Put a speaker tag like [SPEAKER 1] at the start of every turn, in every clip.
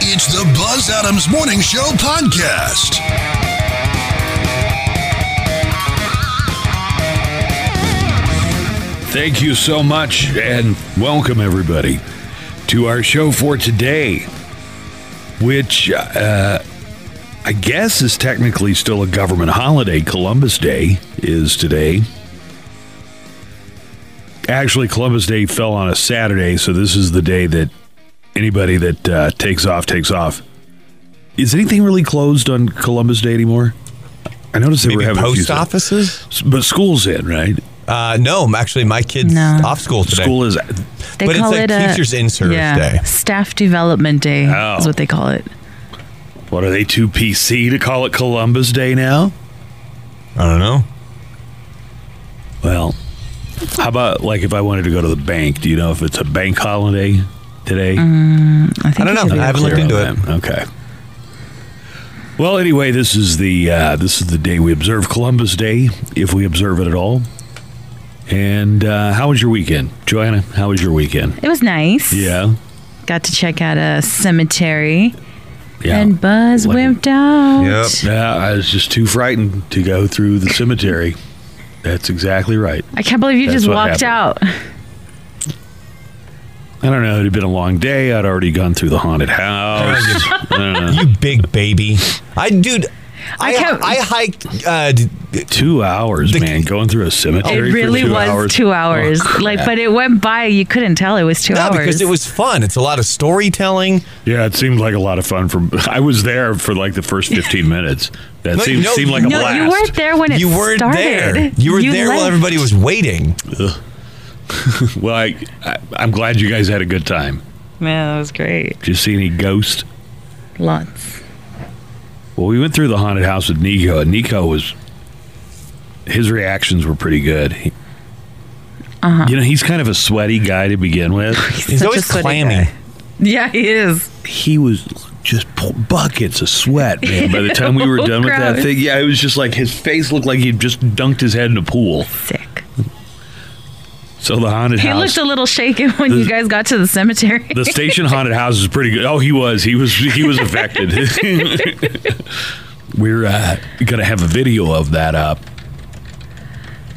[SPEAKER 1] It's the Buzz Adams Morning Show podcast.
[SPEAKER 2] Thank you so much and welcome everybody to our show for today, which uh, I guess is technically still a government holiday. Columbus Day is today. Actually, Columbus Day fell on a Saturday, so this is the day that anybody that uh, takes off takes off. Is anything really closed on Columbus Day anymore? I noticed they
[SPEAKER 3] Maybe
[SPEAKER 2] were having a few
[SPEAKER 3] post
[SPEAKER 2] things.
[SPEAKER 3] offices?
[SPEAKER 2] but school's in right.
[SPEAKER 3] Uh, no, actually, my kid's
[SPEAKER 4] No.
[SPEAKER 3] off school today.
[SPEAKER 2] School is
[SPEAKER 4] They
[SPEAKER 3] But it's
[SPEAKER 4] call
[SPEAKER 3] like
[SPEAKER 4] it a-
[SPEAKER 3] Teachers in Service
[SPEAKER 4] yeah,
[SPEAKER 3] Day.
[SPEAKER 4] Staff Development Day
[SPEAKER 2] Oh.
[SPEAKER 4] is what they call it.
[SPEAKER 2] What are they too PC to call it Columbus Day now?
[SPEAKER 3] I don't know.
[SPEAKER 2] Well, how about like if I wanted to go to the bank? Do you know if it's a bank holiday today?
[SPEAKER 4] Mm, I, think
[SPEAKER 3] I don't
[SPEAKER 4] it
[SPEAKER 3] know.
[SPEAKER 4] should be
[SPEAKER 3] I haven't
[SPEAKER 4] clear.
[SPEAKER 3] looked into it.
[SPEAKER 2] Okay. Well, anyway, this is the uh, this is the day we observe Columbus Day, if we observe it at all. And uh, how was your weekend, Joanna? How was your weekend?
[SPEAKER 4] It was nice.
[SPEAKER 2] Yeah,
[SPEAKER 4] Got to check out a cemetery,
[SPEAKER 2] yeah.
[SPEAKER 4] and Buzz
[SPEAKER 2] Like-
[SPEAKER 4] wimped out.
[SPEAKER 2] yeah, I was just too frightened to go through the cemetery. That's exactly right.
[SPEAKER 4] I can't believe you
[SPEAKER 2] That's
[SPEAKER 4] just
[SPEAKER 2] what
[SPEAKER 4] walked out.
[SPEAKER 2] I don't know. It had been a long day. I'd already gone through the haunted house. I don't know.
[SPEAKER 3] You big baby. I, dude, I,
[SPEAKER 4] I
[SPEAKER 3] I,
[SPEAKER 4] can't-
[SPEAKER 3] hiked. Uh, d-
[SPEAKER 2] Two hours,
[SPEAKER 3] The-
[SPEAKER 2] man, going through a
[SPEAKER 4] It
[SPEAKER 2] cemetery.
[SPEAKER 4] really
[SPEAKER 2] for two
[SPEAKER 4] was
[SPEAKER 2] hours.
[SPEAKER 4] two hours.
[SPEAKER 2] Oh,
[SPEAKER 4] like,
[SPEAKER 2] crap.
[SPEAKER 4] but it went by. You couldn't tell it was two
[SPEAKER 3] no,
[SPEAKER 4] hours.
[SPEAKER 3] because it was fun. It's a lot of storytelling.
[SPEAKER 2] yeah, it seemed like a lot of fun. From I was there for like the first fifteen minutes. That
[SPEAKER 3] No,
[SPEAKER 2] seemed
[SPEAKER 3] no,
[SPEAKER 2] seemed like a
[SPEAKER 4] no,
[SPEAKER 2] blast.
[SPEAKER 4] you weren't there when it
[SPEAKER 3] you weren't
[SPEAKER 4] started.
[SPEAKER 3] there. You were there while
[SPEAKER 4] left.
[SPEAKER 3] everybody was waiting.
[SPEAKER 2] Well, I, I I'm glad you guys had a good time.
[SPEAKER 4] Man, that was great.
[SPEAKER 2] Did you see any ghosts?
[SPEAKER 4] Lots.
[SPEAKER 2] Well, we went through the haunted house with Nico, and Nico was his reactions were pretty good. He- You know, he's kind of a sweaty guy to begin with.
[SPEAKER 3] He's
[SPEAKER 4] Uh-huh. Such a
[SPEAKER 3] always
[SPEAKER 4] sweaty
[SPEAKER 3] clammy.
[SPEAKER 4] guy. Yeah, he is.
[SPEAKER 2] he was just pu- buckets of sweat, man. By the time we were done with that
[SPEAKER 4] Gross.
[SPEAKER 2] thing, yeah, it was just like his face looked like he'd just dunked his head in a pool.
[SPEAKER 4] Sick.
[SPEAKER 2] So the haunted
[SPEAKER 4] He
[SPEAKER 2] house,
[SPEAKER 4] looked a little shaken when you guys got to the cemetery.
[SPEAKER 2] the station haunted house is pretty good. Oh, he was, he was, he was affected. we're uh, gonna have a video of that up,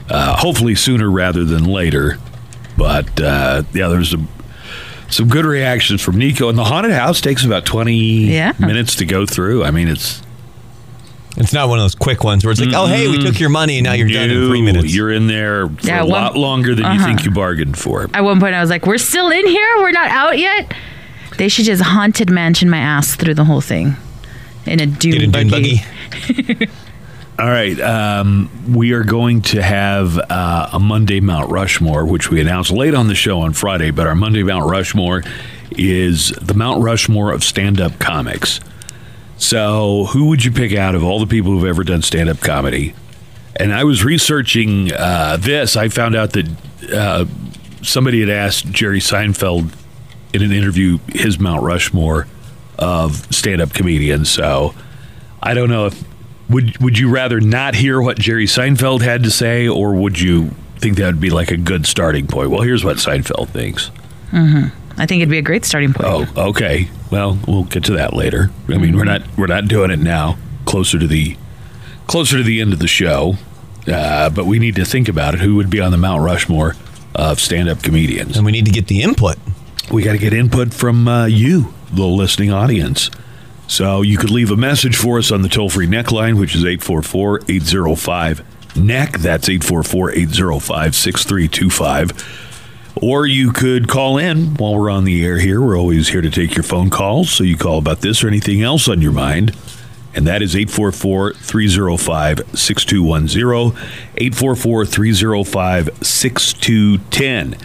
[SPEAKER 2] uh, hopefully sooner rather than later. But uh, yeah, there's a. Some good reactions from Nico, and the haunted house takes about twenty
[SPEAKER 4] Yeah.
[SPEAKER 2] minutes to go through. I mean, it's
[SPEAKER 3] It's not one of those quick ones where it's like, oh, hey, we took your money and now you're done in three
[SPEAKER 2] You-
[SPEAKER 3] minutes.
[SPEAKER 2] You're in there for
[SPEAKER 4] Yeah,
[SPEAKER 2] a
[SPEAKER 4] one- Uh-huh.
[SPEAKER 2] lot longer than you think you bargained for.
[SPEAKER 4] At one point, I was like, "We're still in here. We're not out yet." They should just haunted mansion my ass through the whole thing in a dune,
[SPEAKER 3] Get a dune buggy.
[SPEAKER 2] All right, um, we are going to have uh, a Monday Mount Rushmore, which we announced late on the show on Friday. But our Monday Mount Rushmore is the Mount Rushmore of stand-up comics. So, who would you pick out of all the people who've ever done stand-up comedy? And I was researching uh, this. I found out that uh, somebody had asked Jerry Seinfeld in an interview his Mount Rushmore of stand-up comedians. So I don't know if would would you rather not hear what Jerry Seinfeld had to say, or would you think that would be like a good starting point? Well, here's what Seinfeld thinks.
[SPEAKER 4] mm-hmm. I think it'd be a great starting point.
[SPEAKER 2] Oh, okay. Well, we'll get to that later. I mean, we're
[SPEAKER 3] Mm-hmm.
[SPEAKER 2] not we're not doing it now. Closer to the closer to the end of the show, uh, but we need to think about it. Who would be on the Mount Rushmore of stand-up comedians?
[SPEAKER 3] And we need to get the input.
[SPEAKER 2] we got to get input from uh, you, the listening audience. So you could leave a message for us on the toll free neckline, which is 844 805 NECK. E That's 844 805 6325. Or you could call in while we're on the air here. We're always here to take your phone calls. So you call about this or anything else on your mind. And that is 844 305 6210. 844 305 6210.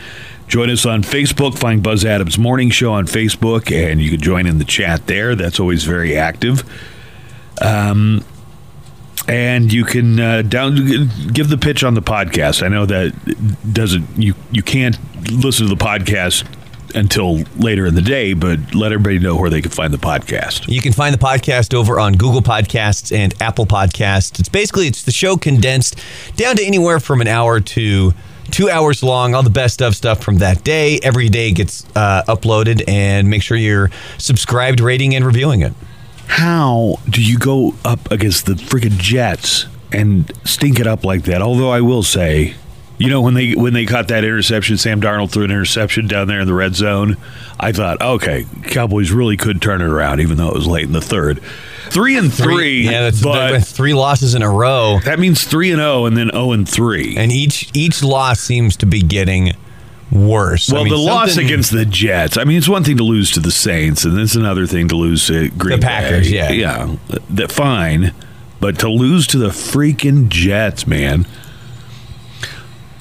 [SPEAKER 2] Join us on Facebook. Find Buzz Adams Morning Show on Facebook, and you can join in the chat there. That's always very active. Um, And you can uh, down give the pitch on the podcast. I know that doesn't you you can't listen to the podcast until later in the day, but let everybody know where they can find the podcast.
[SPEAKER 3] You can find the podcast over on Google Podcasts and Apple Podcasts. It's basically it's the show condensed down to anywhere from an hour to two hours long. All the best of stuff from that day. Every day gets uh, uploaded, and make sure you're subscribed, rating, and reviewing it.
[SPEAKER 2] How do you go up against the freaking Jets and stink it up like that? Although I will say, you know when they when they caught that interception, Sam Darnold threw an interception down there in the red zone. I thought, okay, Cowboys really could turn it around, even though it was late in the third. Three and three,
[SPEAKER 3] yeah, that's
[SPEAKER 2] but
[SPEAKER 3] that's three losses in a row,
[SPEAKER 2] that means three and zero, and then zero and three.
[SPEAKER 3] and each each loss seems to be getting worse. I
[SPEAKER 2] Well,
[SPEAKER 3] mean,
[SPEAKER 2] the loss
[SPEAKER 3] something-
[SPEAKER 2] against the Jets. I mean, it's one thing to lose to the Saints, and it's another thing to lose to Green
[SPEAKER 3] The Packers,
[SPEAKER 2] Bay.
[SPEAKER 3] yeah.
[SPEAKER 2] yeah, that fine, but to lose to the freaking Jets, man.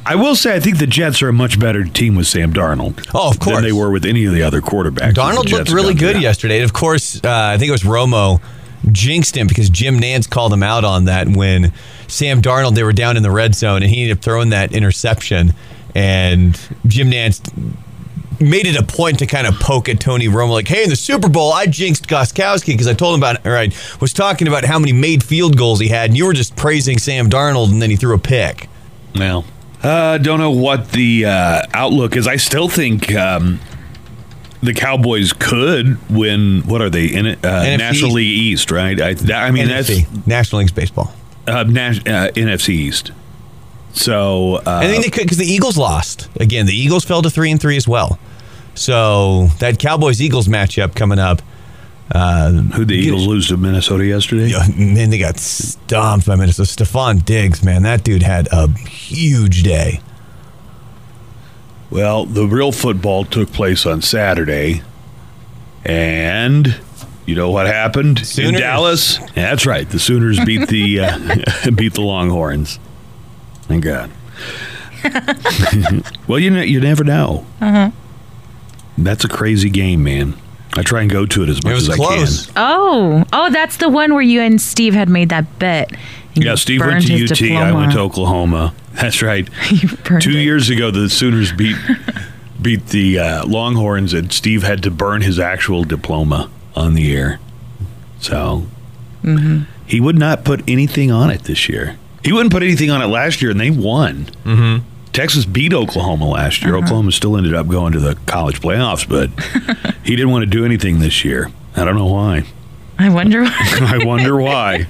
[SPEAKER 2] I will say, I think the Jets are a much better team with Sam Darnold.
[SPEAKER 3] Oh, of course.
[SPEAKER 2] than they were with any of the other quarterbacks. that the
[SPEAKER 3] Darnold
[SPEAKER 2] Jets
[SPEAKER 3] looked
[SPEAKER 2] have
[SPEAKER 3] really
[SPEAKER 2] done.
[SPEAKER 3] good yesterday. And of course, uh, I think it was Romo jinxed him because Jim Nance called him out on that when Sam Darnold, they were down in the red zone and he ended up throwing that interception. And Jim Nance made it a point to kind of poke at Tony Romo, like, hey, in the Super Bowl, I jinxed Goskowski because I told him about, or I was talking about how many made field goals he had. And you were just praising Sam Darnold and then he threw a pick.
[SPEAKER 2] Well, uh, don't know what the uh, outlook is. I still think um, the Cowboys could win. What are they in it? Uh,
[SPEAKER 3] NFC.
[SPEAKER 2] National League East, right? I, that- I mean,
[SPEAKER 3] NFC, National League's baseball.
[SPEAKER 2] that's uh, Nash, uh, NFC East. So uh,
[SPEAKER 3] I think they could because the Eagles lost again. The Eagles fell to three and three as well. So that Cowboys Eagles matchup coming up, uh,
[SPEAKER 2] who the Eagles lose to Minnesota yesterday?
[SPEAKER 3] yeah, man, they got stomped by Minnesota. Stephon Diggs, man, that dude had a huge day.
[SPEAKER 2] Well, the real football took place on Saturday, and you know what happened in
[SPEAKER 3] Sooners.
[SPEAKER 2] Dallas. That's right, the Sooners beat the uh, beat the Longhorns. Thank God. well, you know, you never know. That's a crazy game, man. I try and go to it as much
[SPEAKER 3] It was
[SPEAKER 2] as
[SPEAKER 3] close.
[SPEAKER 2] I
[SPEAKER 4] Oh, oh, that's the one where you and Steve had made that bet. and
[SPEAKER 2] can.
[SPEAKER 4] you
[SPEAKER 2] Yeah, Steve
[SPEAKER 4] burned
[SPEAKER 2] went to
[SPEAKER 4] his
[SPEAKER 2] UT. I went to
[SPEAKER 4] diploma.
[SPEAKER 2] Oklahoma. That's right.
[SPEAKER 4] You burned
[SPEAKER 2] Two
[SPEAKER 4] it.
[SPEAKER 2] years ago, the Sooners beat beat the uh, Longhorns, and Steve had to burn his actual diploma on the air. So
[SPEAKER 4] Mm-hmm.
[SPEAKER 2] he would not put anything on it this year. He wouldn't put anything on it last year, and they won. Mm-hmm. Texas beat Oklahoma last
[SPEAKER 4] Uh-huh.
[SPEAKER 2] year. Oklahoma still ended up going to the college playoffs, but he didn't want to do anything this year. I don't know why.
[SPEAKER 4] I wonder why.
[SPEAKER 2] I wonder why.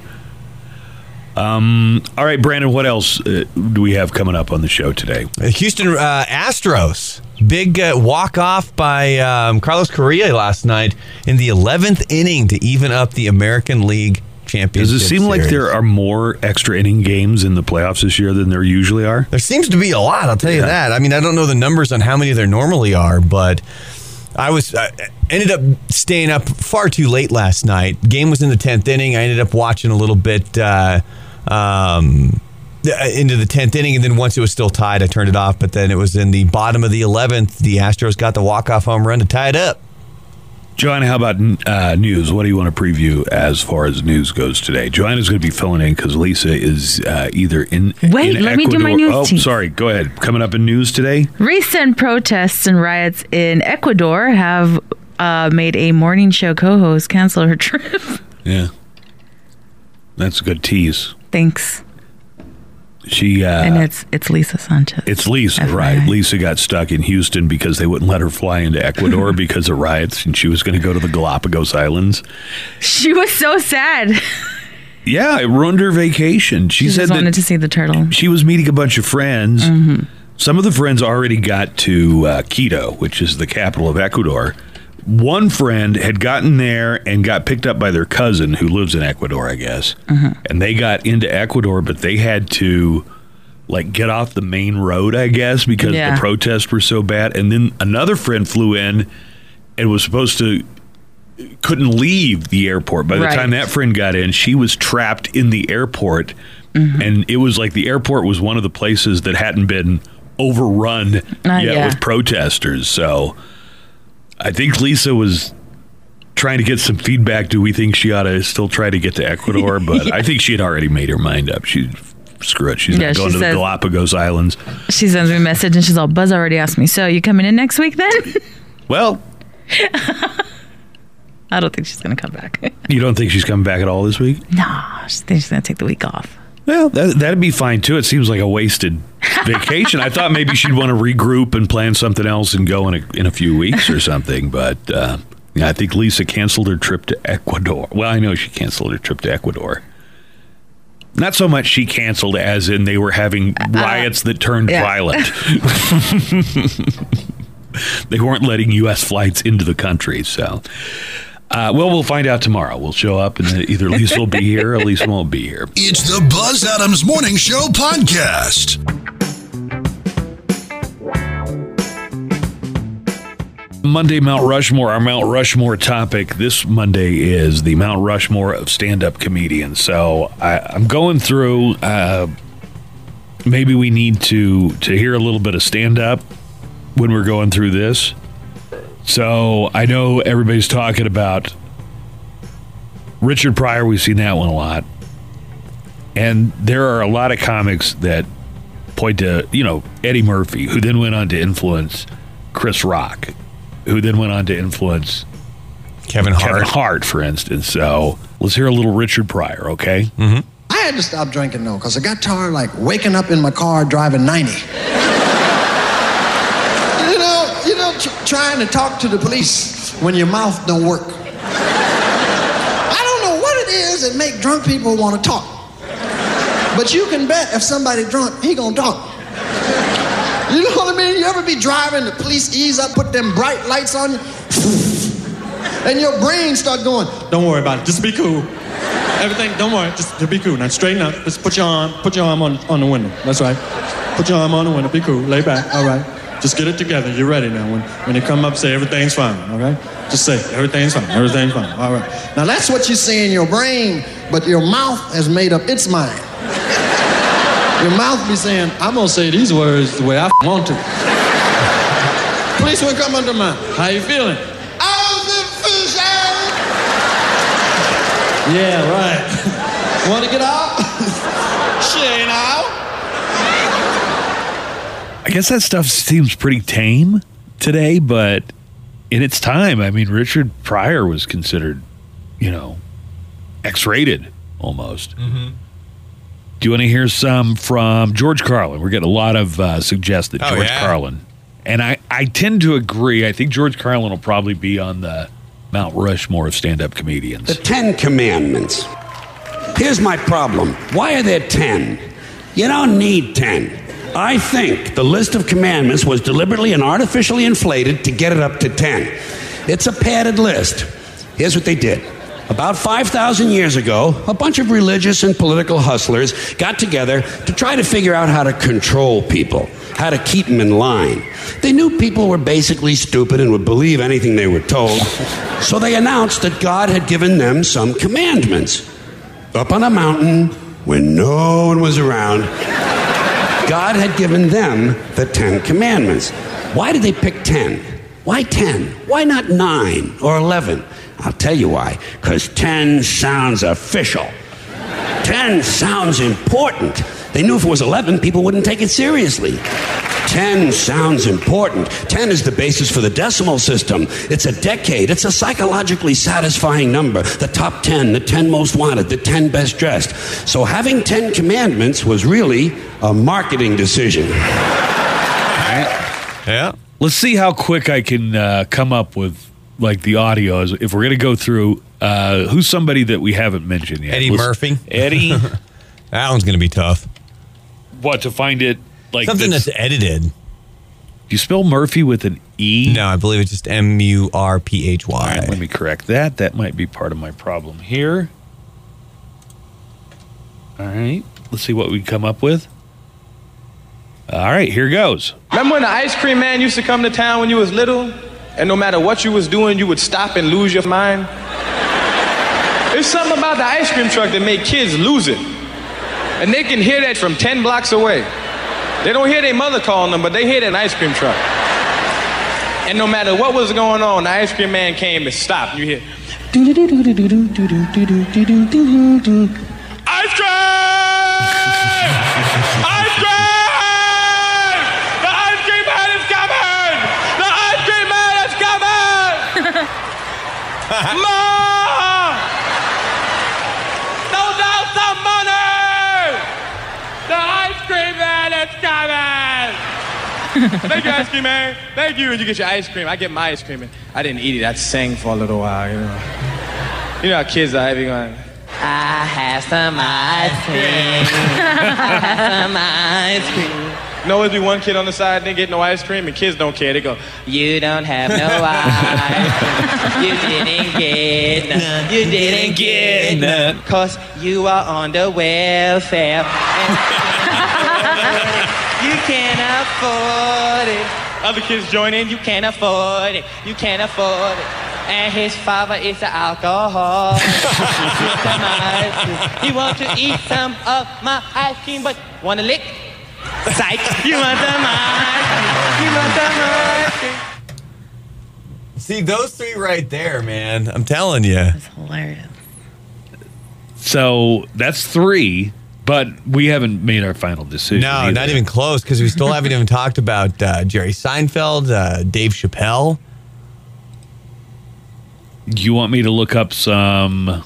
[SPEAKER 2] Um, all right, Brandon, what else uh, do we have coming up on the show today?
[SPEAKER 3] The Houston uh, Astros big uh, walk off by um, Carlos Correa last night in the eleventh inning to even up the American League
[SPEAKER 2] Does
[SPEAKER 3] championship.
[SPEAKER 2] it seem like
[SPEAKER 3] Series.
[SPEAKER 2] there are more extra inning games in the playoffs this year than there usually are?
[SPEAKER 3] There seems to be a lot. I'll tell you that. I mean, I don't know the numbers on how many there normally are, but I was I ended up staying up far too late last night. Game was in the tenth inning. I ended up watching a little bit uh, um, the- into the tenth inning, and then once it was still tied, I turned it off. But then it was in the bottom of the eleventh. The Astros got the walk off home run to tie it up.
[SPEAKER 2] John, how about uh, news? What do you want to preview as far as news goes today? Joanna's going to be filling in because Lisa is uh, either in.
[SPEAKER 4] Wait,
[SPEAKER 2] in
[SPEAKER 4] let me do my
[SPEAKER 2] Ecuador-
[SPEAKER 4] news
[SPEAKER 2] Oh,
[SPEAKER 4] tease.
[SPEAKER 2] sorry. Go ahead. Coming up in news today.
[SPEAKER 4] Recent protests and riots in Ecuador have uh, made a morning show co host cancel her trip.
[SPEAKER 2] Yeah, that's a good tease.
[SPEAKER 4] Thanks.
[SPEAKER 2] She uh,
[SPEAKER 4] And it's it's Lisa Sanchez.
[SPEAKER 2] It's Lisa,
[SPEAKER 4] FYI.
[SPEAKER 2] right? Lisa got stuck in Houston because they wouldn't let her fly into Ecuador because of riots, and she was going to go to the Galapagos Islands.
[SPEAKER 4] she was so sad.
[SPEAKER 2] Yeah, it ruined her vacation. She,
[SPEAKER 4] She
[SPEAKER 2] said
[SPEAKER 4] just
[SPEAKER 2] that
[SPEAKER 4] wanted to see the turtle. Mm-hmm.
[SPEAKER 2] she was meeting a bunch of friends. Some of the friends already got to uh, Quito, which is the capital of Ecuador. One friend had gotten there and got picked up by their cousin who lives in Ecuador, I guess.
[SPEAKER 4] Uh-huh.
[SPEAKER 2] And they got into Ecuador, but they had to like get off the main road, I guess, because
[SPEAKER 4] Yeah.
[SPEAKER 2] the protests were so bad. And then another friend flew in and was supposed to couldn't leave the airport. By the
[SPEAKER 4] Right.
[SPEAKER 2] time that friend got in, she was trapped in the airport.
[SPEAKER 4] Mm-hmm.
[SPEAKER 2] And it was like the airport was one of the places that hadn't been overrun
[SPEAKER 4] Ah,
[SPEAKER 2] yet
[SPEAKER 4] yeah.
[SPEAKER 2] with protesters. So I think Lisa was trying to get some feedback. Do we think she ought to still try to get to Ecuador? But I think she had already made her mind up. She screw it. She's
[SPEAKER 4] Yeah,
[SPEAKER 2] not going
[SPEAKER 4] she
[SPEAKER 2] to
[SPEAKER 4] says-
[SPEAKER 2] the Galapagos Islands.
[SPEAKER 4] She sends me a message and she's all, Buzz already asked me, so you coming in next week then?
[SPEAKER 2] Well,
[SPEAKER 4] I don't think she's going to come back.
[SPEAKER 2] you don't think she's coming back at all this week?
[SPEAKER 4] no, she thinks she's going to take the week off.
[SPEAKER 2] Well, that, that'd be fine too. It seems like a wasted vacation. I thought maybe she'd want to regroup and plan something else and go in a, in a few weeks or something. But uh, yeah, I think Lisa canceled her trip to Ecuador. Well, I know she canceled her trip to Ecuador. Not so much she canceled as in they were having riots that turned
[SPEAKER 4] yeah.
[SPEAKER 2] violent. they weren't letting U.S. flights into the country. So, uh, well, we'll find out tomorrow. We'll show up, and either Lisa will be here or Lisa won't be here.
[SPEAKER 1] It's the Buzz Adams Morning Show podcast.
[SPEAKER 2] Monday Mount Rushmore, our Mount Rushmore topic this Monday is the Mount Rushmore of stand up comedians. So I, I'm going through, uh, maybe we need to, to hear a little bit of stand up when we're going through this. So I know everybody's talking about Richard Pryor. We've seen that one a lot. And there are a lot of comics that point to, you know, Eddie Murphy, who then went on to influence Chris Rock, who then went on to influence
[SPEAKER 3] Kevin Hart.
[SPEAKER 2] Kevin Hart, for instance. So let's hear a little Richard Pryor, okay?
[SPEAKER 3] Mm-hmm.
[SPEAKER 5] I had to stop drinking though, because I got tired like waking up in my car driving 90. you know, you know, tr- trying to talk to the police when your mouth don't work. I don't know what it is that make drunk people want to talk. But you can bet if somebody drunk, he gonna talk. You know what I mean? You ever be driving, the police ease up, put them bright lights on you, and your brain start going,
[SPEAKER 6] Don't worry about it. Just be cool. Everything, don't worry. Just be cool. Now straighten up. Just put your arm, put your arm on, on the window. That's right. Put your arm on the window. Be cool. Lay back. All right. Just get it together. You're ready now. When, when they come up, say everything's fine. All right. Just say everything's fine. Everything's fine. All right.
[SPEAKER 5] Now that's what you see in your brain, but your mouth has made up its mind. your mouth be saying,
[SPEAKER 6] I'm gonna say these words the way I want to. Police will come under mine. How you feeling?
[SPEAKER 5] "I'm the fish out."
[SPEAKER 6] Yeah, right. Want to get out? Shit, now.
[SPEAKER 2] I guess that stuff seems pretty tame today, but in its time, I mean, Richard Pryor was considered, you know, X rated almost. Do you want to hear some from George Carlin? We're getting a lot of uh, suggested
[SPEAKER 3] Oh,
[SPEAKER 2] George
[SPEAKER 3] yeah.
[SPEAKER 2] Carlin. And I, I tend to agree. I think George Carlin will probably be on the Mount Rushmore of stand up comedians.
[SPEAKER 7] The Ten Commandments. Here's my problem. Why are there ten? You don't need ten. I think the list of commandments was deliberately and artificially inflated to get it up to ten. It's a padded list. Here's what they did. About 5,000 years ago, a bunch of religious and political hustlers got together to try to figure out how to control people, how to keep them in line. They knew people were basically stupid and would believe anything they were told, so they announced that God had given them some commandments. Up on a mountain when no one was around, God had given them the Ten Commandments. Why did they pick ten? Why ten? Why not nine or eleven? I'll tell you why. Because ten sounds official. 10 sounds important. They knew if it was 11, people wouldn't take it seriously. 10 sounds important. 10 is the basis for the decimal system. It's a decade. It's a psychologically satisfying number. The top 10, the 10 most wanted, the 10 best dressed. So having 10 commandments was really a marketing decision.
[SPEAKER 3] Yeah.
[SPEAKER 2] Let's see how quick I can uh, come up with like the audio. Is If we're going to go through, uh, who's somebody that we haven't mentioned yet?
[SPEAKER 3] Eddie Murphy.
[SPEAKER 2] Eddie,
[SPEAKER 3] That one's going to be tough.
[SPEAKER 2] what to find it like
[SPEAKER 3] Something
[SPEAKER 2] that's-
[SPEAKER 3] that's edited.
[SPEAKER 2] do you spell Murphy with an e?
[SPEAKER 3] No, I believe it's just M U R P H
[SPEAKER 2] All right, let
[SPEAKER 3] Y.
[SPEAKER 2] me correct that. That might be part of my problem here. All right, let's see what we come up with. All right, here goes.
[SPEAKER 8] Remember when the ice cream man used to come to town when you was little? And no matter what you was doing, you would stop and lose your mind? There's something about the ice cream truck that make kids lose it. And they can hear that from 10 blocks away. They don't hear their mother calling them, but they hear that ice cream truck. And no matter what was going on, the ice cream man came and stopped. You hear, Ice cream! Ice cream! The ice cream man is coming! The ice cream man is coming! Ma! Don't out the money! The ice cream man is coming! "Ah, Thank you, ice cream man. Thank you. And you get your ice cream. I get my ice cream. And I didn't eat it. I sang for a little while, you know. You know how kids are. They be going, I have some ice cream. I have some Um, ice cream. No, there'd be one kid on the side didn't get no ice cream, and kids don't care. They go, You don't have no ice cream. You didn't get none. You didn't get none. Cause you are on the welfare. You can't afford it. Other kids join in. You can't afford it. You can't afford it. And his father is an alcoholic. He's some ice cream. you want to eat some of my ice cream, but want a lick? Psych. You want some ice cream. You want some ice cream.
[SPEAKER 3] See those three right there, man. I'm telling you.
[SPEAKER 4] It's hilarious.
[SPEAKER 2] So that's three, but we haven't made our final decision.
[SPEAKER 3] No,
[SPEAKER 2] either.
[SPEAKER 3] not even close because we still haven't even talked about uh, Jerry Seinfeld, uh, Dave Chappelle.
[SPEAKER 2] You want me to look up some?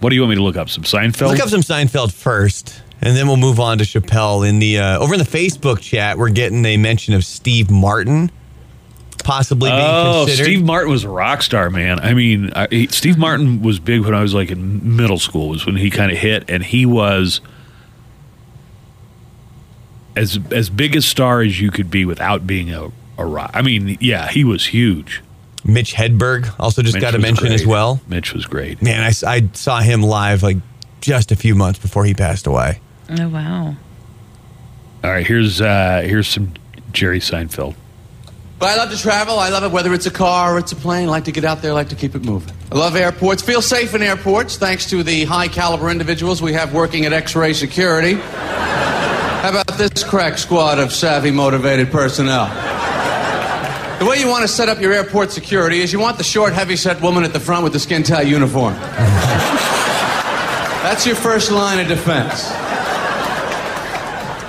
[SPEAKER 2] What do you want me to look up? Some Seinfeld.
[SPEAKER 3] Look up some Seinfeld first, and then we'll move on to Chappelle. In the uh, over in the Facebook chat, we're getting a mention of Steve Martin possibly being
[SPEAKER 2] Oh,
[SPEAKER 3] considered.
[SPEAKER 2] Steve Martin was a rock star, man. I mean, I, he, Steve Martin was big when I was like in middle school. Was when he kind of hit, and he was as as big a star as you could be without being a, a rock. I mean, yeah, he was huge.
[SPEAKER 3] Mitch Hedberg also just
[SPEAKER 2] Mitch
[SPEAKER 3] got a
[SPEAKER 2] was
[SPEAKER 3] mention as
[SPEAKER 2] great.
[SPEAKER 3] well.
[SPEAKER 2] Mitch was great.
[SPEAKER 3] Man, I, s- I saw him live like just a few months before he passed away.
[SPEAKER 4] Oh wow.
[SPEAKER 2] All right, here's uh here's some Jerry Seinfeld.
[SPEAKER 9] But I love to travel. I love it whether it's a car or it's a plane. I like to get out there, I like to keep it moving. I love airports. Feel safe in airports thanks to the high caliber individuals we have working at X-ray security. How about this crack squad of savvy motivated personnel? The way you want to set up your airport security is you want the short, heavy-set woman at the front with the skin tie uniform. That's your first line of defense.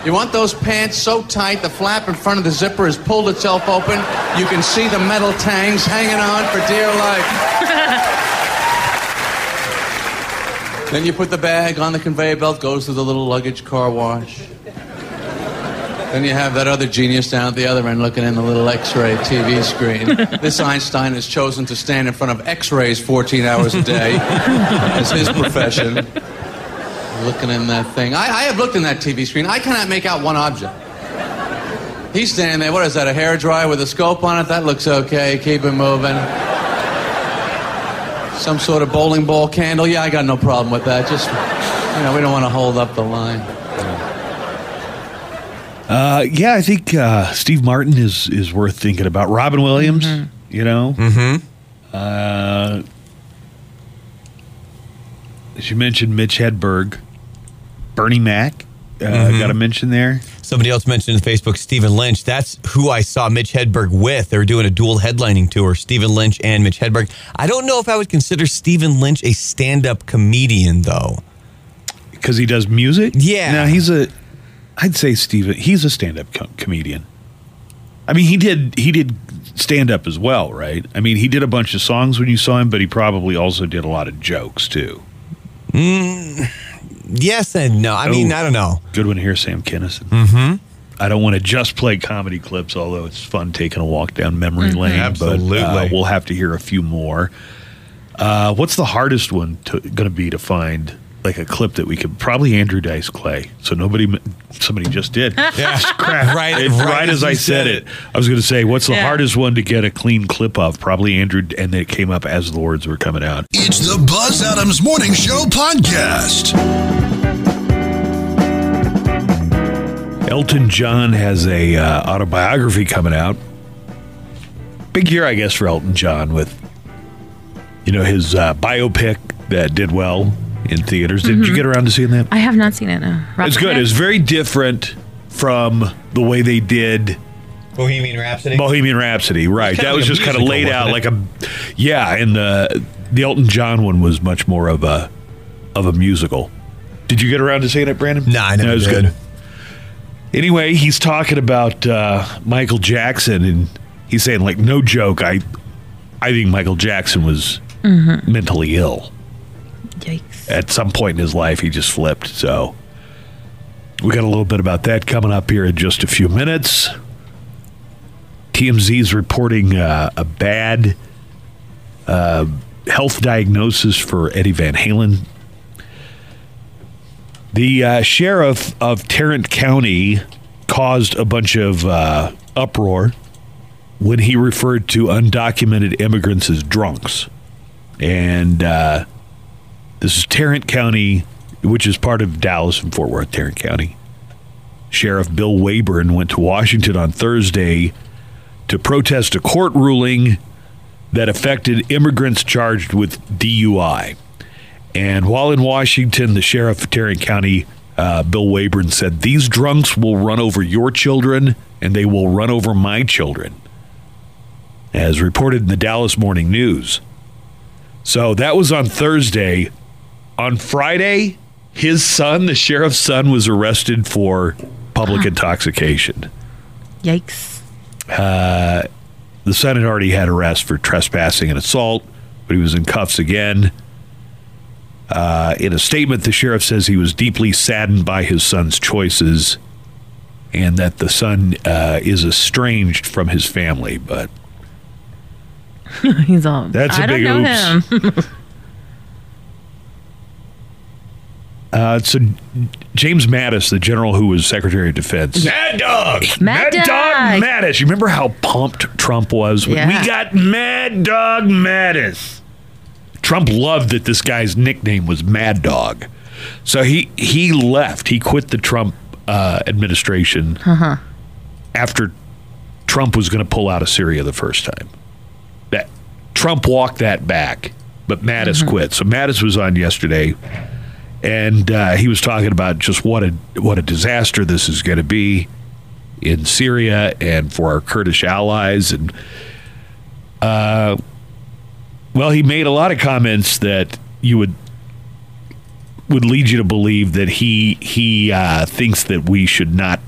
[SPEAKER 9] You want those pants so tight the flap in front of the zipper has pulled itself open. You can see the metal tangs hanging on for dear life. then you put the bag on the conveyor belt, goes through the little luggage car wash. Then you have that other genius down at the other end looking in the little x ray TV screen. This Einstein has chosen to stand in front of x rays 14 hours a day as his profession looking in that thing. I, I have looked in that TV screen. I cannot make out one object. He's standing there. What is that? A hair dryer with a scope on it? That looks okay. Keep it moving. Some sort of bowling ball candle. Yeah, I got no problem with that. Just, you know, we don't want to hold up the line.
[SPEAKER 2] Uh yeah, I think uh Steve Martin is is worth thinking about. Robin Williams, you know. Mhm.
[SPEAKER 3] Mm-hmm.
[SPEAKER 2] Uh as you mentioned Mitch Hedberg, Bernie Mac, uh, got a mention there.
[SPEAKER 3] Mm-hmm. Somebody else mentioned in Facebook Stephen Lynch. That's who I saw Mitch Hedberg with. They were doing a dual headlining tour, Stephen Lynch and Mitch Hedberg. I don't know if I would consider Stephen Lynch a stand up comedian, though.
[SPEAKER 2] Because he does music.
[SPEAKER 3] Yeah.
[SPEAKER 2] Now he's a, I'd say Steven. He's a stand-up com- comedian. I mean, he did he did stand-up as well, right? I mean, he did a bunch of songs when you saw him, but he probably also did a lot of jokes too.
[SPEAKER 3] Mm, Yes and no. I mean,
[SPEAKER 2] Oh.
[SPEAKER 3] I don't know.
[SPEAKER 2] Good one here, Sam Kinison. Mm-hmm. I don't want to just play comedy clips, although it's fun taking a walk down memory lane.
[SPEAKER 3] Mm-hmm. Absolutely.
[SPEAKER 2] but, uh, we'll have to hear a few more. Uh, what's the hardest one going to be to find? Like a clip that we could probably Andrew Dice Clay. So nobody, somebody just did.
[SPEAKER 3] Yeah.
[SPEAKER 2] crap.
[SPEAKER 3] Right-
[SPEAKER 2] It-
[SPEAKER 3] right
[SPEAKER 2] right, as,
[SPEAKER 3] as you
[SPEAKER 2] I said
[SPEAKER 3] said
[SPEAKER 2] it. I was going to say, what's the
[SPEAKER 4] Yeah.
[SPEAKER 2] hardest one to get a clean clip of? Probably Andrew, and it came up as the words were coming out.
[SPEAKER 1] It's the Buzz Adams Morning Show podcast.
[SPEAKER 2] Elton John has a uh, autobiography coming out. Big year, I guess, for Elton John with, you know, his uh, biopic that did well in theaters. Did
[SPEAKER 4] Mm-hmm.
[SPEAKER 2] you get around to seeing that?
[SPEAKER 4] I have not seen it. No.
[SPEAKER 2] It's good. It's very different from the way they did
[SPEAKER 3] Bohemian Oh, Rhapsody.
[SPEAKER 2] Bohemian Rhapsody, right?
[SPEAKER 3] It's kinda
[SPEAKER 2] That
[SPEAKER 3] like
[SPEAKER 2] was
[SPEAKER 3] a
[SPEAKER 2] just kind of
[SPEAKER 3] musical,
[SPEAKER 2] laid out like
[SPEAKER 3] wasn't
[SPEAKER 2] a, yeah. And the the Elton John one was much more of a of a musical. Did you get around to seeing it, Brandon?
[SPEAKER 3] No, I never
[SPEAKER 2] it was
[SPEAKER 3] did.
[SPEAKER 2] good. Anyway, he's talking about uh, Michael Jackson, and he's saying like, no joke. I I think Michael Jackson was
[SPEAKER 10] Mm-hmm.
[SPEAKER 8] Mm-hmm.
[SPEAKER 2] mentally ill
[SPEAKER 4] Yikes.
[SPEAKER 2] at some point in his life he just flipped so we got a little bit about that coming up here in just a few minutes TMZ is reporting uh, a bad uh, health diagnosis for Eddie Van Halen. The uh, sheriff of Tarrant County caused a bunch of uh, uproar when he referred to undocumented immigrants as drunks. And uh, this is Tarrant County, which is part of Dallas and Fort Worth, Tarrant County. Sheriff Bill Wayburn went to Washington on Thursday to protest a court ruling that affected immigrants charged with DUI. And while in Washington, the sheriff of Tarrant County, uh, Bill Wayburn, said, These drunks will run over your children and they will run over my children, as reported in the Dallas Morning News. So that was on Thursday. On Friday, his son, the sheriff's son, was arrested for public intoxication. Uh,
[SPEAKER 4] Yikes.
[SPEAKER 2] The son had already had arrest for trespassing and assault, but he was in cuffs again. Uh, in a statement, the sheriff says he was deeply saddened by his son's choices and that the son uh, is estranged from his family. But
[SPEAKER 4] He's all.
[SPEAKER 2] That's a
[SPEAKER 4] I don't
[SPEAKER 2] big
[SPEAKER 4] know
[SPEAKER 2] oops.
[SPEAKER 4] him.
[SPEAKER 2] uh, so James Mattis, the general who was Secretary of Defense, Mad Dog,
[SPEAKER 4] Mad Dog.
[SPEAKER 2] Mattis. You remember how pumped Trump was? when
[SPEAKER 4] Yeah.
[SPEAKER 2] We got Mad Dog Mattis. Trump loved that this guy's nickname was Mad Dog, so he he left. He quit the Trump uh, administration
[SPEAKER 8] Uh-huh.
[SPEAKER 2] after Trump was going to pull out of Syria the first time. That Trump walked that back, but Mattis quit. So Mattis was on yesterday, and uh, he was talking about just what a what a disaster this is going to be in Syria and for our Kurdish allies. And uh, well, he made a lot of comments that you would would lead you to believe that he he uh, thinks that we should not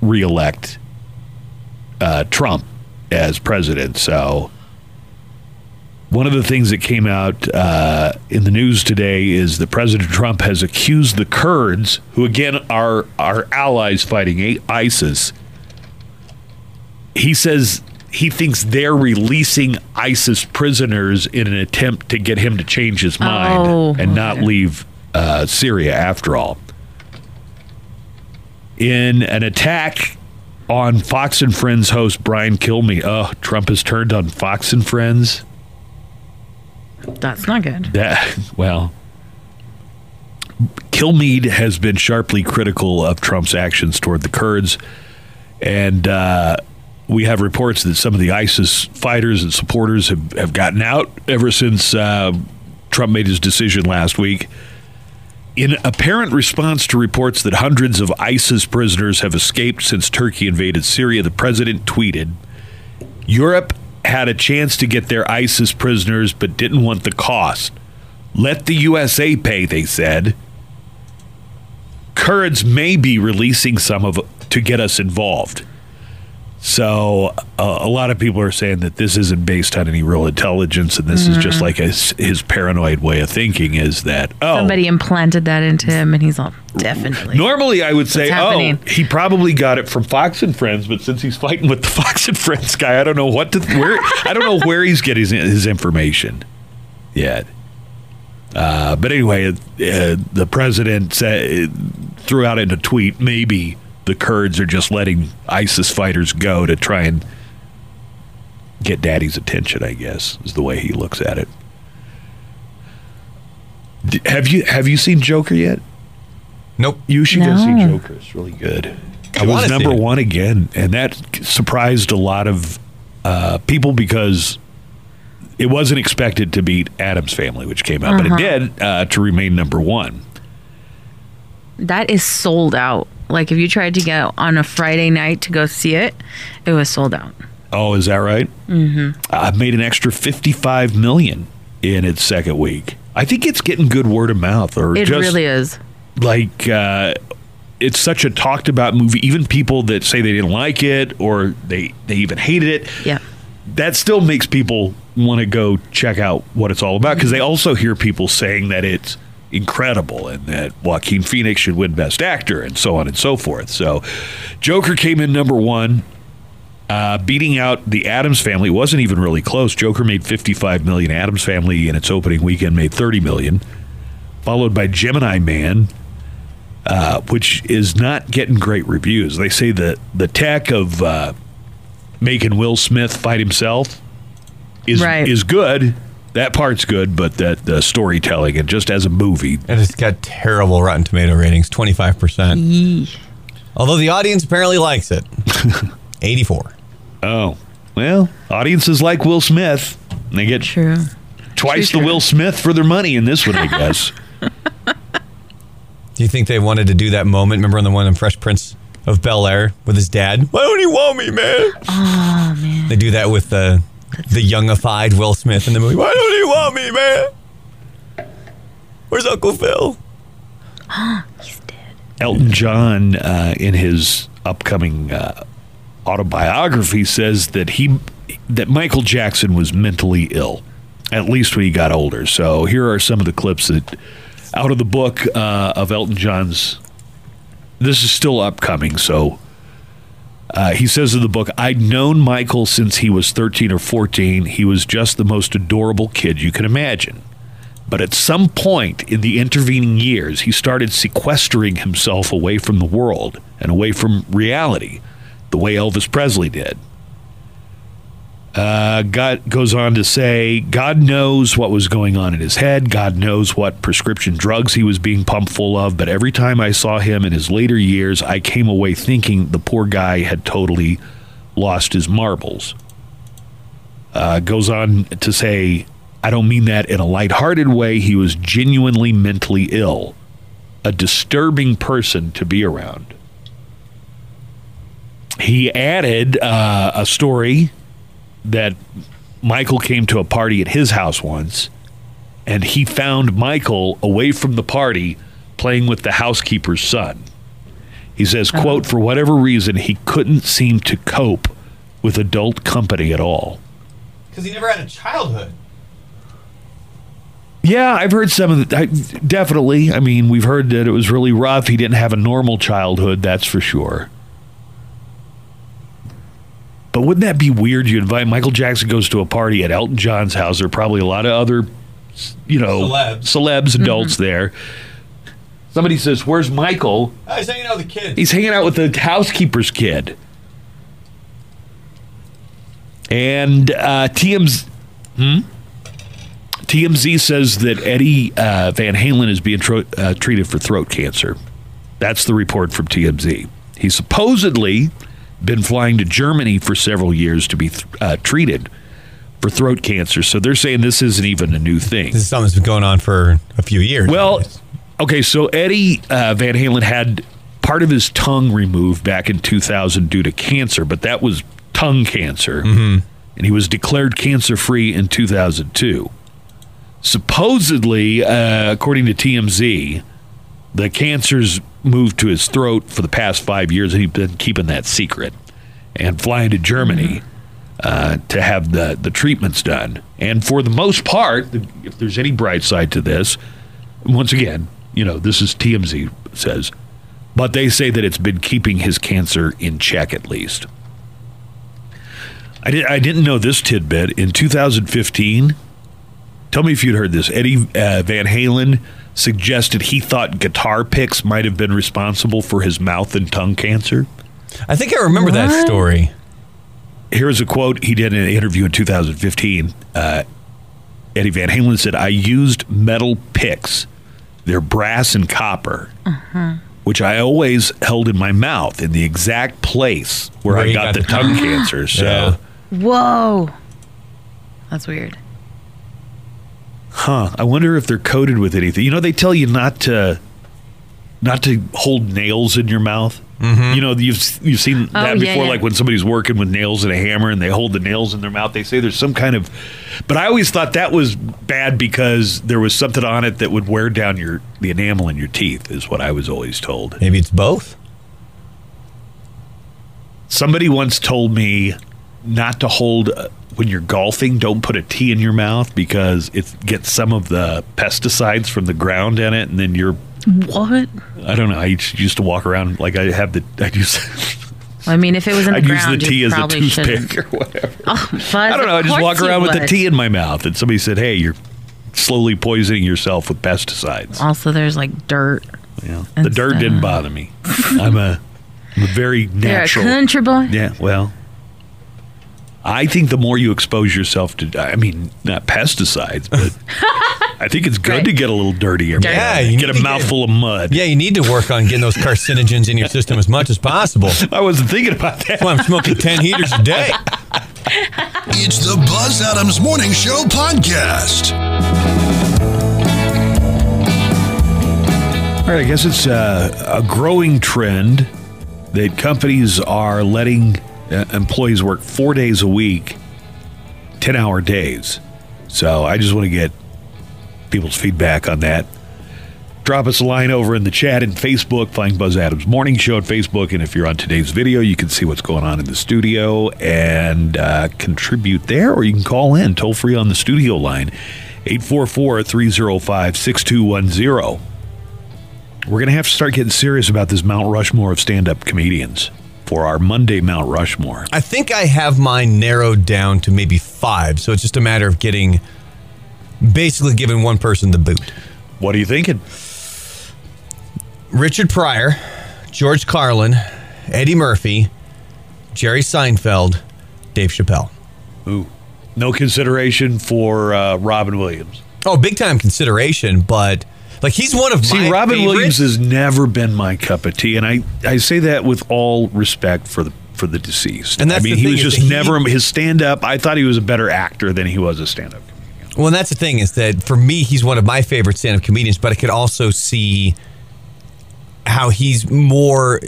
[SPEAKER 2] reelect uh, Trump as president. So. One of the things that came out uh, in the news today is that President Trump has accused the Kurds, who again are our allies fighting I- ISIS, he says he thinks they're releasing ISIS prisoners in an attempt to get him to change his mind
[SPEAKER 4] Oh,
[SPEAKER 2] and not
[SPEAKER 4] okay.
[SPEAKER 2] leave uh, Syria after all. In an attack on Fox and Friends host Brian Kilmeade, oh, Trump has turned on Fox and Friends.
[SPEAKER 4] That's not good.
[SPEAKER 2] That well, Kilmeade has been sharply critical of Trump's actions toward the Kurds, and uh, we have reports that some of the ISIS fighters and supporters have, have gotten out ever since uh, Trump made his decision last week. In apparent response to reports that hundreds of ISIS prisoners have escaped since Turkey invaded Syria, the president tweeted. Europe had a chance to get their ISIS prisoners but didn't want the cost. Let the USA pay, they said. Kurds may be releasing some of to get us involved. So uh, a lot of people are saying that this isn't based on any real intelligence, and this is just like his, his paranoid way of thinking is that oh,
[SPEAKER 4] Somebody implanted that into him, and he's all definitely.
[SPEAKER 2] Normally, I would say,
[SPEAKER 4] What's
[SPEAKER 2] oh,
[SPEAKER 4] happening?
[SPEAKER 2] he probably got it from Fox and Friends, but since he's fighting with the Fox and Friends guy, I don't know what to where I don't know where he's getting his, his information yet. Uh, but anyway, uh, the president said, threw out in a tweet, maybe the Kurds are just letting ISIS fighters go to try and get daddy's attention. I guess is the way he looks at it. D- Have you have you seen Joker yet?
[SPEAKER 3] Nope.
[SPEAKER 2] You should go
[SPEAKER 4] No.
[SPEAKER 2] see Joker. It's really good. It
[SPEAKER 3] wanna
[SPEAKER 2] was
[SPEAKER 3] see
[SPEAKER 2] number
[SPEAKER 3] it.
[SPEAKER 2] one again, and that surprised a lot of uh, people because it wasn't expected to beat Adam's Family, which came out, but it did uh, to remain number one.
[SPEAKER 4] That is sold out. Like if you tried to go on a Friday night to go see it, it was sold out.
[SPEAKER 2] Oh, is that right? Mm-hmm. I've made an extra fifty-five million in its second week. I think it's getting good word of mouth, or
[SPEAKER 4] It
[SPEAKER 2] just
[SPEAKER 4] really is.
[SPEAKER 2] like uh, it's such a talked about movie. Even people that say they didn't like it or they they even hated it,
[SPEAKER 4] Yeah.
[SPEAKER 2] that still makes people want to go check out what it's all about because they also hear people saying that it's incredible and that Joaquin Phoenix should win Best Actor and so on and so forth. So, Joker came in number one. uh, beating out the Adams Family It wasn't even really close. Joker made 55 million. Adams Family in its opening weekend made 30 million, followed by Gemini Man, uh, which is not getting great reviews. They say that the tech of uh, making Will Smith fight himself is
[SPEAKER 4] Right.
[SPEAKER 2] is good. That part's good, but that the storytelling and just as a movie,
[SPEAKER 3] And it's got terrible Rotten Tomato ratings, 25%.
[SPEAKER 4] Yee.
[SPEAKER 3] Although the audience apparently likes it. 84.
[SPEAKER 2] oh well, audiences like Will Smith. and They get
[SPEAKER 4] True.
[SPEAKER 2] twice
[SPEAKER 4] True,
[SPEAKER 2] the
[SPEAKER 4] true.
[SPEAKER 2] Will Smith for their money in this one, I guess.
[SPEAKER 3] Do you think they wanted to do that moment? Remember on the one in Fresh Prince of Bel Air with his dad? Why don't he want me, man? Oh man. They do that with the the youngified Will Smith in the movie. Why don't he want me, man? Where's Uncle Phil?
[SPEAKER 2] Elton John, uh, in his upcoming uh, autobiography, says that he that Michael Jackson was mentally ill, at least when he got older. So here are some of the clips that out of the book uh, of Elton John's. This is still upcoming, so. Uh, he says in the book, I'd known Michael since he was 13 or 14. He was just the most adorable kid you can imagine. But at some point in the intervening years, he started sequestering himself away from the world and away from reality, the way Elvis Presley did. Uh, God goes on to say, God knows what was going on in his head. God knows what prescription drugs he was being pumped full of. But every time I saw him in his later years, I came away thinking the poor guy had totally lost his marbles uh, goes on to say, I don't mean that in a lighthearted way. He was genuinely mentally ill, a disturbing person to be around. He added uh, a story that Michael came to a party at his house once, and he found Michael away from the party playing with the housekeeper's son. He says, quote, for whatever reason, he couldn't seem to cope with adult company at all.
[SPEAKER 3] Because he never had a childhood.
[SPEAKER 2] Yeah, I've heard some of the I, definitely. I mean, we've heard that it was really rough. He didn't have a normal childhood, that's for sure. But wouldn't that be weird? You invite Michael Jackson goes to a party at Elton John's house. There are probably a lot of other, you know,
[SPEAKER 3] Celebs.
[SPEAKER 2] celebs adults there. Somebody says, "Where's Michael?"
[SPEAKER 3] I was hanging out with the kids.
[SPEAKER 2] He's hanging out with the housekeeper's kid. And uh, TMZ, hmm? TMZ says that Eddie uh, Van Halen is being tro- uh, treated for throat cancer. That's the report from TMZ. He's supposedly been flying to Germany for several years to be th- uh, treated for throat cancer. So they're saying this isn't even a new thing.
[SPEAKER 3] This is something that's been going on for a few years.
[SPEAKER 2] Well, okay, so Eddie uh, Van Halen had part of his tongue removed back in 2000 due to cancer, but that was tongue cancer.
[SPEAKER 3] Mm-hmm.
[SPEAKER 2] And he was declared cancer free in 2002. Supposedly, uh, according to TMZ, the cancer's moved to his throat for the past five years, and he's been keeping that secret and flying to Germany uh, to have the, the treatments done. And for the most part, if there's any bright side to this, once again, you know, this is TMZ says, but they say that it's been keeping his cancer in check at least. I, did, I didn't know this tidbit. In 2015, tell me if you'd heard this. Eddie uh, Van Halen suggested he thought guitar picks might have been responsible for his mouth and tongue cancer.
[SPEAKER 3] I think I remember that
[SPEAKER 4] What?
[SPEAKER 3] story.
[SPEAKER 2] Here's a quote he did in an interview in 2015. Uh, Eddie Van Halen said, I used metal picks. They're brass and copper, which I always held in my mouth in the exact place where,
[SPEAKER 3] Where
[SPEAKER 2] I
[SPEAKER 3] you
[SPEAKER 2] got,
[SPEAKER 3] got
[SPEAKER 2] the,
[SPEAKER 3] the-
[SPEAKER 2] tongue cancer. So,
[SPEAKER 3] Yeah.
[SPEAKER 4] Whoa. That's weird.
[SPEAKER 2] huh. I wonder if they're coated with anything. You know, they tell you not to. Not to hold nails in your mouth.
[SPEAKER 3] Mm-hmm.
[SPEAKER 2] You know, you've you've seen that
[SPEAKER 4] Oh, yeah,
[SPEAKER 2] before,
[SPEAKER 4] yeah.
[SPEAKER 2] like when somebody's working with nails and a hammer and they hold the nails in their mouth. They say there's some kind of, but I always thought that was bad because there was something on it that would wear down your the enamel in your teeth. Is what I was always told.
[SPEAKER 3] Maybe it's both.
[SPEAKER 2] Somebody once told me not to hold uh, when you're golfing. Don't put a tee in your mouth because it gets some of the pesticides from the ground in it, and then you're
[SPEAKER 4] What?
[SPEAKER 2] I don't know. I used used to walk around like I have the I do s-
[SPEAKER 4] I mean, if it was in the
[SPEAKER 2] I'd use
[SPEAKER 4] ground,
[SPEAKER 2] the T
[SPEAKER 4] you
[SPEAKER 2] as a
[SPEAKER 4] probably
[SPEAKER 2] toothpick
[SPEAKER 4] shouldn't.
[SPEAKER 2] or whatever.
[SPEAKER 4] Oh, Buzz,
[SPEAKER 2] I don't know. I
[SPEAKER 4] of
[SPEAKER 2] just
[SPEAKER 4] course
[SPEAKER 2] walk
[SPEAKER 4] you
[SPEAKER 2] around with the
[SPEAKER 4] would.
[SPEAKER 2] tea in my mouth, and somebody said, "Hey, you're slowly poisoning yourself with pesticides."
[SPEAKER 4] Also, there's like dirt.
[SPEAKER 2] Yeah. The
[SPEAKER 4] And
[SPEAKER 2] dirt
[SPEAKER 4] stuff.
[SPEAKER 2] didn't bother me. I'm a, I'm a very
[SPEAKER 4] They're a
[SPEAKER 2] natural.
[SPEAKER 4] country boy.
[SPEAKER 2] Yeah, well, I think the more you expose yourself to, I mean, not pesticides, but I think it's good
[SPEAKER 4] Right.
[SPEAKER 2] to get a little dirty every
[SPEAKER 4] Dirty.
[SPEAKER 2] now
[SPEAKER 3] Yeah,
[SPEAKER 2] and then.
[SPEAKER 3] you
[SPEAKER 2] get
[SPEAKER 3] need
[SPEAKER 2] a
[SPEAKER 3] to get-
[SPEAKER 2] mouthful of mud.
[SPEAKER 3] Yeah, you need to work on getting those carcinogens in your system as much as possible.
[SPEAKER 2] I wasn't thinking about that.
[SPEAKER 3] That's why I'm smoking 10 heaters a day.
[SPEAKER 1] It's the Buzz Adams Morning Show podcast.
[SPEAKER 2] All right, I guess it's uh, a growing trend that companies are letting uh, employees work four days a week, 10 hour days. So I just want to get people's feedback on that. Drop us a line over in the chat and Facebook. Find Buzz Adams Morning Show at Facebook. And if you're on today's video, you can see what's going on in the studio and uh, contribute there, or you can call in toll free on the studio line 844 305 6210 we're going to have to start getting serious about this Mount Rushmore of stand up comedians for our Monday Mount Rushmore.
[SPEAKER 3] I think I have mine narrowed down to maybe five. So it's just a matter of getting basically giving one person the boot.
[SPEAKER 2] What are you thinking?
[SPEAKER 3] Richard Pryor, George Carlin, Eddie Murphy, Jerry Seinfeld, Dave Chappelle.
[SPEAKER 2] Ooh. No consideration for uh, Robin Williams.
[SPEAKER 3] Oh, big time consideration, but like he's one of
[SPEAKER 2] See,
[SPEAKER 3] my
[SPEAKER 2] Robin
[SPEAKER 3] favorites.
[SPEAKER 2] Williams has never been my cup of tea, and I, I say that with all respect for the for the deceased.
[SPEAKER 3] And
[SPEAKER 2] I
[SPEAKER 3] that's
[SPEAKER 2] mean,
[SPEAKER 3] the
[SPEAKER 2] he
[SPEAKER 3] thing
[SPEAKER 2] was
[SPEAKER 3] is
[SPEAKER 2] just
[SPEAKER 3] that he-
[SPEAKER 2] never his stand up. I thought he was a better actor than he was a stand up.
[SPEAKER 3] Well, and that's the thing is that for me, he's one of my favorite stand-up comedians, but I could also see how he's more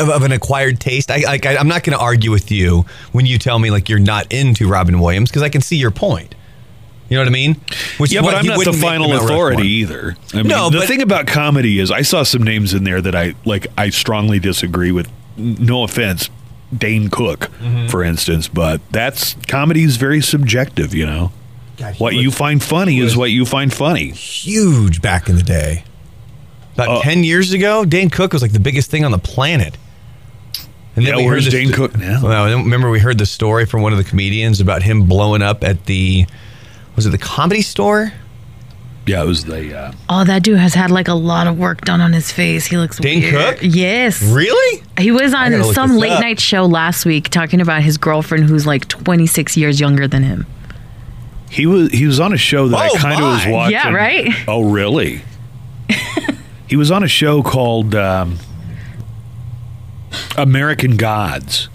[SPEAKER 3] of, of an acquired taste. I, like, I I'm not going to argue with you when you tell me like you're not into Robin Williams because I can see your point. You know what I mean? Which is
[SPEAKER 2] Yeah, but
[SPEAKER 3] why
[SPEAKER 2] I'm
[SPEAKER 3] he
[SPEAKER 2] not the
[SPEAKER 3] wouldn't make
[SPEAKER 2] final
[SPEAKER 3] Mount Rushmore.
[SPEAKER 2] authority either. I mean,
[SPEAKER 3] No,
[SPEAKER 2] the
[SPEAKER 3] but-
[SPEAKER 2] thing about comedy is I saw some names in there that I like. I strongly disagree with. N- No offense, Dane Cook,
[SPEAKER 3] Mm-hmm.
[SPEAKER 2] for instance, but that's comedy is very subjective. You know,
[SPEAKER 3] God, he
[SPEAKER 2] what
[SPEAKER 3] was
[SPEAKER 2] you find funny is what you find funny.
[SPEAKER 3] huge back in the day. About
[SPEAKER 2] Uh,
[SPEAKER 3] ten years ago, Dane Cook was like the biggest thing on the planet. And
[SPEAKER 2] Yeah, where's
[SPEAKER 3] this-
[SPEAKER 2] Dane Cook now?
[SPEAKER 3] Well, then remember we heard the story from one of the comedians about him blowing up at the was it the comedy store?
[SPEAKER 2] Yeah, it was the uh,
[SPEAKER 4] Oh, that dude has had like a lot of work done on his face. He looks
[SPEAKER 3] Dane Cook?
[SPEAKER 4] weird. Yes.
[SPEAKER 3] Really?
[SPEAKER 4] He was
[SPEAKER 3] gotta
[SPEAKER 4] on
[SPEAKER 3] look
[SPEAKER 4] some
[SPEAKER 3] this
[SPEAKER 4] late
[SPEAKER 3] up.
[SPEAKER 4] night show last week talking about his girlfriend who's like 26 years younger than him.
[SPEAKER 2] he was he was on a show that
[SPEAKER 3] Oh,
[SPEAKER 2] I kind of was
[SPEAKER 3] my.
[SPEAKER 2] watching.
[SPEAKER 4] Yeah, right?
[SPEAKER 2] Oh, really? he was on a show called um, American Gods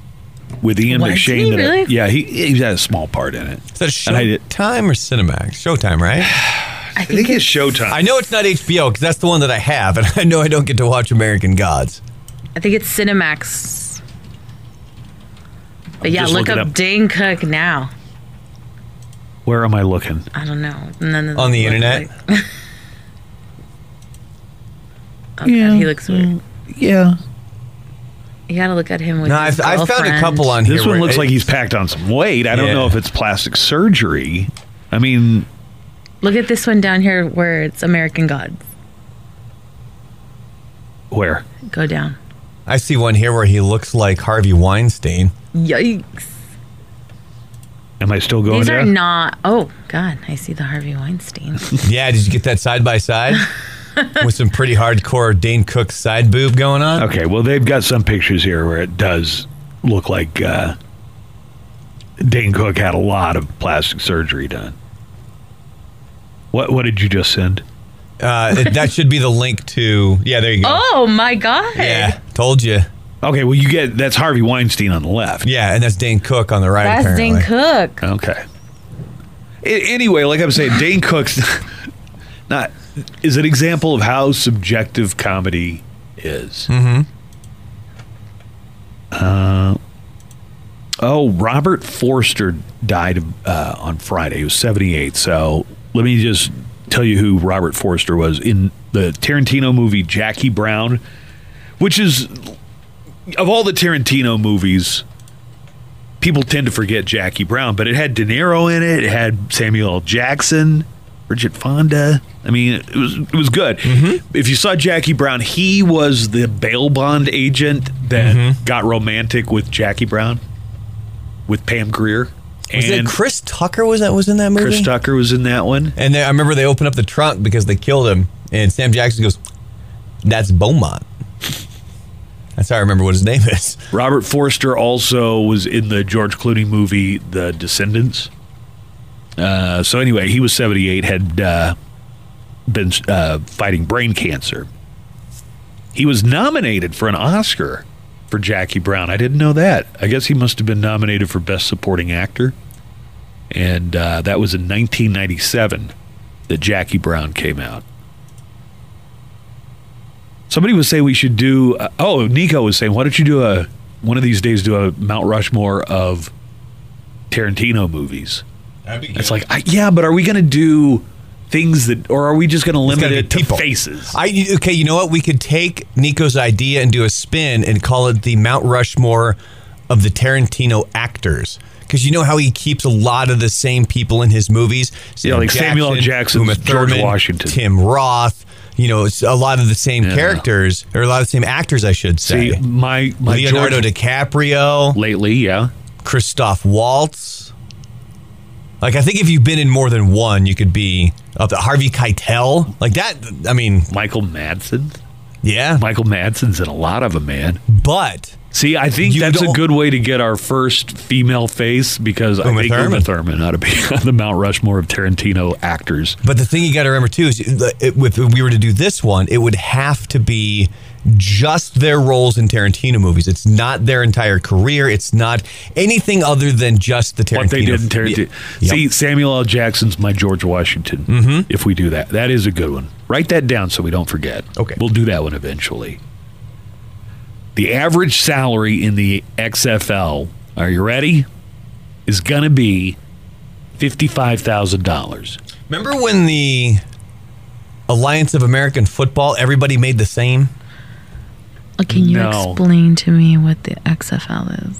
[SPEAKER 2] with Ian
[SPEAKER 4] Was
[SPEAKER 2] McShane.
[SPEAKER 4] he
[SPEAKER 2] that I-
[SPEAKER 4] really?
[SPEAKER 2] yeah, he he had a small part in it.
[SPEAKER 3] Is that
[SPEAKER 2] And I did-
[SPEAKER 3] Showtime or Cinemax? Showtime, right?
[SPEAKER 4] I
[SPEAKER 2] I think it's Showtime.
[SPEAKER 3] I know it's not HBO because that's the one that I have, and I know I don't get to watch American Gods.
[SPEAKER 4] I think it's Cinemax. But
[SPEAKER 2] I'm
[SPEAKER 4] yeah,
[SPEAKER 2] just
[SPEAKER 4] look up,
[SPEAKER 2] looking up-
[SPEAKER 4] Dane Cook now.
[SPEAKER 2] Where am I looking?
[SPEAKER 4] I don't know. None of
[SPEAKER 3] On the
[SPEAKER 4] those look
[SPEAKER 3] internet?
[SPEAKER 4] like- oh, yeah. God, he looks weird.
[SPEAKER 2] Yeah,
[SPEAKER 4] You gotta look at him with.
[SPEAKER 3] No,
[SPEAKER 4] his
[SPEAKER 3] I've, I've found a
[SPEAKER 4] girlfriend.
[SPEAKER 3] couple on here.
[SPEAKER 2] this one
[SPEAKER 3] where
[SPEAKER 2] looks
[SPEAKER 3] it-
[SPEAKER 2] like he's packed on some weight. I don't
[SPEAKER 3] Yeah.
[SPEAKER 2] know if it's plastic surgery. I mean,
[SPEAKER 4] Look at this one down here where it's American Gods.
[SPEAKER 2] where?
[SPEAKER 4] Go down.
[SPEAKER 3] I see one here where he looks like Harvey Weinstein.
[SPEAKER 4] Yikes.
[SPEAKER 2] Am I still going
[SPEAKER 4] These are
[SPEAKER 2] down?
[SPEAKER 4] not. Oh God, I see the Harvey Weinstein.
[SPEAKER 3] Yeah, did you get that side by side with some pretty hardcore Dane Cook side boob going on?
[SPEAKER 2] okay, well they've got some pictures here where it does look like uh, Dane Cook had a lot of plastic surgery done. What What did you just send?
[SPEAKER 3] Uh, it- that should be the link to. Yeah, there you go.
[SPEAKER 4] oh my God.
[SPEAKER 3] Yeah, told you.
[SPEAKER 2] Okay, well you get that's Harvey Weinstein on the left.
[SPEAKER 3] Yeah, and that's Dane Cook on the right.
[SPEAKER 4] That's
[SPEAKER 3] apparently.
[SPEAKER 4] Dane Cook.
[SPEAKER 2] Okay. A- anyway, like I'm saying, Dane Cook's not is an example of how subjective comedy is. Mm-hmm. Uh, oh, Robert Forster died uh, on Friday. He was 78. So let me just tell you who Robert Forster was in the Tarantino movie Jackie Brown, which is of all the Tarantino movies people tend to forget Jackie Brown, but it had De Niro in it. It had Samuel L. Jackson. Bridget Fonda. I mean, it was it was good.
[SPEAKER 3] Mm-hmm.
[SPEAKER 2] If you saw Jackie Brown, he was the bail bond agent that
[SPEAKER 3] Mm-hmm.
[SPEAKER 2] got romantic with Jackie Brown, with Pam Greer,
[SPEAKER 3] Was it
[SPEAKER 2] and
[SPEAKER 3] Chris Tucker? Was that was in that movie?
[SPEAKER 2] Chris Tucker was in that one.
[SPEAKER 3] And then I remember they opened up the trunk because they killed him, and Sam Jackson goes, "That's Beaumont." That's how I remember what his name is.
[SPEAKER 2] Robert Forster also was in the George Clooney movie The Descendants. Uh, so anyway, he was 78, had uh, been uh, fighting brain cancer. He was nominated for an Oscar for Jackie Brown. I didn't know that. I guess he must have been nominated for Best Supporting Actor, and uh, that was in 1997 that Jackie Brown came out. Somebody was saying we should do. Uh, oh, Nico was saying, why don't you do a one of these days do a Mount Rushmore of Tarantino movies? It's like, I, yeah, but are we going to do things that, or are we just going to limit
[SPEAKER 3] It's gotta be
[SPEAKER 2] it to
[SPEAKER 3] people.
[SPEAKER 2] faces?
[SPEAKER 3] I okay. You know what? We could take Nico's idea and do a spin and call it the Mount Rushmore of the Tarantino actors. Because you know how he keeps a lot of the same people in his movies. Sam
[SPEAKER 2] like Samuel L. Jackson,
[SPEAKER 3] Uma
[SPEAKER 2] George
[SPEAKER 3] Thurman,
[SPEAKER 2] Washington.
[SPEAKER 3] Tim Roth. You know, it's a lot of the same
[SPEAKER 2] Yeah.
[SPEAKER 3] characters or a lot of the same actors, I should say.
[SPEAKER 2] See, my my
[SPEAKER 3] Leonardo
[SPEAKER 2] George,
[SPEAKER 3] DiCaprio.
[SPEAKER 2] lately, yeah.
[SPEAKER 3] Christoph Waltz. Like I think if you've been in more than one, you could be up to Harvey Keitel. Like that. I mean,
[SPEAKER 2] Michael Madsen.
[SPEAKER 3] yeah.
[SPEAKER 2] Michael Madsen's in a lot of them, man.
[SPEAKER 3] But
[SPEAKER 2] See, I think
[SPEAKER 3] You
[SPEAKER 2] that's a
[SPEAKER 3] don't-
[SPEAKER 2] good way to get our first female face because I
[SPEAKER 3] Uma
[SPEAKER 2] think Uma
[SPEAKER 3] Thurman.
[SPEAKER 2] Thurman ought to be on the Mount Rushmore of Tarantino actors.
[SPEAKER 3] but the thing you got to remember too is the- it, with if we were to do this one, it would have to be just their roles in Tarantino movies. It's not their entire career. It's not anything other than just the Tarantino.
[SPEAKER 2] what they did in Tarantino.
[SPEAKER 3] Yep.
[SPEAKER 2] See, Samuel L. Jackson's my George Washington. Mm-hmm. If we do that, that is a good one. Write that down so we don't forget.
[SPEAKER 3] Okay.
[SPEAKER 2] we'll do that one eventually. The average salary in the XFL, are you ready? Is gonna be fifty-five thousand dollars.
[SPEAKER 3] Remember when the Alliance of American Football everybody made the same?
[SPEAKER 4] Uh, Can you
[SPEAKER 2] No.
[SPEAKER 4] explain to me what the XFL is?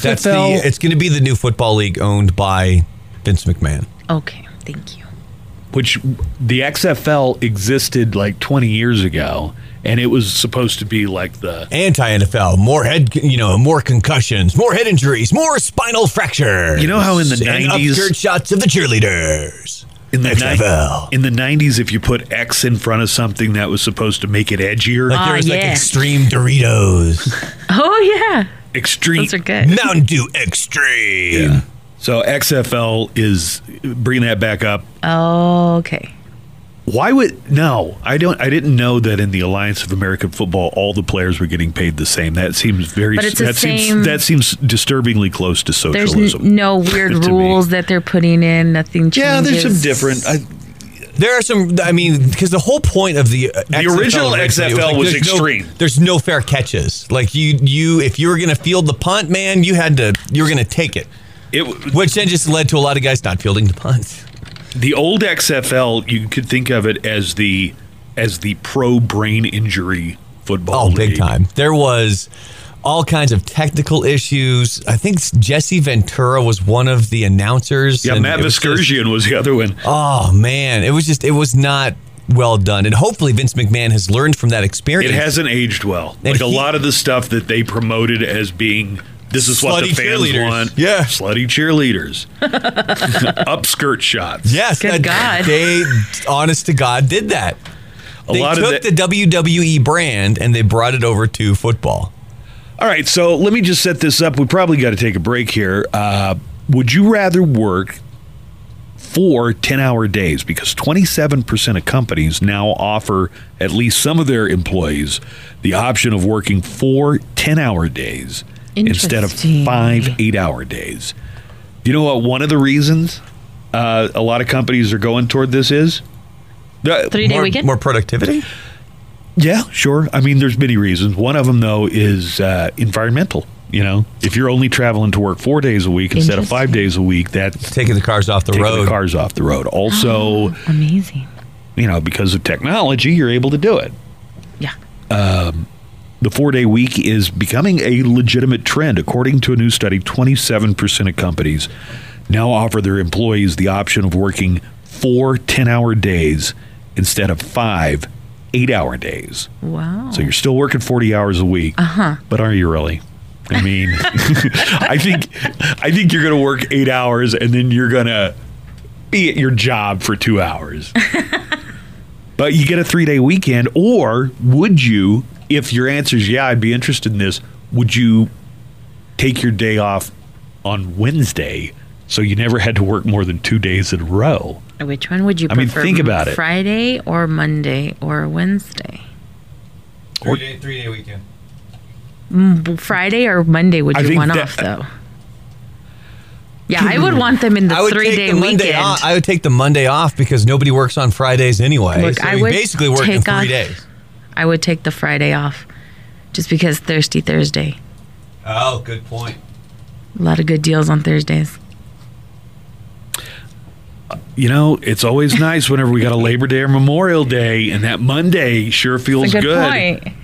[SPEAKER 3] That's the. It's going to be the new football league owned by Vince McMahon.
[SPEAKER 4] Okay, thank you.
[SPEAKER 2] which the XFL existed like twenty years ago, and it was supposed to be like the
[SPEAKER 3] Anti NFL, more head, you know, more concussions, more head injuries, more spinal fractures.
[SPEAKER 2] You know how in the
[SPEAKER 3] and
[SPEAKER 2] 90s
[SPEAKER 3] upskirt shots of the cheerleaders.
[SPEAKER 2] in the
[SPEAKER 3] XFL.
[SPEAKER 2] ni- in the nineties. If you put X in front of something, that was supposed to make it edgier.
[SPEAKER 3] like
[SPEAKER 4] Ah,
[SPEAKER 3] there was like
[SPEAKER 4] yeah.
[SPEAKER 3] extreme Doritos,
[SPEAKER 4] Oh yeah,
[SPEAKER 2] extreme.
[SPEAKER 4] those are good.
[SPEAKER 3] Mountain Dew Extreme.
[SPEAKER 2] So XFL is bringing that back up.
[SPEAKER 4] Oh, okay.
[SPEAKER 2] Why would no? I don't. I didn't know that in the Alliance of American Football, all the players were getting paid the same. That seems very.
[SPEAKER 4] But it's the
[SPEAKER 2] that
[SPEAKER 4] same-
[SPEAKER 2] seems that seems disturbingly close to
[SPEAKER 4] There's
[SPEAKER 2] socialism.
[SPEAKER 4] n- no weird
[SPEAKER 2] to me.
[SPEAKER 4] rules that they're putting in. Nothing changes.
[SPEAKER 2] yeah, there's some different. I,
[SPEAKER 3] There are some. I mean, because the whole point of the uh, XFL
[SPEAKER 2] original
[SPEAKER 3] originally
[SPEAKER 2] XFL was
[SPEAKER 3] there's no-
[SPEAKER 2] extreme.
[SPEAKER 3] there's no fair catches. Like you, you if you were going to field the punt, man, you had to. You were going to take it,
[SPEAKER 2] it
[SPEAKER 3] which then just led to a lot of guys not fielding the punts.
[SPEAKER 2] the old XFL, you could think of it as the as the pro brain injury football.
[SPEAKER 3] Oh, big
[SPEAKER 2] league.
[SPEAKER 3] time. There was all kinds of technical issues. I think Jesse Ventura was one of the announcers.
[SPEAKER 2] Yeah,
[SPEAKER 3] and
[SPEAKER 2] Matt
[SPEAKER 3] it was just-
[SPEAKER 2] Viscursian was the other one.
[SPEAKER 3] Oh man, it was just it was not well done, and hopefully Vince McMahon has learned from that
[SPEAKER 2] It
[SPEAKER 3] experience.
[SPEAKER 2] hasn't aged well.
[SPEAKER 3] And
[SPEAKER 2] Like a
[SPEAKER 3] he-
[SPEAKER 2] lot of the stuff that they promoted as being this is what the
[SPEAKER 3] Slutty
[SPEAKER 2] fans
[SPEAKER 3] cheerleaders.
[SPEAKER 2] want.
[SPEAKER 3] Yeah.
[SPEAKER 2] slutty cheerleaders, upskirt shots.
[SPEAKER 3] Yes, that-
[SPEAKER 4] Good God.
[SPEAKER 3] they honest to God did that.
[SPEAKER 2] a
[SPEAKER 3] They
[SPEAKER 2] lot of
[SPEAKER 3] took
[SPEAKER 2] that-
[SPEAKER 3] the WWE brand and they brought it over to football.
[SPEAKER 2] All right, so let me just set this up. We probably got to take a break here. Uh, would you rather work four 10 hour days? Because 27% of companies now offer at least some of their employees the option of working four 10 hour days instead of
[SPEAKER 4] Interesting.
[SPEAKER 2] five eight hour days. Do you know what one of the reasons uh, a lot of companies are going toward this is? The-
[SPEAKER 4] Three day
[SPEAKER 3] more,
[SPEAKER 4] weekend.
[SPEAKER 3] more productivity.
[SPEAKER 2] yeah, sure. I mean, there's many reasons. One of them, though, is uh, environmental. You know, if you're only traveling to work four days a week instead of five
[SPEAKER 4] Interesting.
[SPEAKER 2] days a week, that's
[SPEAKER 3] Taking the cars off the
[SPEAKER 2] taking
[SPEAKER 3] road.
[SPEAKER 2] the cars off the road. Also,
[SPEAKER 4] Amazing.
[SPEAKER 2] you know, because of technology, you're able to do it. Um,
[SPEAKER 4] Yeah.
[SPEAKER 2] The four day week is becoming a legitimate trend. According to a new study, 27% of companies now offer their employees the option of working four 10 hour days instead of five eight hour days.
[SPEAKER 4] Wow.
[SPEAKER 2] So you're still working 40 hours a week. Uh-huh. But are you really? I mean, I think I think you're going to work 8 hours and then you're going to be at your job for 2 hours. but you get a 3-day weekend or would you if your answer is yeah, I'd be interested in this, would you take your day off on Wednesday so you never had to work more than 2 days in a row?
[SPEAKER 4] Which one would you
[SPEAKER 2] I mean,
[SPEAKER 4] prefer?
[SPEAKER 2] think about it.
[SPEAKER 4] Friday or Monday or Wednesday?
[SPEAKER 3] Three day, three day weekend.
[SPEAKER 4] Mm, Friday or Monday would
[SPEAKER 2] I
[SPEAKER 4] you
[SPEAKER 2] think
[SPEAKER 4] want
[SPEAKER 2] that-
[SPEAKER 4] off though? Yeah, I would want them in the
[SPEAKER 3] I would
[SPEAKER 4] three
[SPEAKER 3] take
[SPEAKER 4] day
[SPEAKER 3] the
[SPEAKER 4] weekend.
[SPEAKER 3] Monday off. I would take the Monday off because nobody works on Fridays anyway.
[SPEAKER 4] Look,
[SPEAKER 3] so
[SPEAKER 4] I
[SPEAKER 3] we
[SPEAKER 4] would
[SPEAKER 3] basically work in
[SPEAKER 4] take
[SPEAKER 3] three
[SPEAKER 4] off-
[SPEAKER 3] days.
[SPEAKER 4] I would take the Friday off just because Thirsty Thursday.
[SPEAKER 3] Oh, good point.
[SPEAKER 4] A lot of good deals on Thursdays.
[SPEAKER 2] you know, it's always nice whenever we got a Labor Day or Memorial Day, and that Monday sure feels
[SPEAKER 4] That's a
[SPEAKER 2] good.
[SPEAKER 4] good, point.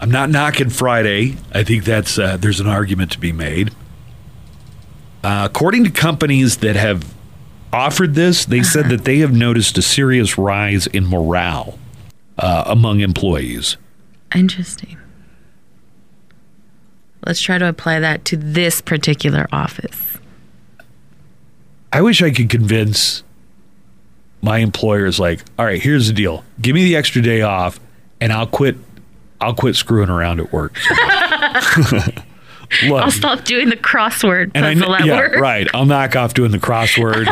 [SPEAKER 2] I'm not knocking Friday. I think that's uh, there's an argument to be made. Uh, according to companies that have offered this, they
[SPEAKER 4] Uh-huh.
[SPEAKER 2] said that they have noticed a serious rise in morale uh, among employees.
[SPEAKER 4] Interesting. Let's try to apply that to this particular office.
[SPEAKER 2] I wish I could convince my employers like, all right, here's the deal. Give me the extra day off and I'll quit I'll quit screwing around at work. Look,
[SPEAKER 4] I'll stop doing the crossword
[SPEAKER 2] and I
[SPEAKER 4] puzzle
[SPEAKER 2] kn-
[SPEAKER 4] at
[SPEAKER 2] yeah,
[SPEAKER 4] work.
[SPEAKER 2] right. I'll knock off doing the crossword.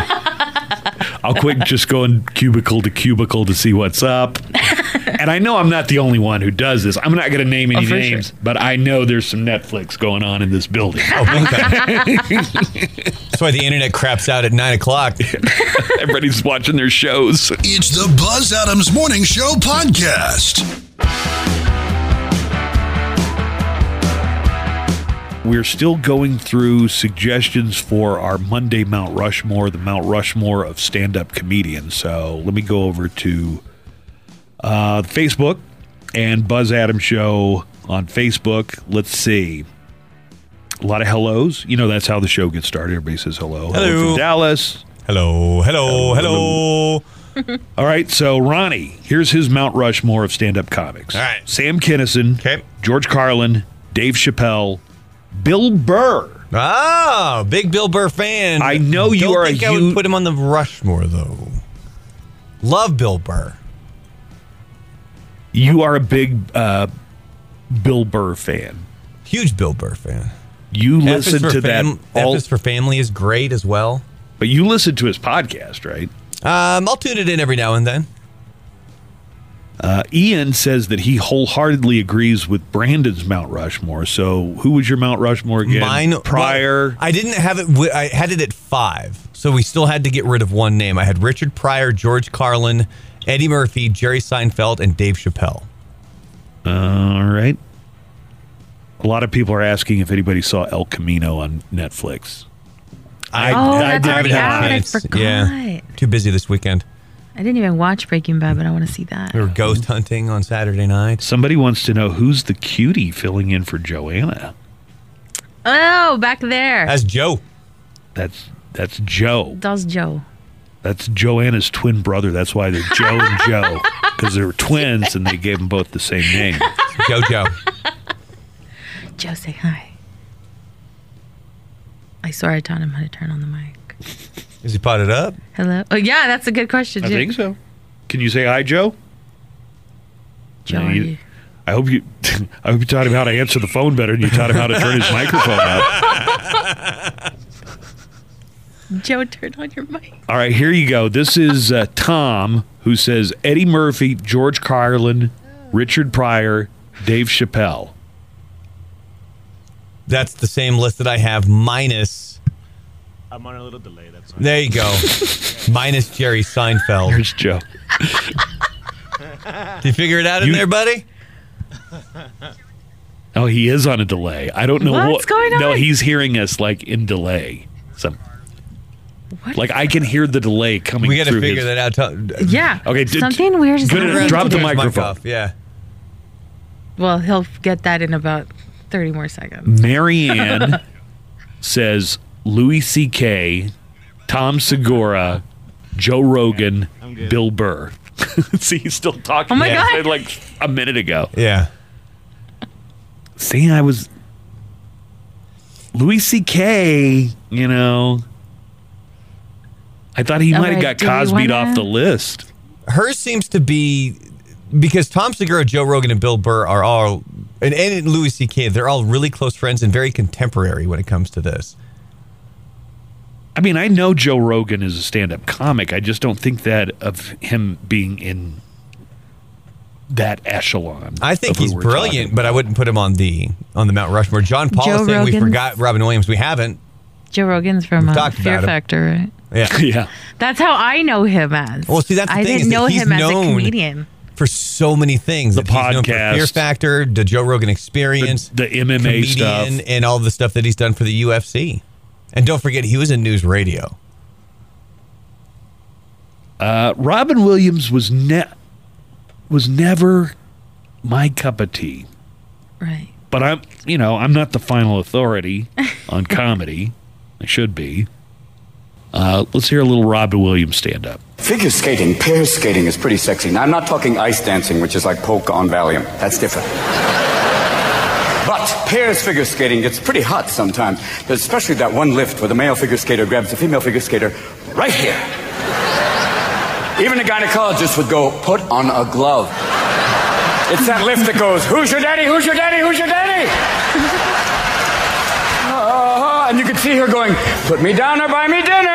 [SPEAKER 2] I'll quit just going cubicle to cubicle to see what's up. and I know I'm not the only one who does this. I'm not going to name any
[SPEAKER 4] Oh, for sure.
[SPEAKER 2] names, but I know there's some Netflix going on in this building.
[SPEAKER 3] That's why the internet craps out at nine o'clock.
[SPEAKER 2] Everybody's watching their shows.
[SPEAKER 1] It's the Buzz Adams Morning Show podcast.
[SPEAKER 2] We're still going through suggestions for our Monday Mount Rushmore, the Mount Rushmore of stand up comedians. So let me go over to uh, Facebook and Buzz Adams Show on Facebook. Let's see. A lot of hellos. You know, that's how the show gets started. Everybody says hello.
[SPEAKER 3] Hello.
[SPEAKER 2] from Dallas.
[SPEAKER 3] Hello, hello, hello.
[SPEAKER 2] All right. So, Ronnie, here's his Mount Rushmore of stand up comics.
[SPEAKER 3] All right.
[SPEAKER 2] Sam Kinison,
[SPEAKER 3] Okay.
[SPEAKER 2] George Carlin, Dave Chappelle, Bill Burr.
[SPEAKER 3] Ah, big Bill Burr fan.
[SPEAKER 2] I know you
[SPEAKER 3] Don't
[SPEAKER 2] are a
[SPEAKER 3] Think I would
[SPEAKER 2] huge-
[SPEAKER 3] put him on the Rushmore though. Love Bill Burr.
[SPEAKER 2] You are a big uh, Bill Burr fan.
[SPEAKER 3] Huge Bill Burr fan.
[SPEAKER 2] You
[SPEAKER 3] F is
[SPEAKER 2] listen
[SPEAKER 3] for
[SPEAKER 2] to that
[SPEAKER 3] fam-
[SPEAKER 2] all,
[SPEAKER 3] F is for family is great as well.
[SPEAKER 2] but you listen to his podcast, right?
[SPEAKER 3] Um, I'll tune it in every now and then.
[SPEAKER 2] Uh, Ian says that he wholeheartedly agrees with Brandon's Mount Rushmore. So, who was your Mount Rushmore again?
[SPEAKER 3] Mine
[SPEAKER 2] Pryor.
[SPEAKER 3] well, I didn't have it. wi- I had it at five, so we still had to get rid of one name. I had Richard Pryor, George Carlin, Eddie Murphy, Jerry Seinfeld, and Dave Chappelle.
[SPEAKER 2] Uh, all right. A lot of people are asking if anybody saw El Camino on Netflix. I,
[SPEAKER 4] Oh,
[SPEAKER 2] I
[SPEAKER 4] that's
[SPEAKER 2] did
[SPEAKER 4] already
[SPEAKER 2] not.
[SPEAKER 4] out. I forgot.
[SPEAKER 3] Yeah, too busy this weekend.
[SPEAKER 4] I didn't even watch Breaking Bad, but I want to see that.
[SPEAKER 3] We were ghost hunting on Saturday night.
[SPEAKER 2] Oh. Somebody wants to know who's the cutie filling in for Joanna.
[SPEAKER 4] Oh, back there.
[SPEAKER 3] As Joe,
[SPEAKER 2] That's that's Joe.
[SPEAKER 4] That's Joe.
[SPEAKER 2] That's Joanna's twin brother. That's why they're Joe and Joe because they were twins and they gave them both the same name.
[SPEAKER 3] JoJo.
[SPEAKER 4] Joe, say hi. I swear I taught him how to turn on the mic.
[SPEAKER 3] Is he potted up?
[SPEAKER 4] Hello? Oh, yeah, that's a good question,
[SPEAKER 2] I
[SPEAKER 4] too.
[SPEAKER 2] think so. Can you say hi, Joe?
[SPEAKER 4] Joe,
[SPEAKER 2] No,
[SPEAKER 4] are
[SPEAKER 2] you-
[SPEAKER 4] you-
[SPEAKER 2] I hope you. I hope you taught him how to answer the phone better, and you taught him how to turn his microphone up.
[SPEAKER 4] Joe, turn on your mic.
[SPEAKER 2] All right, here you go. This is uh, Tom who says Eddie Murphy, George Carlin, Richard Pryor, Dave Chappelle.
[SPEAKER 3] That's the same list that I have minus.
[SPEAKER 11] I'm on a little delay. That's all.
[SPEAKER 3] There you go. minus Jerry Seinfeld.
[SPEAKER 2] There's Joe.
[SPEAKER 3] Did you figure it out in
[SPEAKER 2] You-
[SPEAKER 3] there, buddy?
[SPEAKER 2] Oh, he is on a delay. I don't know
[SPEAKER 4] What's
[SPEAKER 2] what-
[SPEAKER 4] going
[SPEAKER 2] No,
[SPEAKER 4] on?
[SPEAKER 2] he's hearing us like in delay. Some
[SPEAKER 4] What?
[SPEAKER 2] like I can hear the delay coming.
[SPEAKER 3] We got to
[SPEAKER 2] through
[SPEAKER 3] figure
[SPEAKER 2] his-
[SPEAKER 3] that out. T-
[SPEAKER 4] yeah.
[SPEAKER 2] Okay, d-
[SPEAKER 4] Something weird is
[SPEAKER 2] good
[SPEAKER 4] happening.
[SPEAKER 2] enough. Drop the
[SPEAKER 3] Turn his mic
[SPEAKER 2] microphone.
[SPEAKER 3] off, Yeah.
[SPEAKER 4] Well, he'll get that in about 30 more seconds.
[SPEAKER 2] Marianne says Louis C.K., Tom Segura, Joe Rogan, Bill Burr. See, he's still talking.
[SPEAKER 4] Oh my
[SPEAKER 2] He
[SPEAKER 4] God.
[SPEAKER 2] said, Like a minute ago.
[SPEAKER 3] Yeah.
[SPEAKER 2] See, I was Louis C.K. You know, I thought he
[SPEAKER 4] All
[SPEAKER 2] might have
[SPEAKER 4] Oh,
[SPEAKER 2] got
[SPEAKER 4] right, do we
[SPEAKER 2] Cosby'd
[SPEAKER 4] wanna-
[SPEAKER 2] off the list.
[SPEAKER 3] hers seems to be because Tom Segura, Joe Rogan, and Bill Burr are all, and, and Louis C.K. They're all really close friends and very contemporary when it comes to this.
[SPEAKER 2] I mean, I know Joe Rogan is a stand-up comic. I just don't think that of him being in that echelon.
[SPEAKER 3] I think
[SPEAKER 2] of who
[SPEAKER 3] he's
[SPEAKER 2] we're talking
[SPEAKER 3] brilliant,
[SPEAKER 2] about.
[SPEAKER 3] but I wouldn't put him on the on the Mount Rushmore. John Paul
[SPEAKER 4] Joe
[SPEAKER 3] is saying we
[SPEAKER 4] Rogan's-
[SPEAKER 3] forgot Robin Williams. We haven't.
[SPEAKER 4] Joe Rogan's from uh,
[SPEAKER 3] talked
[SPEAKER 4] Fear
[SPEAKER 3] about him.
[SPEAKER 4] Factor, right?
[SPEAKER 3] Yeah.
[SPEAKER 2] yeah,
[SPEAKER 4] That's how I know him as.
[SPEAKER 3] Well, see, that's the
[SPEAKER 4] I
[SPEAKER 3] thing
[SPEAKER 4] didn't
[SPEAKER 3] is that
[SPEAKER 4] know
[SPEAKER 3] he's
[SPEAKER 4] him as a
[SPEAKER 3] known-
[SPEAKER 4] comedian.
[SPEAKER 3] For so many things,
[SPEAKER 2] The
[SPEAKER 3] that he's known for
[SPEAKER 2] podcast.
[SPEAKER 3] Fear Factor, the Joe Rogan Experience,
[SPEAKER 2] The- the MMA
[SPEAKER 3] comedian,
[SPEAKER 2] stuff.
[SPEAKER 3] and all the stuff that he's done for the UFC. And don't forget, he was in news radio.
[SPEAKER 2] uh, Robin Williams was ne- was never my cup of tea.
[SPEAKER 4] Right.
[SPEAKER 2] but I'm you know I'm not the final authority on comedy. I should be. Uh, let's hear a little Robin Williams stand up.
[SPEAKER 12] Figure skating, pair skating is pretty sexy. Now, I'm not talking ice dancing, which is like polka on Valium. That's different. But pairs figure skating gets pretty hot sometimes, especially that one lift where the male figure skater grabs the female figure skater right here. Even a gynecologist would go, put on a glove. It's that lift that goes, who's your daddy, who's your daddy, who's your daddy? Uh, and you could see her going, put me down or buy me dinner.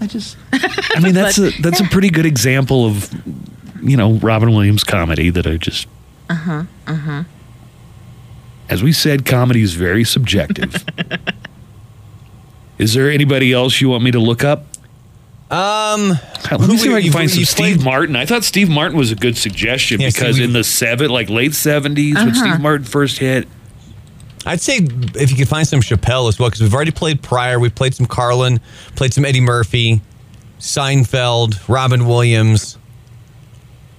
[SPEAKER 2] I mean that's a that's a pretty good example of you know Robin Williams comedy that I just. Uh huh. Uh huh.
[SPEAKER 8] Uh-huh.
[SPEAKER 2] As we said, comedy is very subjective. is there anybody else you want me to look up? Um, let me see if I can
[SPEAKER 3] who-
[SPEAKER 2] find some
[SPEAKER 3] you
[SPEAKER 2] Steve
[SPEAKER 3] played-
[SPEAKER 2] Martin. I thought Steve Martin was a good suggestion
[SPEAKER 3] Yeah, see,
[SPEAKER 2] because
[SPEAKER 3] we-
[SPEAKER 2] in the seven, like late 70s
[SPEAKER 3] Uh-huh.
[SPEAKER 2] when
[SPEAKER 4] Uh-huh.
[SPEAKER 2] Steve Martin first hit,
[SPEAKER 3] I'd say if you could find some Chappelle as well, because we've already played Pryor, we've played some Carlin, played some Eddie Murphy, Seinfeld, Robin Williams.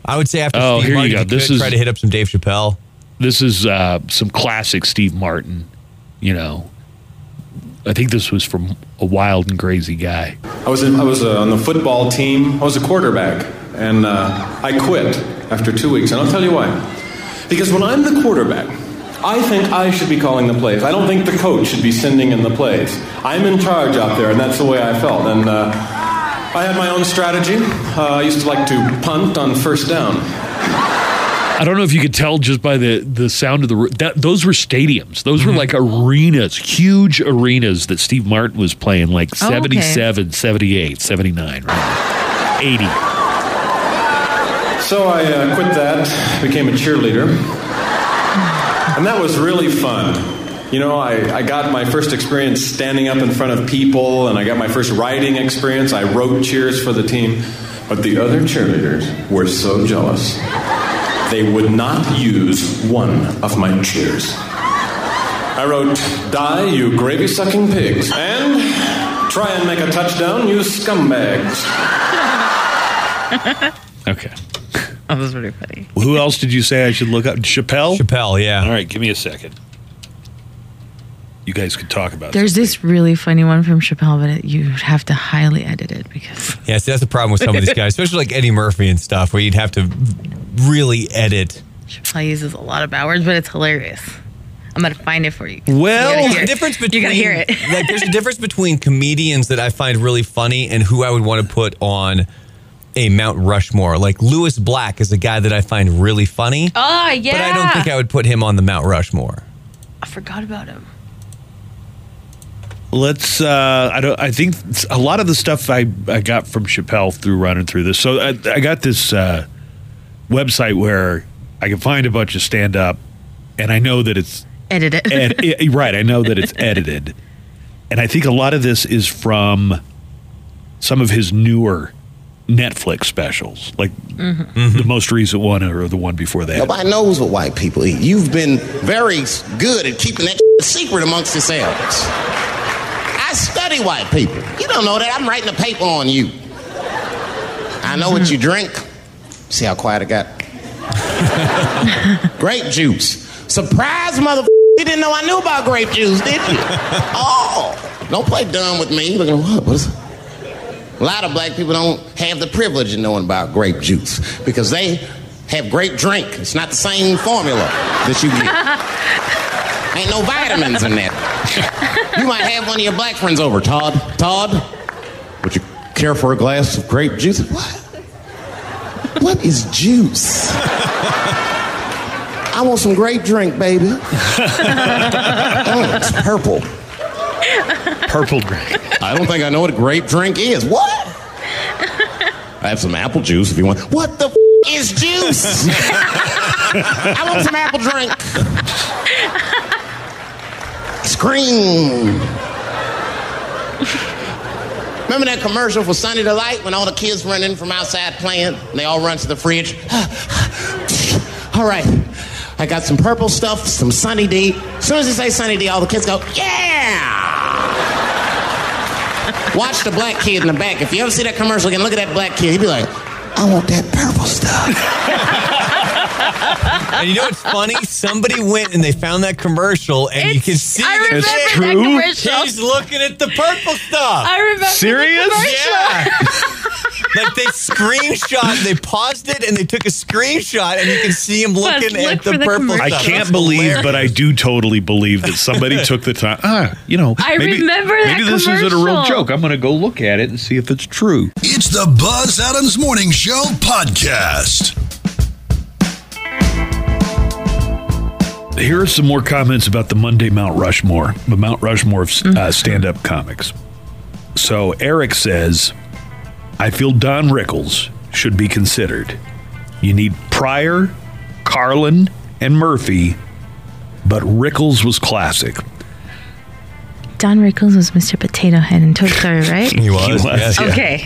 [SPEAKER 3] I would say after
[SPEAKER 2] Oh,
[SPEAKER 3] Steve
[SPEAKER 2] here you
[SPEAKER 3] Martin,
[SPEAKER 2] go.
[SPEAKER 3] could
[SPEAKER 2] This is-
[SPEAKER 3] try to hit up some Dave Chappelle.
[SPEAKER 2] this is uh, some classic Steve Martin. You know, I think this was from a wild and crazy guy.
[SPEAKER 13] I was, in, I was uh, on the football team. I was a quarterback, and uh, I quit after two weeks. And I'll tell you why. Because when I'm the quarterback, I think I should be calling the plays. I don't think the coach should be sending in the plays. I'm in charge out there, and that's the way I felt. And uh, I had my own strategy. Uh, I used to like to punt on first down.
[SPEAKER 2] I don't know if you could tell just by the the sound of the ro- that those were stadiums. Those
[SPEAKER 4] Mm-hmm.
[SPEAKER 2] were like arenas, huge arenas that Steve Martin was playing like
[SPEAKER 4] Oh, okay.
[SPEAKER 2] 77, 78, 79, right? 80.
[SPEAKER 13] So I uh, quit that, became a cheerleader, and that was really fun. You know, I, I got my first experience standing up in front of people, and I got my first writing experience. I wrote cheers for the team, but the other cheerleaders were so jealous. They would not use one of my cheers. I wrote, Die, you gravy sucking pigs, and try and make a touchdown, you scumbags.
[SPEAKER 2] Okay.
[SPEAKER 4] That was Oh, pretty funny.
[SPEAKER 2] Who else did you say I should look up? Chappelle?
[SPEAKER 3] Chappelle, yeah.
[SPEAKER 2] All right, give me a second. You guys could talk about
[SPEAKER 4] There's this really funny one from Chappelle, but it, you'd have to highly edit it because
[SPEAKER 3] Yeah, see, that's the problem with some of these guys, especially like Eddie Murphy and stuff, where you'd have to really edit.
[SPEAKER 4] Chappelle uses a lot of bad words, but it's hilarious. I'm gonna find it for you.
[SPEAKER 2] Well,
[SPEAKER 3] There's
[SPEAKER 4] You gotta hear
[SPEAKER 3] a
[SPEAKER 4] it.
[SPEAKER 3] difference between
[SPEAKER 4] you gotta hear it.
[SPEAKER 3] like there's a difference between comedians that I find really funny and who I would want to put on a Mount Rushmore. Like Lewis Black is a guy that I find really funny.
[SPEAKER 4] Oh yeah.
[SPEAKER 3] But I don't think I would put him on the Mount Rushmore.
[SPEAKER 4] I forgot about him.
[SPEAKER 2] Let's. Uh, I don't. I think a lot of the stuff I, I got from Chappelle through running through this. So I, I got this uh, website where I can find a bunch of stand up, and I know that it's
[SPEAKER 4] Edit it.
[SPEAKER 2] ed- i- right. I know that it's edited, and I think a lot of this is from some of his newer Netflix specials, like
[SPEAKER 8] Mm-hmm.
[SPEAKER 2] the most recent one or the one before that.
[SPEAKER 5] Nobody knows what white people eat. You've been very good at keeping that secret amongst yourselves. I study white people. You don't know that. I'm writing a paper on you. I know what you drink. See how quiet it got? grape juice. Surprise, mother. You didn't know I knew about grape juice, did you? Oh.
[SPEAKER 14] Don't play dumb with me. You're looking at what? What is a lot of black people don't have the privilege of knowing about grape juice because they have grape drink. It's not the same formula that you get. Ain't no vitamins in that. You might have one of your black friends over. Todd, Todd, would you care for a glass of grape juice? What? What is juice? I want some grape drink, baby. oh, it's purple.
[SPEAKER 2] Purple drink.
[SPEAKER 14] I don't think I know what a grape drink is. What? I have some apple juice if you want. What the f- is juice? I want some apple drink. Scream. Remember that commercial for Sunny Delight when all the kids run in from outside playing and they all run to the fridge? all right, I got some purple stuff, some Sunny D. As soon as they say Sunny D, all the kids go, yeah! Watch the black kid in the back. If you ever see that commercial again, look at that black kid. He'd be like, I want that purple stuff.
[SPEAKER 3] And you know what's funny? Somebody went and they found that commercial, and you can see
[SPEAKER 4] I
[SPEAKER 3] the
[SPEAKER 4] remember
[SPEAKER 3] kid-
[SPEAKER 4] that True? commercial.
[SPEAKER 3] He's looking at the purple stuff.
[SPEAKER 4] I remember the Serious? commercial.
[SPEAKER 3] Yeah. like they screenshot, they paused it, and they took a screenshot, and you can see him looking at the, purple
[SPEAKER 2] I
[SPEAKER 3] stuff.
[SPEAKER 2] can't believe, but I do totally believe that somebody took the time. Ah, you know,
[SPEAKER 1] I
[SPEAKER 2] maybe,
[SPEAKER 1] remember that
[SPEAKER 2] maybe this isn't a real
[SPEAKER 1] commercial.
[SPEAKER 2] joke. I'm going to go look at it and see if it's true.
[SPEAKER 1] It's the Buzz Adams Morning Show podcast.
[SPEAKER 2] Here are some more comments about the Monday Mount Rushmore, the Mount Rushmore of
[SPEAKER 1] Mm.
[SPEAKER 2] uh, stand up comics. So Eric says, I feel Don Rickles should be considered. You need Pryor, Carlin, and Murphy, but Rickles was classic.
[SPEAKER 4] Don Rickles was Mr. Potato Head in Toy Story, right?
[SPEAKER 2] He was, He was, yes. yeah.
[SPEAKER 4] Okay.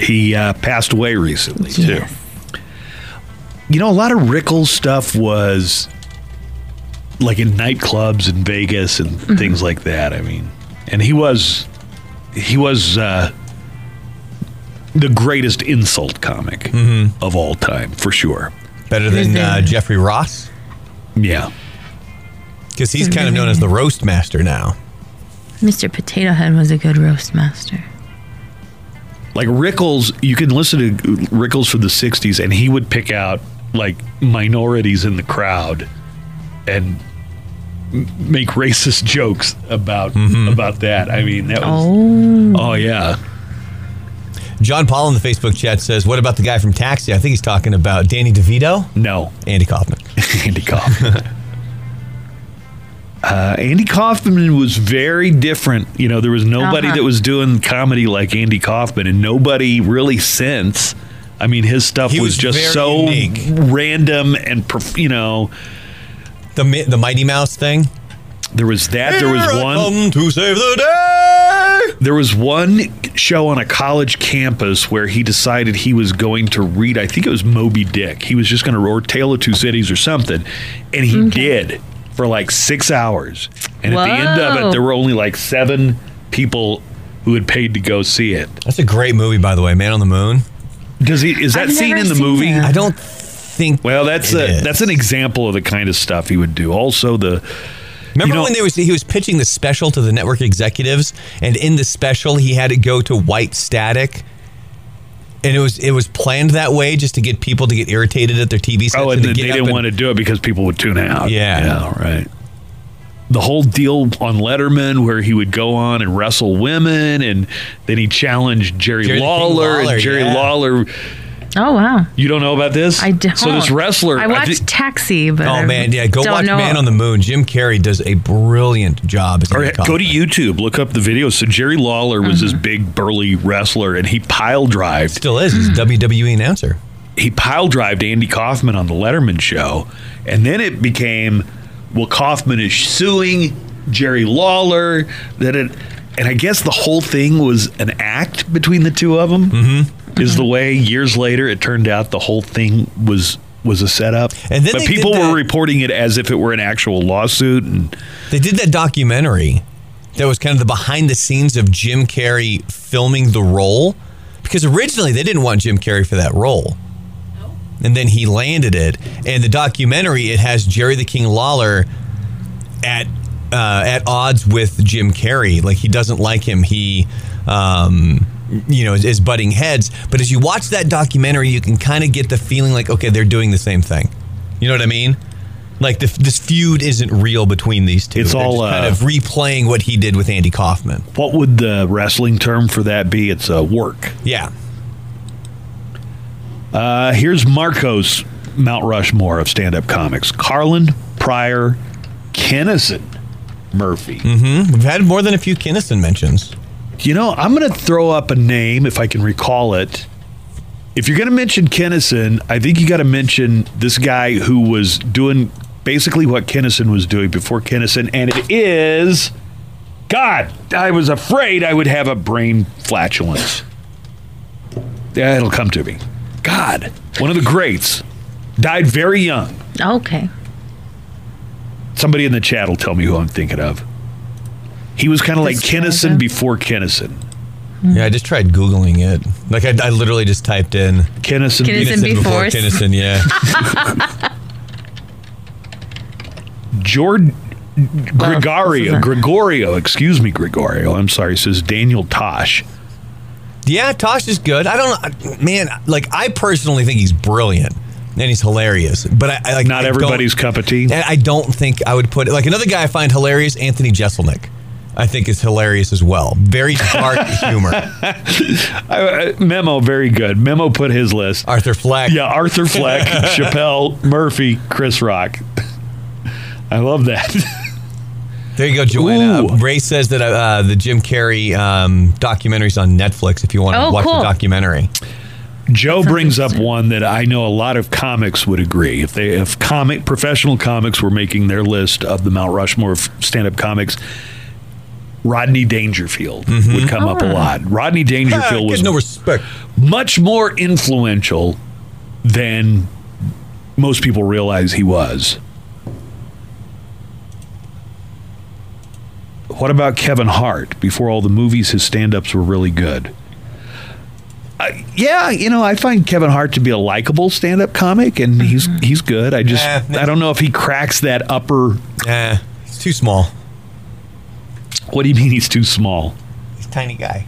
[SPEAKER 2] He uh, passed away recently, too. You know, a lot of Rickles stuff was like in nightclubs in Vegas and things like that. I mean, and he was he was uh, the greatest insult comic of all time for sure.
[SPEAKER 3] Better than uh, Jeffrey Ross.
[SPEAKER 2] Yeah,
[SPEAKER 3] because he's kind of known as the roast master now.
[SPEAKER 4] Mr. Potato Head was a good roast master.
[SPEAKER 2] like Rickles, you can listen to Rickles from the '60s, and he would pick out like minorities in the crowd and m- make racist jokes about
[SPEAKER 3] Mm-hmm.
[SPEAKER 2] about that. I mean, that was
[SPEAKER 10] Mm.
[SPEAKER 2] oh, yeah.
[SPEAKER 3] Uh, John Paul in the Facebook chat says, "What about the guy from Taxi? I think he's talking about Danny DeVito."
[SPEAKER 2] No,
[SPEAKER 3] Andy Kaufman.
[SPEAKER 2] Andy Kaufman. Uh, Andy Kaufman was very different. You know, there was nobody
[SPEAKER 4] Uh-huh.
[SPEAKER 2] that was doing comedy like Andy Kaufman, and nobody really since. I mean, his stuff
[SPEAKER 3] He
[SPEAKER 2] was,
[SPEAKER 3] was very
[SPEAKER 2] just so
[SPEAKER 3] unique.
[SPEAKER 2] random and perf- you know,
[SPEAKER 3] the Mi- the Mighty Mouse thing.
[SPEAKER 2] There was that. There was
[SPEAKER 3] Here I
[SPEAKER 2] one
[SPEAKER 3] come to save the
[SPEAKER 2] There was one show on a college campus where he decided he was going to read. I think it was Moby Dick. He was just going to or Tale of Two Cities or something, and he did for like six hours. And at the end of
[SPEAKER 3] Whoa.
[SPEAKER 2] it, there were only like seven people who had paid to go see it.
[SPEAKER 3] That's a great movie, by the way. Man on the Moon.
[SPEAKER 2] Does he? Is that
[SPEAKER 3] I've
[SPEAKER 2] seen
[SPEAKER 3] never
[SPEAKER 2] in the
[SPEAKER 3] seen
[SPEAKER 2] movie?
[SPEAKER 3] that. I don't think.
[SPEAKER 2] Well, that's a that's an example of the kind of stuff he would do. Also, the
[SPEAKER 3] Remember
[SPEAKER 2] know-
[SPEAKER 3] when they was he was pitching the special to the network executives, and in the special he had it go to white static, and it was it was planned that way just to get people to get irritated at their
[SPEAKER 2] Oh,
[SPEAKER 3] TV. sets
[SPEAKER 2] and
[SPEAKER 3] to
[SPEAKER 2] then
[SPEAKER 3] get
[SPEAKER 2] they
[SPEAKER 3] up
[SPEAKER 2] didn't
[SPEAKER 3] and-
[SPEAKER 2] want to do it because people would tune out.
[SPEAKER 3] Yeah.
[SPEAKER 2] right. The whole deal on Letterman, where he would go on and wrestle women, and then he challenged Jerry,
[SPEAKER 4] Jerry the King
[SPEAKER 2] Lawler,
[SPEAKER 4] Lawler,
[SPEAKER 2] and Jerry
[SPEAKER 4] yeah.
[SPEAKER 2] Lawler.
[SPEAKER 4] Oh wow.
[SPEAKER 2] You don't know about this?
[SPEAKER 4] I don't.
[SPEAKER 2] So this wrestler,
[SPEAKER 4] I watched
[SPEAKER 2] thi-
[SPEAKER 4] Taxi, but I
[SPEAKER 3] Oh man, yeah, go
[SPEAKER 4] don't
[SPEAKER 3] watch
[SPEAKER 4] know.
[SPEAKER 3] Man on the Moon. Jim Carrey does a brilliant job. As
[SPEAKER 2] Or
[SPEAKER 3] Andy
[SPEAKER 2] go
[SPEAKER 3] Kaufman.
[SPEAKER 2] to YouTube, look up the video. So Jerry Lawler was this big burly wrestler, and he pile drived.
[SPEAKER 3] Still is. He's a WWE announcer.
[SPEAKER 2] He pile drived Andy Kaufman on the Letterman show, and then it became, well, Kaufman is suing Jerry Lawler. That it, and I guess the whole thing was an act between the two of them. Mm-hmm. Is the way years later it turned out the whole thing was was a setup,
[SPEAKER 3] And then
[SPEAKER 2] but
[SPEAKER 3] they did
[SPEAKER 2] people
[SPEAKER 3] that-
[SPEAKER 2] were reporting it as if it were an actual lawsuit, and
[SPEAKER 3] They did that documentary that was kind of the behind the scenes of Jim Carrey filming the role because originally they didn't want Jim Carrey for that role. And then he landed it. And the documentary, it has Jerry the King Lawler at uh, at odds with Jim Carrey. Like he doesn't like him. He, um, you know, is, is butting heads. But as you watch that documentary, you can kind of get the feeling like, okay, they're doing the same thing. You know what I mean? Like the, this feud isn't real between these two.
[SPEAKER 2] It's
[SPEAKER 3] They're
[SPEAKER 2] all,
[SPEAKER 3] just kind
[SPEAKER 2] uh,
[SPEAKER 3] of replaying what he did with Andy Kaufman.
[SPEAKER 2] What would the wrestling term for that be? It's a work.
[SPEAKER 3] Yeah.
[SPEAKER 2] Uh, here's Marco's Mount Rushmore of stand up comics Carlin, Pryor, Kennison, Murphy.
[SPEAKER 3] Mm-hmm. We've had more than a few Kinnison mentions.
[SPEAKER 2] You know, I'm going to throw up a name if I can recall it. If you're going to mention Kennison, I think you got to mention this guy who was doing basically what Kennison was doing before Kennison, and it is. God, I was afraid I would have a brain flatulence. Yeah, it'll come to me. God, one of the greats died very young.
[SPEAKER 4] Okay.
[SPEAKER 2] Somebody in the chat will tell me who I'm thinking of. He was kind of like Kennison before Kennison.
[SPEAKER 3] Yeah, I just tried Googling it. Like, I, I literally just typed in
[SPEAKER 2] Kinnison,
[SPEAKER 4] Kinnison before.
[SPEAKER 3] Kinnison, yeah.
[SPEAKER 2] Jord Gregorio, Gregorio, excuse me, Gregorio. I'm sorry, says Daniel Tosh.
[SPEAKER 3] Yeah, Tosh is good. I don't know, man. Like I personally think he's brilliant and he's hilarious. But I, I like
[SPEAKER 2] Not
[SPEAKER 3] I
[SPEAKER 2] everybody's
[SPEAKER 3] don't-
[SPEAKER 2] cup of tea.
[SPEAKER 3] And I don't think I would put like another guy I find hilarious, Anthony Jeselnik. I think is hilarious as well. Very dark humor.
[SPEAKER 2] I- uh, I- Memo, very good. Memo put his list.
[SPEAKER 3] Arthur Fleck.
[SPEAKER 2] Yeah, Arthur Fleck, Chappelle, Murphy, Chris Rock. I love that.
[SPEAKER 3] There you go, Joanna. Ray says that uh, the Jim Carrey um, documentaries on Netflix. If you want to
[SPEAKER 4] Oh,
[SPEAKER 3] watch
[SPEAKER 4] cool.
[SPEAKER 3] the documentary,
[SPEAKER 2] Joe brings up one that I know a lot of comics would agree. If they if comic professional comics were making their list of the Mount Rushmore of stand-up comics, Rodney Dangerfield would come up a lot. Rodney Dangerfield was
[SPEAKER 3] Ah, no respect.
[SPEAKER 2] much more influential than most people realize he was. What about Kevin Hart? Before all the movies, his stand ups were really good. I yeah, you know, I find Kevin Hart to be a likable stand up comic,
[SPEAKER 3] Mm-hmm.
[SPEAKER 2] and he's he's good. I just,
[SPEAKER 3] Eh,
[SPEAKER 2] I don't know if he cracks that upper.
[SPEAKER 3] Eh, it's too small.
[SPEAKER 2] What do you mean he's too small?
[SPEAKER 3] he's a tiny guy.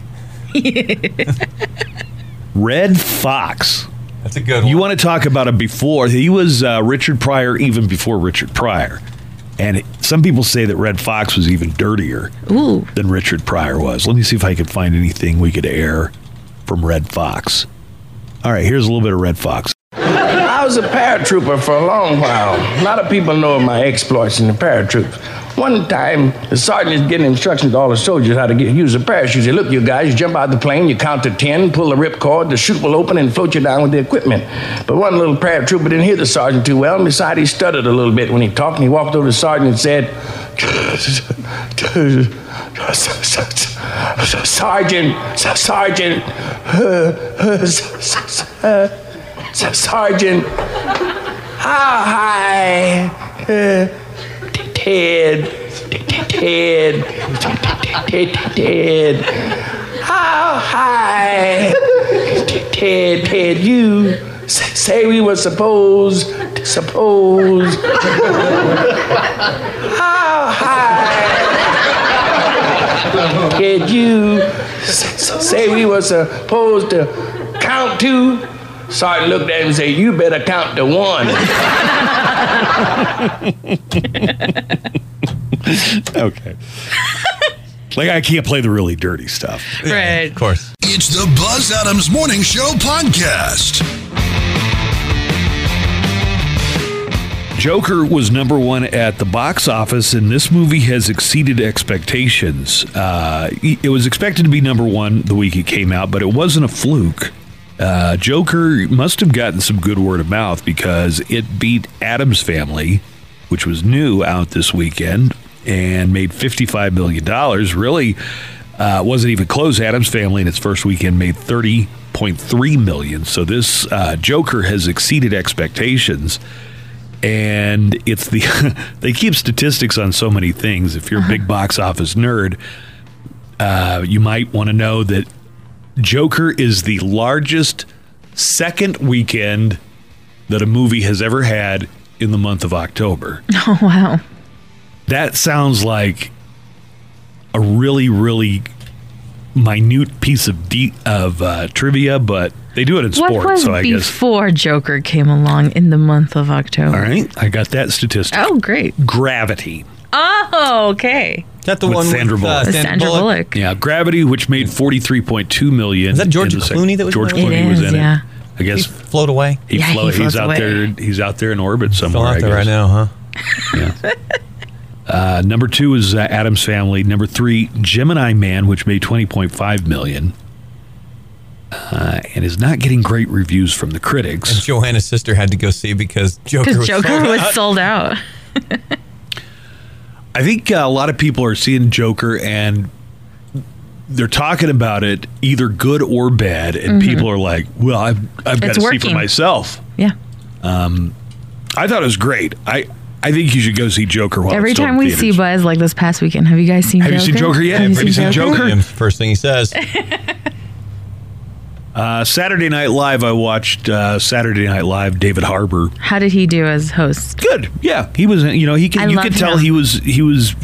[SPEAKER 2] Red Fox.
[SPEAKER 3] That's a good
[SPEAKER 2] You want to talk about him before? He was uh, Richard Pryor even before Richard Pryor, and it- some people say that Red Fox was even dirtier
[SPEAKER 4] Ooh.
[SPEAKER 2] than Richard Pryor was. Let me see if I can find anything we could air from Red Fox. All right, here's a little bit of Red Fox.
[SPEAKER 15] I was a paratrooper for a long while. A lot of people know of my exploits in the paratroops. One time, the sergeant is giving instructions to all the soldiers how to get, use a parachute. He said, Look, you guys, you jump out of the plane, you count to 10, pull the ripcord, the chute will open and float you down with the equipment. But one little paratrooper didn't hear the sergeant too well, and besides, he stuttered a little bit when he talked, and he walked over to the sergeant and said, Sergeant, Sergeant, Sergeant, how high? Uh, Ted, Ted, Ted, how high? Ted, Ted, you s- say we were supposed, supposed. How high? Ted, you s- s- say we were supposed to count to? Sergeant looked at him and said, You better count to one.
[SPEAKER 2] Okay. like I can't play the really dirty stuff.
[SPEAKER 4] Right.
[SPEAKER 3] Of course.
[SPEAKER 1] It's the Buzz Adams Morning Show podcast.
[SPEAKER 2] Joker was number one at the box office, and this movie has exceeded expectations. Uh, it was expected to be number one the week it came out, but it wasn't a fluke. Uh, Joker must have gotten some good word of mouth because it beat Adam's Family, which was new out this weekend and made $55 million. Really uh, wasn't even close. Adam's Family in its first weekend made $30.3 million. So this uh, Joker has exceeded expectations and it's the they keep statistics on so many things. If you're a
[SPEAKER 4] Uh-huh.
[SPEAKER 2] big box office nerd, uh, you might want to know that Joker is the largest second weekend that a movie has ever had in the month of October.
[SPEAKER 4] Oh wow.
[SPEAKER 2] That sounds like a really, really minute piece of de- of uh, trivia, but they do it in
[SPEAKER 4] What
[SPEAKER 2] sports,
[SPEAKER 4] was
[SPEAKER 2] so I guess.
[SPEAKER 4] before Joker came along in the month of October?
[SPEAKER 2] All right, I got that statistic.
[SPEAKER 4] Oh, great.
[SPEAKER 2] Gravity.
[SPEAKER 4] Oh, okay.
[SPEAKER 3] Is that
[SPEAKER 2] with Sandra
[SPEAKER 3] uh,
[SPEAKER 2] Bullock.
[SPEAKER 4] With Sandra Bullock.
[SPEAKER 2] Yeah, Gravity, which made forty-three point two million.
[SPEAKER 3] Is that George
[SPEAKER 2] in the sec-
[SPEAKER 3] Clooney that was
[SPEAKER 2] George
[SPEAKER 3] in it?
[SPEAKER 2] Clooney
[SPEAKER 3] It
[SPEAKER 2] was
[SPEAKER 3] is,
[SPEAKER 2] in
[SPEAKER 3] yeah.
[SPEAKER 2] it. I guess
[SPEAKER 3] float away.
[SPEAKER 2] He
[SPEAKER 3] Yeah, he
[SPEAKER 2] float-
[SPEAKER 3] floats
[SPEAKER 2] he's out
[SPEAKER 3] away.
[SPEAKER 2] there. He's out there in orbit somewhere.
[SPEAKER 3] out
[SPEAKER 2] I
[SPEAKER 3] there right
[SPEAKER 2] guess.
[SPEAKER 3] now, huh?
[SPEAKER 2] Uh, number two is uh, Adam's Family. Number three, Gemini Man, which made twenty point five million, uh, and is not getting great reviews from the critics.
[SPEAKER 3] And Johanna's sister had to go see because Joker
[SPEAKER 4] Because
[SPEAKER 3] was
[SPEAKER 4] Joker
[SPEAKER 3] sold
[SPEAKER 4] was
[SPEAKER 3] out.
[SPEAKER 4] sold out.
[SPEAKER 2] I think uh, a lot of people are seeing Joker and they're talking about it, either good or bad, and
[SPEAKER 4] Mhm.
[SPEAKER 2] people are like, "Well, I've I've got
[SPEAKER 4] It's
[SPEAKER 2] to see for
[SPEAKER 4] working.
[SPEAKER 2] myself."
[SPEAKER 4] Yeah.
[SPEAKER 2] Um, I thought it was great. I I think you should go see Joker. While
[SPEAKER 4] Every time we see Buzz, like this past weekend, have you guys seen
[SPEAKER 2] Have you
[SPEAKER 4] Joker?
[SPEAKER 2] seen Joker yet?
[SPEAKER 4] Have you seen, Joker?
[SPEAKER 3] First thing he says.
[SPEAKER 2] uh, Saturday Night Live, I watched uh, Saturday Night Live. David Harbour.
[SPEAKER 4] How did he do as host?
[SPEAKER 2] Good. Yeah, he was. You know, he
[SPEAKER 4] I
[SPEAKER 2] can. You
[SPEAKER 4] love
[SPEAKER 2] could tell
[SPEAKER 4] him.
[SPEAKER 2] he was. He was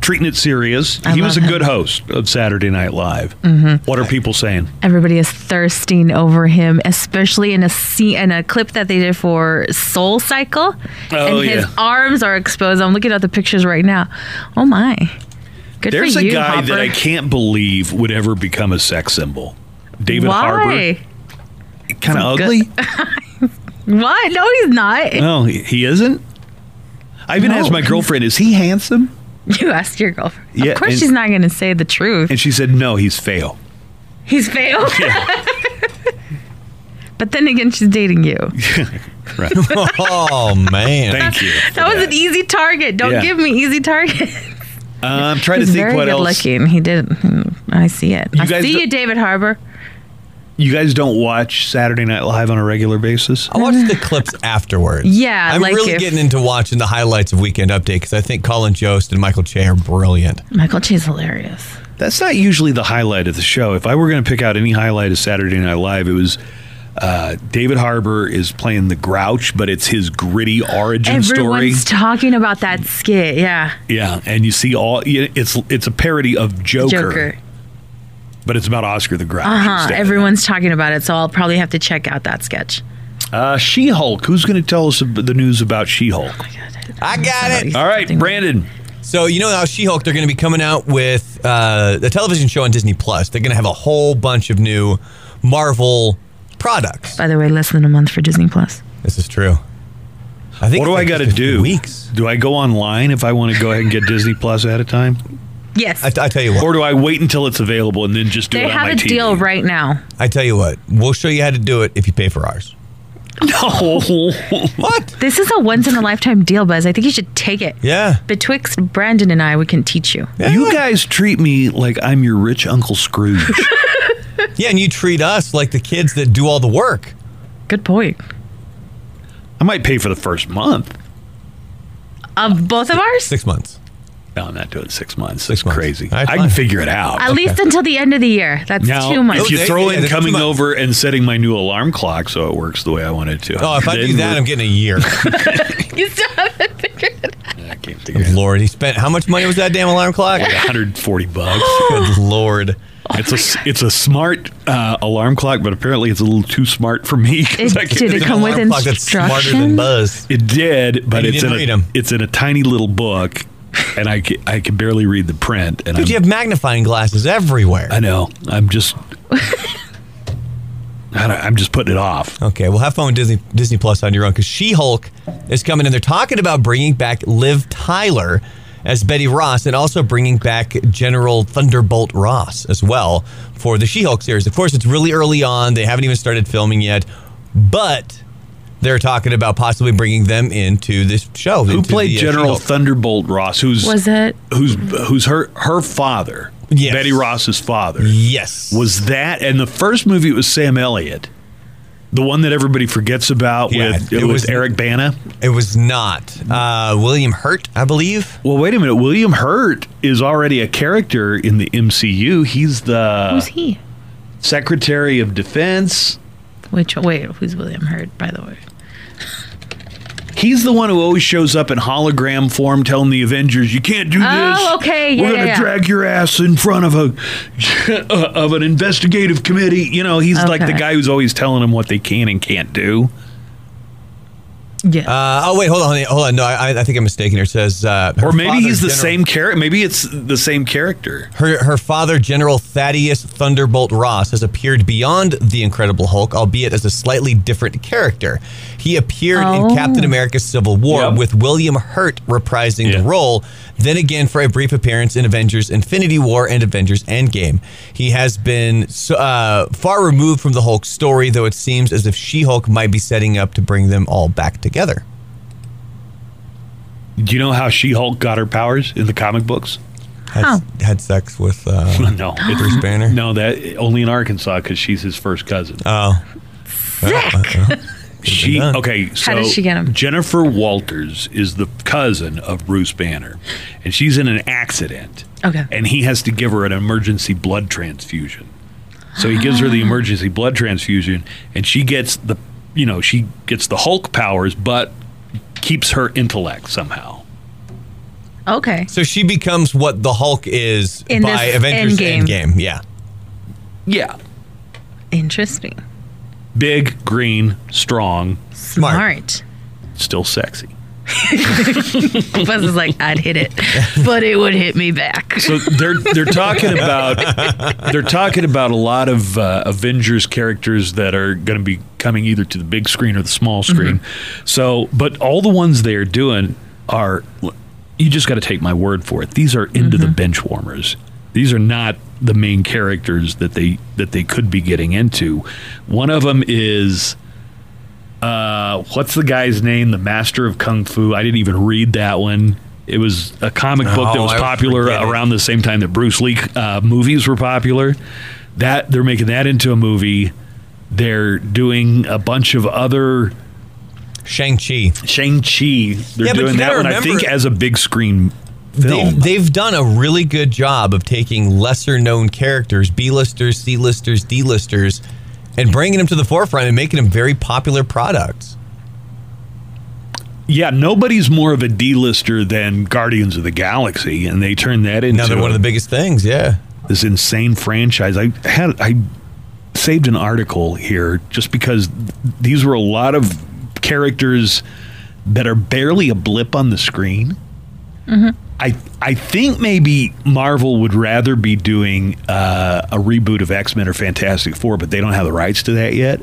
[SPEAKER 2] treating it serious.
[SPEAKER 4] I
[SPEAKER 2] he was a
[SPEAKER 4] love
[SPEAKER 2] good
[SPEAKER 4] him.
[SPEAKER 2] host of Saturday Night Live.
[SPEAKER 4] Mhm.
[SPEAKER 2] What are people saying?
[SPEAKER 4] Everybody is thirsting over him, especially in a scene in a clip that they did for Soul Cycle,
[SPEAKER 2] Oh,
[SPEAKER 4] and his
[SPEAKER 2] yeah.
[SPEAKER 4] arms are exposed. I'm looking at the pictures right now. Oh my! Good
[SPEAKER 2] There's
[SPEAKER 4] for
[SPEAKER 2] a
[SPEAKER 4] you,
[SPEAKER 2] guy
[SPEAKER 4] Hopper.
[SPEAKER 2] that I can't believe would ever become a sex symbol. David
[SPEAKER 4] Why?
[SPEAKER 2] Harbour, kind of ugly. Uh,
[SPEAKER 4] What? No, he's not.
[SPEAKER 2] No, he- he isn't. I even
[SPEAKER 4] No.
[SPEAKER 2] asked my girlfriend, "Is he handsome?"
[SPEAKER 4] You asked your girlfriend.
[SPEAKER 2] Yeah,
[SPEAKER 4] of course,
[SPEAKER 2] and-
[SPEAKER 4] she's not going to say the truth.
[SPEAKER 2] And she said, "No, he's fail."
[SPEAKER 4] He's failed. but then again, she's dating you.
[SPEAKER 2] Right.
[SPEAKER 3] oh man!
[SPEAKER 2] Thank you.
[SPEAKER 4] That, was an easy target. Don't
[SPEAKER 2] Yeah.
[SPEAKER 4] give me easy target.
[SPEAKER 2] Uh, I'm trying
[SPEAKER 4] He's
[SPEAKER 2] to think
[SPEAKER 4] very
[SPEAKER 2] what
[SPEAKER 4] good
[SPEAKER 2] else.
[SPEAKER 4] looking. He did. I see it.
[SPEAKER 2] You
[SPEAKER 4] I
[SPEAKER 2] guys
[SPEAKER 4] see
[SPEAKER 2] don't-
[SPEAKER 4] you, David Harbor.
[SPEAKER 2] You guys don't watch Saturday Night Live on a regular basis.
[SPEAKER 3] I watch the clips afterwards.
[SPEAKER 4] Yeah,
[SPEAKER 3] I'm
[SPEAKER 4] like
[SPEAKER 3] really
[SPEAKER 4] if-
[SPEAKER 3] getting into watching the highlights of Weekend Update because I think Colin Jost and Michael Che are brilliant.
[SPEAKER 4] Michael Che's hilarious.
[SPEAKER 2] That's not usually the highlight of the show. If I were going to pick out any highlight of Saturday Night Live, it was uh, David Harbour is playing the Grouch, but it's his gritty origin story.
[SPEAKER 4] Everyone's talking about that skit. Yeah.
[SPEAKER 2] Yeah, and you see all it's it's a parody of Joker,
[SPEAKER 4] Joker.
[SPEAKER 2] but it's about Oscar the Grouch.
[SPEAKER 4] Uh huh.
[SPEAKER 2] instead.
[SPEAKER 4] Everyone's talking about it, so I'll probably have to check out that sketch.
[SPEAKER 2] Uh, She-Hulk. Who's going to tell us ab- the news about
[SPEAKER 4] Oh
[SPEAKER 2] She-Hulk?
[SPEAKER 3] I got it.
[SPEAKER 2] All right, Brandon.
[SPEAKER 3] So you know how She-Hulk they're going to be coming out with uh, the television show on Disney Plus. They're going to have a whole bunch of new Marvel products.
[SPEAKER 4] By the way, less than a month for Disney Plus.
[SPEAKER 3] This is true. I think
[SPEAKER 2] what do
[SPEAKER 3] it's
[SPEAKER 2] I
[SPEAKER 3] like
[SPEAKER 2] got to
[SPEAKER 3] 15
[SPEAKER 2] do?
[SPEAKER 3] Weeks.
[SPEAKER 2] Do I go online if I want to go ahead and get Disney Plus ahead of time?
[SPEAKER 4] Yes.
[SPEAKER 3] I, I tell you what.
[SPEAKER 2] Or do I wait until it's available and then just do
[SPEAKER 4] they
[SPEAKER 2] it on
[SPEAKER 4] have
[SPEAKER 2] my
[SPEAKER 4] a
[SPEAKER 2] TV?
[SPEAKER 4] deal right now.
[SPEAKER 3] I tell you what. We'll show you how to do it if you pay for ours.
[SPEAKER 2] No.
[SPEAKER 3] what?
[SPEAKER 4] This is a once in a lifetime deal, Buzz. I think you should take it.
[SPEAKER 3] Yeah.
[SPEAKER 4] Betwixt Brandon and I, we can teach you.
[SPEAKER 2] You guys treat me like I'm your rich Uncle Scrooge.
[SPEAKER 3] Yeah, and you treat us like the kids that do all the work.
[SPEAKER 4] Good point.
[SPEAKER 2] I might pay for the first month.
[SPEAKER 4] Of both of ours?
[SPEAKER 3] Six months.
[SPEAKER 2] No, I'm not doing six months. That's crazy. I can
[SPEAKER 3] fine.
[SPEAKER 2] figure it out.
[SPEAKER 4] At least until the end of the year. That's
[SPEAKER 2] Oh, Now,
[SPEAKER 4] too much.
[SPEAKER 2] if you throw
[SPEAKER 3] yeah,
[SPEAKER 2] in
[SPEAKER 3] that's too
[SPEAKER 2] coming
[SPEAKER 3] much.
[SPEAKER 2] over and setting my new alarm clock so it works the way I want it to.
[SPEAKER 3] Oh, if I
[SPEAKER 2] then
[SPEAKER 3] do that,
[SPEAKER 2] we're-
[SPEAKER 3] I'm getting a year.
[SPEAKER 4] You still haven't figured it
[SPEAKER 2] I can't figure it out.
[SPEAKER 3] Lord, he spent how much money was that damn alarm clock?
[SPEAKER 2] Like 140 bucks.
[SPEAKER 3] Good lord.
[SPEAKER 2] It's a s- it's a smart uh, alarm clock, but apparently it's a little too smart for me. 'cause
[SPEAKER 4] It-
[SPEAKER 2] I can't
[SPEAKER 4] did it
[SPEAKER 2] figure
[SPEAKER 4] come with
[SPEAKER 2] out.
[SPEAKER 3] Clock that's smarter than Buzz.
[SPEAKER 2] It did, but
[SPEAKER 3] And you
[SPEAKER 2] it's
[SPEAKER 3] didn't
[SPEAKER 2] in
[SPEAKER 3] read
[SPEAKER 2] a,
[SPEAKER 3] 'em.
[SPEAKER 2] it's in a tiny little book, and I can, I can barely read the print. And
[SPEAKER 3] Dude, you
[SPEAKER 2] I'm,
[SPEAKER 3] have magnifying glasses everywhere.
[SPEAKER 2] I know I'm just I don't, I'm just putting it off.
[SPEAKER 3] Okay, well, have fun with Disney Disney Plus on your own because She Hulk is coming, and they're talking about bringing back Liv Tyler as Betty Ross, and also bringing back General Thunderbolt Ross as well for the She Hulk series. Of course, it's really early on; they haven't even started filming yet, but they're talking about possibly bringing them into this show.
[SPEAKER 2] Who
[SPEAKER 3] into
[SPEAKER 2] played
[SPEAKER 3] the, uh,
[SPEAKER 2] General
[SPEAKER 3] She-Hulk.
[SPEAKER 2] Thunderbolt Ross? Who's
[SPEAKER 4] Was it?
[SPEAKER 2] who's who's her her father?
[SPEAKER 3] Yes.
[SPEAKER 2] Betty Ross's father.
[SPEAKER 3] Yes.
[SPEAKER 2] Was that and the first movie was Sam Elliott, the one that everybody forgets about
[SPEAKER 3] Yeah,
[SPEAKER 2] with
[SPEAKER 3] it
[SPEAKER 2] it was
[SPEAKER 3] was-
[SPEAKER 2] Eric Bana.
[SPEAKER 3] It was not uh, William Hurt, I believe.
[SPEAKER 2] Well, wait a minute. William Hurt is already a character in the MCU. He's
[SPEAKER 4] Who's
[SPEAKER 2] the
[SPEAKER 4] he?
[SPEAKER 2] Secretary of Defense.
[SPEAKER 4] Which wait, who's William Hurt, by the way?
[SPEAKER 2] He's the one who always shows up in hologram form telling the Avengers, you can't do this.
[SPEAKER 4] Oh, okay. Yeah,
[SPEAKER 2] We're
[SPEAKER 4] yeah,
[SPEAKER 2] gonna
[SPEAKER 4] yeah.
[SPEAKER 2] drag your ass in front of a of an investigative committee. You know, he's like the
[SPEAKER 4] Okay.
[SPEAKER 2] guy who's always telling them what they can and can't do.
[SPEAKER 4] Yeah.
[SPEAKER 3] Uh, oh wait, hold on, hold on. No, I, I think I'm mistaken. here. It says, uh, her
[SPEAKER 2] Or maybe
[SPEAKER 3] father,
[SPEAKER 2] he's the
[SPEAKER 3] General-
[SPEAKER 2] same character. Maybe it's the same character.
[SPEAKER 3] Her, her father, General Thaddeus Thunderbolt Ross, has appeared beyond the Incredible Hulk, albeit as a slightly different character. He appeared
[SPEAKER 16] Oh.
[SPEAKER 3] in Captain America Civil War with William Hurt reprising the role, then again for a brief appearance in Avengers Infinity War and Avengers Endgame. He has been so- uh, far removed from the Hulk story, though it seems as if She Hulk might be setting up to bring them all back together.
[SPEAKER 2] Do you know how She Hulk got her powers in the comic books?
[SPEAKER 3] Had,
[SPEAKER 2] How?
[SPEAKER 3] had sex with uh,
[SPEAKER 2] no,
[SPEAKER 3] Bruce Banner.
[SPEAKER 2] No, that only in Arkansas because she's his first cousin.
[SPEAKER 3] Oh,
[SPEAKER 4] sick.
[SPEAKER 2] She okay. So
[SPEAKER 4] did she get 'em?
[SPEAKER 2] Jennifer Walters is the cousin of Bruce Banner, and she's in an accident,
[SPEAKER 4] Okay.
[SPEAKER 2] and he has to give her an emergency blood transfusion. So he gives her the emergency blood transfusion, and she gets the you know she gets the Hulk powers, but keeps her intellect somehow.
[SPEAKER 4] Okay.
[SPEAKER 3] So she becomes what the Hulk is
[SPEAKER 4] In
[SPEAKER 3] by
[SPEAKER 4] this
[SPEAKER 3] Avengers
[SPEAKER 4] Endgame.
[SPEAKER 3] Endgame. Yeah.
[SPEAKER 2] Yeah.
[SPEAKER 4] Interesting.
[SPEAKER 2] Big, green, strong,
[SPEAKER 4] Smart.
[SPEAKER 2] still sexy.
[SPEAKER 4] Buzz is like, I'd hit it, but it would hit me back.
[SPEAKER 2] So they're they're talking about they're talking about a lot of uh, Avengers characters that are going to be coming either to the big screen or the small screen. So, but all the ones they're doing are you just got to take my word for it. These are into the bench warmers. These are not the main characters that they that they could be getting into. One of them is uh, what's the guy's name? The Master of Kung Fu. I didn't even read that one. It was a comic book that
[SPEAKER 3] Oh,
[SPEAKER 2] was
[SPEAKER 3] I was
[SPEAKER 2] popular
[SPEAKER 3] forgetting.
[SPEAKER 2] around the same time that Bruce Lee uh, movies were popular. That they're making that into a movie. They're doing a bunch of other
[SPEAKER 3] Shang Chi.
[SPEAKER 2] Shang Chi. They're
[SPEAKER 3] Yeah, but
[SPEAKER 2] doing
[SPEAKER 3] you
[SPEAKER 2] that
[SPEAKER 3] gotta
[SPEAKER 2] one. I
[SPEAKER 3] remember-
[SPEAKER 2] think as a big screen film.
[SPEAKER 3] They've, they've done a really good job of taking lesser known characters, B listers, C listers, D listers, and bringing them to the forefront and making them very popular products.
[SPEAKER 2] Yeah, nobody's more of a D-lister than Guardians of the Galaxy, and they turned that into
[SPEAKER 3] Another one of the biggest things. Yeah,
[SPEAKER 2] this insane franchise. I had I saved an article here just because these were a lot of characters that are barely a blip on the screen. I I think maybe Marvel would rather be doing uh, a reboot of X Men or Fantastic Four, but they don't have the rights to that yet.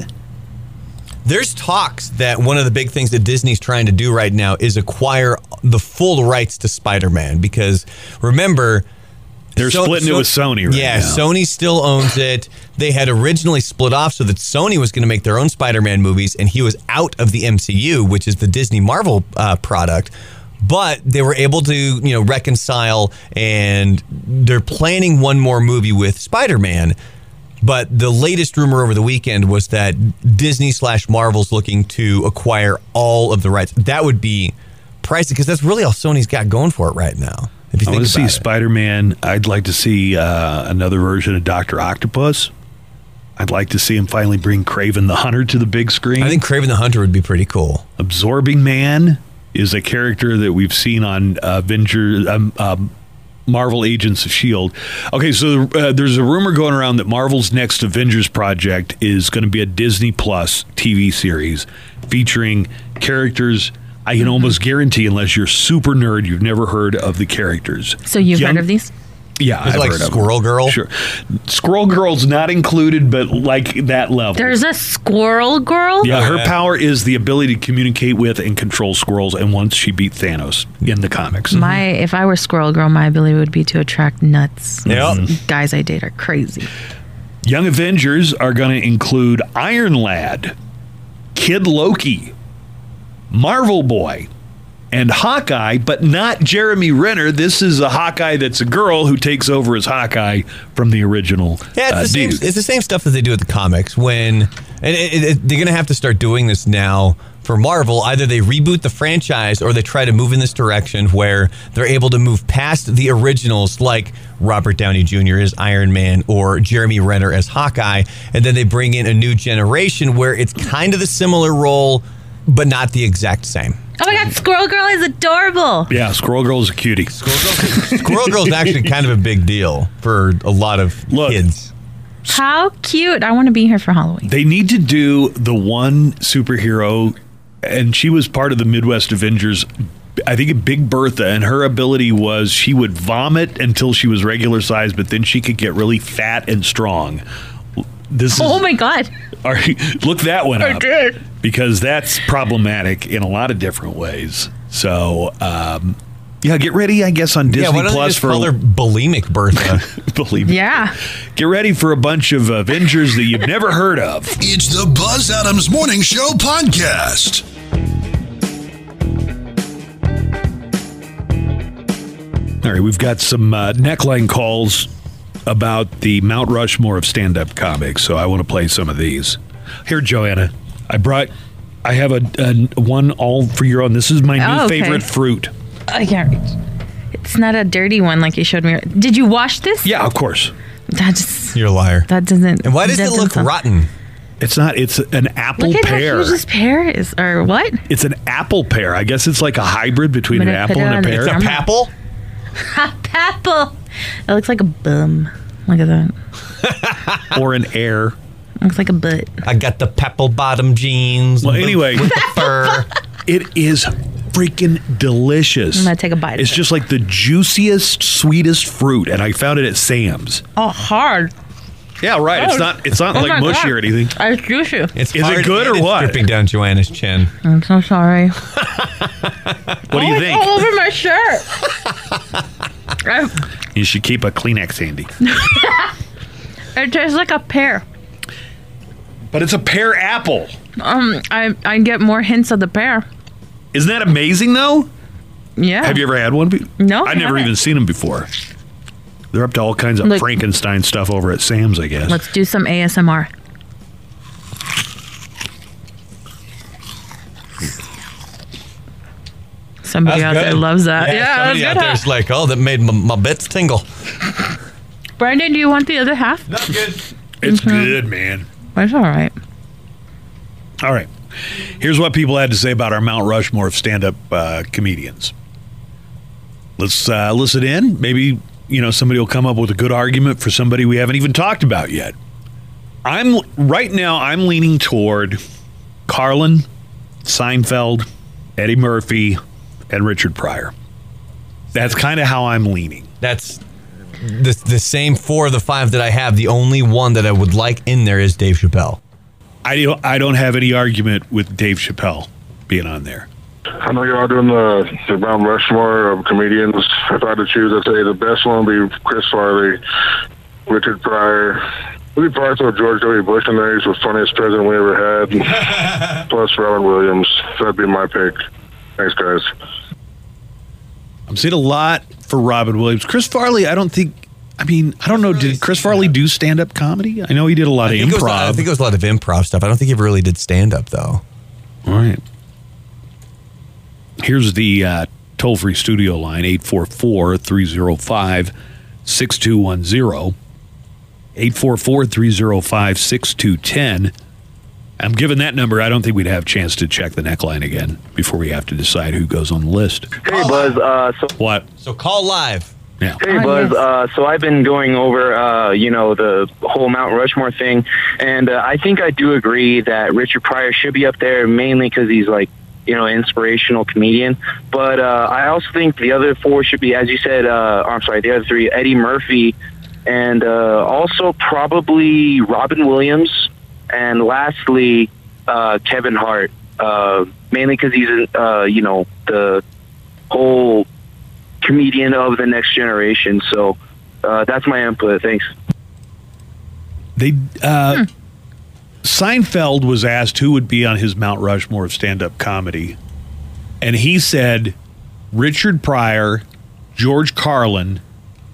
[SPEAKER 3] There's talks that one of the big things that Disney's trying to do right now is acquire the full rights to Spider-Man because remember
[SPEAKER 2] They're splitting it with Sony right
[SPEAKER 3] yeah,
[SPEAKER 2] now.
[SPEAKER 3] Sony still owns it. They had originally split off so that Sony was going to make their own Spider-Man movies and he was out of the MCU, which is the Disney Marvel uh, product. But they were able to, you know, reconcile and they're planning one more movie with Spider-Man. But the latest rumor over the weekend was that Disney slash Marvel's looking to acquire all of the rights. That would be pricey because that's really all Sony's got going for it right now. If
[SPEAKER 2] I
[SPEAKER 3] you think
[SPEAKER 2] want to see
[SPEAKER 3] about it.
[SPEAKER 2] Spider Man. I'd like to see uh, another version of Doctor Octopus. I'd like to see him finally bring Craven the Hunter to the big screen.
[SPEAKER 3] I think Craven the Hunter would be pretty cool.
[SPEAKER 2] Absorbing Man is a character that we've seen on uh, Avenger, um, um, Marvel Agents of S.H.I.E.L.D. E Okay, so uh, there's a rumor going around that Marvel's next Avengers project is going to be a Disney Plus TV series featuring characters. I can almost guarantee, unless you're super nerd, you've never heard of the characters.
[SPEAKER 4] So you've
[SPEAKER 2] Young-
[SPEAKER 4] heard of these?
[SPEAKER 2] Yeah,
[SPEAKER 3] Is it like
[SPEAKER 2] heard of them.
[SPEAKER 3] Squirrel Girl?
[SPEAKER 2] Sure, Squirrel Girl's not included, but like that level.
[SPEAKER 4] There's a squirrel girl.
[SPEAKER 2] Yeah, her power is the ability to communicate with and control squirrels. And once she beat Thanos in the comics,
[SPEAKER 4] My, if I were squirrel girl, my ability would be to attract nuts.
[SPEAKER 2] Yep.
[SPEAKER 4] Guys I date are crazy.
[SPEAKER 2] Young Avengers are going to include Iron Lad, Kid Loki, Marvel Boy, and Hawkeye, but not Jeremy Renner. This is a Hawkeye that's a girl who takes over as Hawkeye from the original.
[SPEAKER 3] Yeah, it's,
[SPEAKER 2] uh,
[SPEAKER 3] the same,
[SPEAKER 2] dude.
[SPEAKER 3] it's the same stuff that they do with the comics. When and it, it, it- they're going to have to start doing this now for Marvel. Either they reboot the franchise or they try to move in this direction where they're able to move past the originals, like Robert Downey Jr. as Iron Man or Jeremy Renner as Hawkeye, and then they bring in a new generation where it's kind of the similar role but not the exact same.
[SPEAKER 4] Oh my god, Squirrel Girl is adorable.
[SPEAKER 2] Yeah, Squirrel Girl's a cutie.
[SPEAKER 3] Squirrel Girl's actually kind of a big deal for a lot of kids.
[SPEAKER 4] How cute. I want to be here for Halloween.
[SPEAKER 2] They need to do the one superhero, and she was part of the Midwest Avengers. I think Big Bertha, and her ability was she would vomit until she was regular size, but then she could get really fat and strong. This is,
[SPEAKER 4] Oh my god.
[SPEAKER 2] are you- look that one
[SPEAKER 4] I
[SPEAKER 2] up
[SPEAKER 4] did.
[SPEAKER 2] because that's problematic in a lot of different ways. So, um, yeah, get ready. I guess on
[SPEAKER 3] Yeah,
[SPEAKER 2] Disney
[SPEAKER 3] why don't they
[SPEAKER 2] Plus
[SPEAKER 3] just
[SPEAKER 2] for
[SPEAKER 3] call her bulimic Bertha.
[SPEAKER 2] bulimic.
[SPEAKER 4] Yeah.
[SPEAKER 2] Get ready for a bunch of Avengers that you've never heard of.
[SPEAKER 1] It's the Buzz Adams Morning Show podcast.
[SPEAKER 2] All right, we've got some uh, neckline calls about the Mount Rushmore of stand-up comics, so I want to play some of these. Here, Joanna, I brought. I have a, a one all for your own. This is my new
[SPEAKER 4] Oh, okay.
[SPEAKER 2] favorite fruit.
[SPEAKER 4] I can't reach. It's not a dirty one like you showed me. Did you wash this?
[SPEAKER 2] Yeah, of course.
[SPEAKER 4] That just
[SPEAKER 3] You're a liar.
[SPEAKER 4] that doesn't.
[SPEAKER 3] And why does it
[SPEAKER 4] doesn't
[SPEAKER 3] look
[SPEAKER 4] sound-
[SPEAKER 3] rotten?
[SPEAKER 2] It's not. It's an apple
[SPEAKER 4] Look at
[SPEAKER 2] pear.
[SPEAKER 4] how huge this pear is, or what?
[SPEAKER 2] It's an apple pear. I guess it's like a hybrid between
[SPEAKER 4] I'm
[SPEAKER 2] an
[SPEAKER 4] gonna put
[SPEAKER 2] apple
[SPEAKER 4] it on
[SPEAKER 2] and
[SPEAKER 4] the
[SPEAKER 2] a pear.
[SPEAKER 4] camera. It's a papple? Apple. It looks like a bum. Look at that.
[SPEAKER 2] or an air.
[SPEAKER 4] Looks like a butt.
[SPEAKER 3] I got the pepple bottom jeans.
[SPEAKER 2] Well, anyway,
[SPEAKER 3] with the fur.
[SPEAKER 2] it is freaking delicious.
[SPEAKER 4] I'm gonna take a bite of
[SPEAKER 2] It's
[SPEAKER 4] it.
[SPEAKER 2] just like the juiciest, sweetest fruit, and I found it at Sam's.
[SPEAKER 4] Oh, hard.
[SPEAKER 2] Yeah, right. It's
[SPEAKER 4] Oh,
[SPEAKER 2] not. It's not
[SPEAKER 4] oh my
[SPEAKER 2] like mushy
[SPEAKER 4] God.
[SPEAKER 2] or anything.
[SPEAKER 4] I juice you.
[SPEAKER 3] It's
[SPEAKER 2] Is it
[SPEAKER 3] hard
[SPEAKER 2] good
[SPEAKER 3] and
[SPEAKER 2] or
[SPEAKER 3] it's
[SPEAKER 2] what?
[SPEAKER 3] Dripping down Joanna's chin. Oh,
[SPEAKER 4] I'm so sorry.
[SPEAKER 2] What do you think?
[SPEAKER 4] All over my shirt. I-
[SPEAKER 2] You should keep a Kleenex handy.
[SPEAKER 4] it tastes like a pear.
[SPEAKER 2] But it's a pear apple.
[SPEAKER 4] Um, I I get more hints of the pear.
[SPEAKER 2] Isn't that amazing though?
[SPEAKER 4] Yeah.
[SPEAKER 2] Have you ever had one? be-
[SPEAKER 4] No, I
[SPEAKER 2] I've never
[SPEAKER 4] haven't.
[SPEAKER 2] even seen them before. They're up to all kinds of
[SPEAKER 4] Look-
[SPEAKER 2] Frankenstein stuff over at Sam's, I guess.
[SPEAKER 4] Let's do some ASMR. Somebody out there loves that. Yeah,
[SPEAKER 3] somebody out
[SPEAKER 4] that's good.
[SPEAKER 3] there's like, oh, that made my, my bits tingle.
[SPEAKER 4] huh? Brandon, do you want the other half?
[SPEAKER 3] Not good.
[SPEAKER 2] It's
[SPEAKER 3] Mm-hmm.
[SPEAKER 2] good, man.
[SPEAKER 4] That's all right.
[SPEAKER 2] All right. Here's what people had to say about our Mount Rushmore of stand-up uh, comedians. Let's uh, listen in. Maybe you know somebody will come up with a good argument for somebody we haven't even talked about yet. I'm right now. I'm leaning toward Carlin, Seinfeld, Eddie Murphy, and Richard Pryor. That's kind of how I'm leaning.
[SPEAKER 3] That's the, the same four of the five that I have. The only one that I would like in there is Dave Chappelle.
[SPEAKER 2] I don't, I don't have any argument with Dave Chappelle being on there.
[SPEAKER 16] I know you're all doing the, the Mount Rushmore of comedians. If I had to choose, I'd say the best one would be Chris Farley, Richard Pryor. We'd probably throw George W. Bush in there. He's the funniest president we ever had. Plus Robin Williams. That'd be my pick. Thanks, guys.
[SPEAKER 2] I'm seeing a lot for Robin Williams. Chris Farley, I don't think. I mean, I don't know. Did Chris Farley do stand up comedy? I know he did a lot of
[SPEAKER 3] I think, it was,
[SPEAKER 2] improv.
[SPEAKER 3] I think it was a lot of improv stuff. I don't think he really did stand up though.
[SPEAKER 2] All right. Here's the uh, toll free studio line 844 305 6210. 844 305 6210. I'm giving that number. I don't think we'd have a chance to check the neckline again before we have to decide who goes on the list.
[SPEAKER 17] Hey Buzz, uh, so
[SPEAKER 2] What?
[SPEAKER 3] So call live.
[SPEAKER 2] Yeah.
[SPEAKER 17] Hey Buzz, uh, so I've been going over, uh, you know, the whole Mount Rushmore thing, and uh, I think I do agree that Richard Pryor should be up there mainly because he's like, you know, an inspirational comedian. But uh, I also think the other four should be, as you said, uh, I'm sorry, the other three, Eddie Murphy, and uh, also probably Robin Williams, and lastly uh, Kevin Hart, uh, mainly because he's, uh, you know, the whole comedian of the next generation. So uh, that's my input. Thanks.
[SPEAKER 2] They uh, Seinfeld was asked who would be on his Mount Rushmore of stand-up comedy, and he said Richard Pryor, George Carlin,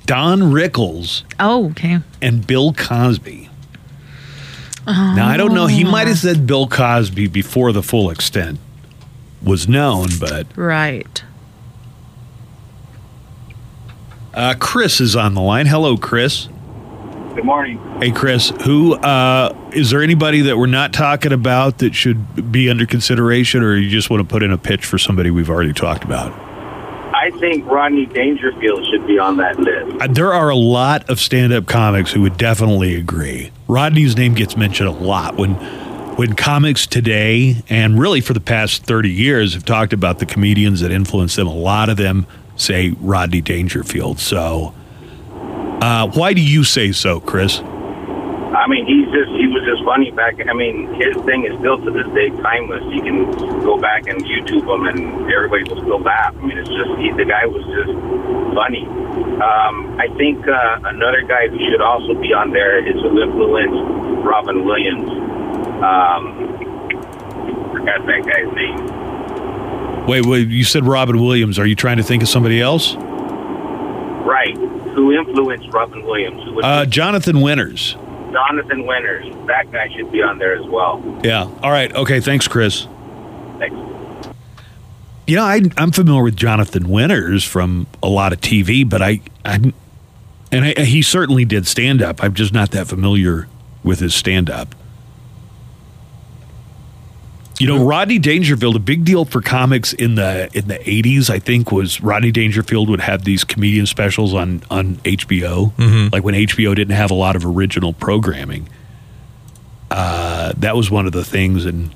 [SPEAKER 2] Don Rickles,
[SPEAKER 4] Oh, okay.
[SPEAKER 2] and Bill Cosby. Now I don't know.
[SPEAKER 4] Oh.
[SPEAKER 2] He might have said Bill Cosby before the full extent was known, but
[SPEAKER 4] Right.
[SPEAKER 2] uh, Chris is on the line. Hello, Chris.
[SPEAKER 18] Good morning.
[SPEAKER 2] Hey, Chris, who uh, is there anybody that we're not talking about that should be under consideration, or you just want to put in a pitch for somebody we've already talked about?
[SPEAKER 18] I think Rodney Dangerfield should be on that list.
[SPEAKER 2] Uh, There are a lot of stand-up comics who would definitely agree. Rodney's name gets mentioned a lot when when comics today and really for the past 30 years have talked about the comedians that influence them. A lot of them say Rodney Dangerfield. So uh, why do you say so, Chris?
[SPEAKER 18] I mean, he's just he was just funny back. I mean, his thing is still to this day timeless. You can go back and YouTube him, and everybody will still laugh. I mean, it's just he, the guy was just funny. Um, I think uh, another guy who should also be on there is who influenced Robin Williams. Um, forgot that guy's name.
[SPEAKER 2] Wait, wait, you said Robin Williams. Are you trying to think of somebody else?
[SPEAKER 18] Right, who influenced Robin Williams? Who was
[SPEAKER 2] Uh, Jonathan Winters.
[SPEAKER 18] Jonathan Winters? That guy should be on there as well.
[SPEAKER 2] Yeah. All right. Okay. Thanks, Chris.
[SPEAKER 18] Thanks.
[SPEAKER 2] You know, I, I'm familiar with Jonathan Winters from a lot of TV, but I, I and I, he certainly did stand up. I'm just not that familiar with his stand up. You know, Rodney Dangerfield, a big deal for comics in the in the 80s, I think, was Rodney Dangerfield would have these comedian specials on on HBO,
[SPEAKER 3] Mhm.
[SPEAKER 2] like when HBO didn't have a lot of original programming. Uh, that was one of the things, and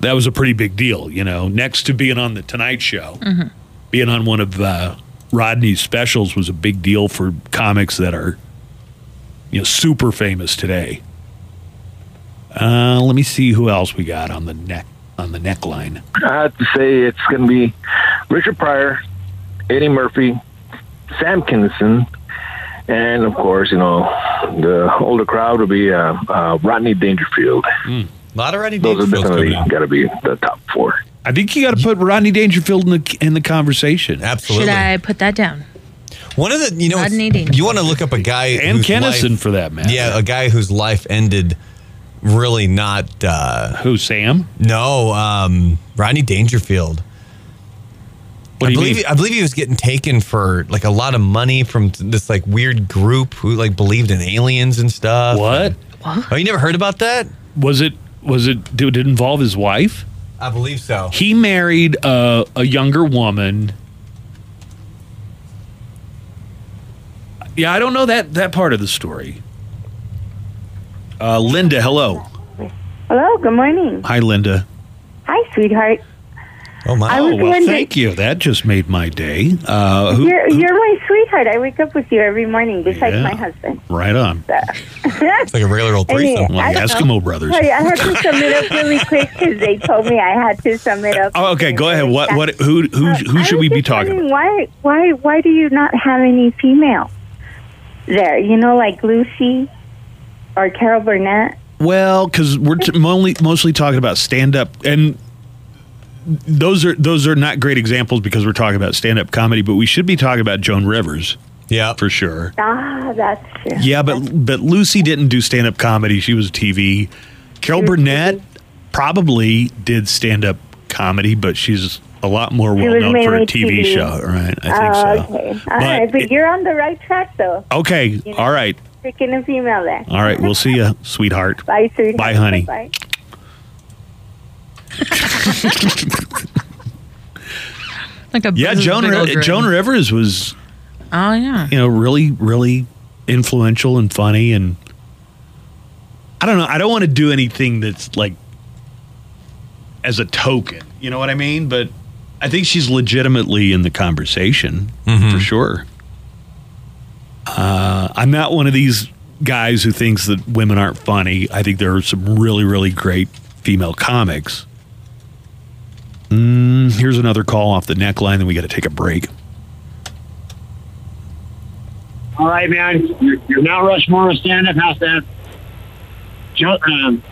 [SPEAKER 2] that was a pretty big deal. You know, next to being on the Tonight Show,
[SPEAKER 4] Mhm.
[SPEAKER 2] being on one of uh, Rodney's specials was a big deal for comics that are, you know, super famous today. Uh, let me see who else we got on the neck on the neckline.
[SPEAKER 10] I have to say it's going to be Richard Pryor, Eddie Murphy, Sam Kinison, and of course, you know, the older crowd will be uh, uh, Rodney Dangerfield.
[SPEAKER 3] Hmm. A lot of Rodney
[SPEAKER 10] Those are
[SPEAKER 3] Dangerfield's
[SPEAKER 10] definitely
[SPEAKER 3] coming up.
[SPEAKER 10] got to be the top four.
[SPEAKER 2] I think you got to put Rodney Dangerfield in the in the conversation.
[SPEAKER 3] Absolutely.
[SPEAKER 4] Should I put that down?
[SPEAKER 3] One of the you know
[SPEAKER 4] Rodney Dangerfield.
[SPEAKER 3] you want to look up a guy
[SPEAKER 2] And
[SPEAKER 3] whose
[SPEAKER 2] Kennison
[SPEAKER 3] life-
[SPEAKER 2] for that matter.
[SPEAKER 3] Yeah, a guy whose life ended really not. Uh,
[SPEAKER 2] Who Sam?
[SPEAKER 3] No, um, Rodney Dangerfield.
[SPEAKER 2] What do
[SPEAKER 3] I
[SPEAKER 2] you
[SPEAKER 3] believe
[SPEAKER 2] mean?
[SPEAKER 3] I believe he was getting taken for like a lot of money from this like weird group who like believed in aliens and stuff.
[SPEAKER 2] What?
[SPEAKER 3] Oh, you never heard about that?
[SPEAKER 2] Was it was it did it involve his wife?
[SPEAKER 3] I believe so.
[SPEAKER 2] He married a, a younger woman. Yeah, I don't know that that part of the story. Uh, Linda, hello.
[SPEAKER 19] Hello, good morning.
[SPEAKER 2] Hi, Linda.
[SPEAKER 19] Hi, sweetheart.
[SPEAKER 2] Oh
[SPEAKER 19] I was
[SPEAKER 2] well,
[SPEAKER 19] wondering-
[SPEAKER 2] thank you. That just made my day. Uh, who,
[SPEAKER 19] you're, you're my sweetheart. I wake up with you every morning, besides
[SPEAKER 2] Yeah.
[SPEAKER 19] my husband.
[SPEAKER 2] right on.
[SPEAKER 19] it's
[SPEAKER 3] like a regular old
[SPEAKER 2] threesome. Like the Eskimo brothers.
[SPEAKER 19] Hey, I had to sum it up really quick because they told me I had to sum it up.
[SPEAKER 2] Oh, okay, go ahead. What what who who who should we be talking about?
[SPEAKER 19] Why why why do you not have any female there? You know, like Lucy or Carol Burnett.
[SPEAKER 2] Well, because we're t- only, mostly talking about stand up, and those are those are not great examples because we're talking about stand up comedy. But we should be talking about Joan Rivers.
[SPEAKER 3] Yeah,
[SPEAKER 2] for sure.
[SPEAKER 19] Ah, that's true.
[SPEAKER 2] Yeah, but but Lucy didn't do stand up comedy. She was TV. Carol Burnett probably did stand up comedy, but she's a lot more
[SPEAKER 19] She
[SPEAKER 2] well
[SPEAKER 19] was
[SPEAKER 2] known for a
[SPEAKER 19] mainly
[SPEAKER 2] TV,
[SPEAKER 19] TV.
[SPEAKER 2] show, right? I
[SPEAKER 19] oh,
[SPEAKER 2] think so.
[SPEAKER 19] okay. All
[SPEAKER 2] But
[SPEAKER 19] right, but you're on the right track though.
[SPEAKER 2] Okay, all right,
[SPEAKER 19] Picking a female there.
[SPEAKER 2] all right. We'll see you, sweetheart.
[SPEAKER 19] Bye, sweetheart.
[SPEAKER 2] Bye, honey.
[SPEAKER 19] Bye.
[SPEAKER 4] Like a
[SPEAKER 2] Yeah,
[SPEAKER 4] big
[SPEAKER 2] Joan
[SPEAKER 4] old
[SPEAKER 2] Ri-
[SPEAKER 4] grin.
[SPEAKER 2] Joan Rivers was
[SPEAKER 4] Oh yeah.
[SPEAKER 2] you know, really, really influential and funny. And I don't know. I don't want to do anything that's like as a token. You know what I mean? But I think she's legitimately in the conversation for sure. Uh, I'm not one of these guys who thinks that women aren't funny. I think there are some really, really great female comics. Mm, here's another call off the neckline. Then we got to take a break.
[SPEAKER 20] All right, man. Your, your Mount Rushmore stand up has to have Jo- um,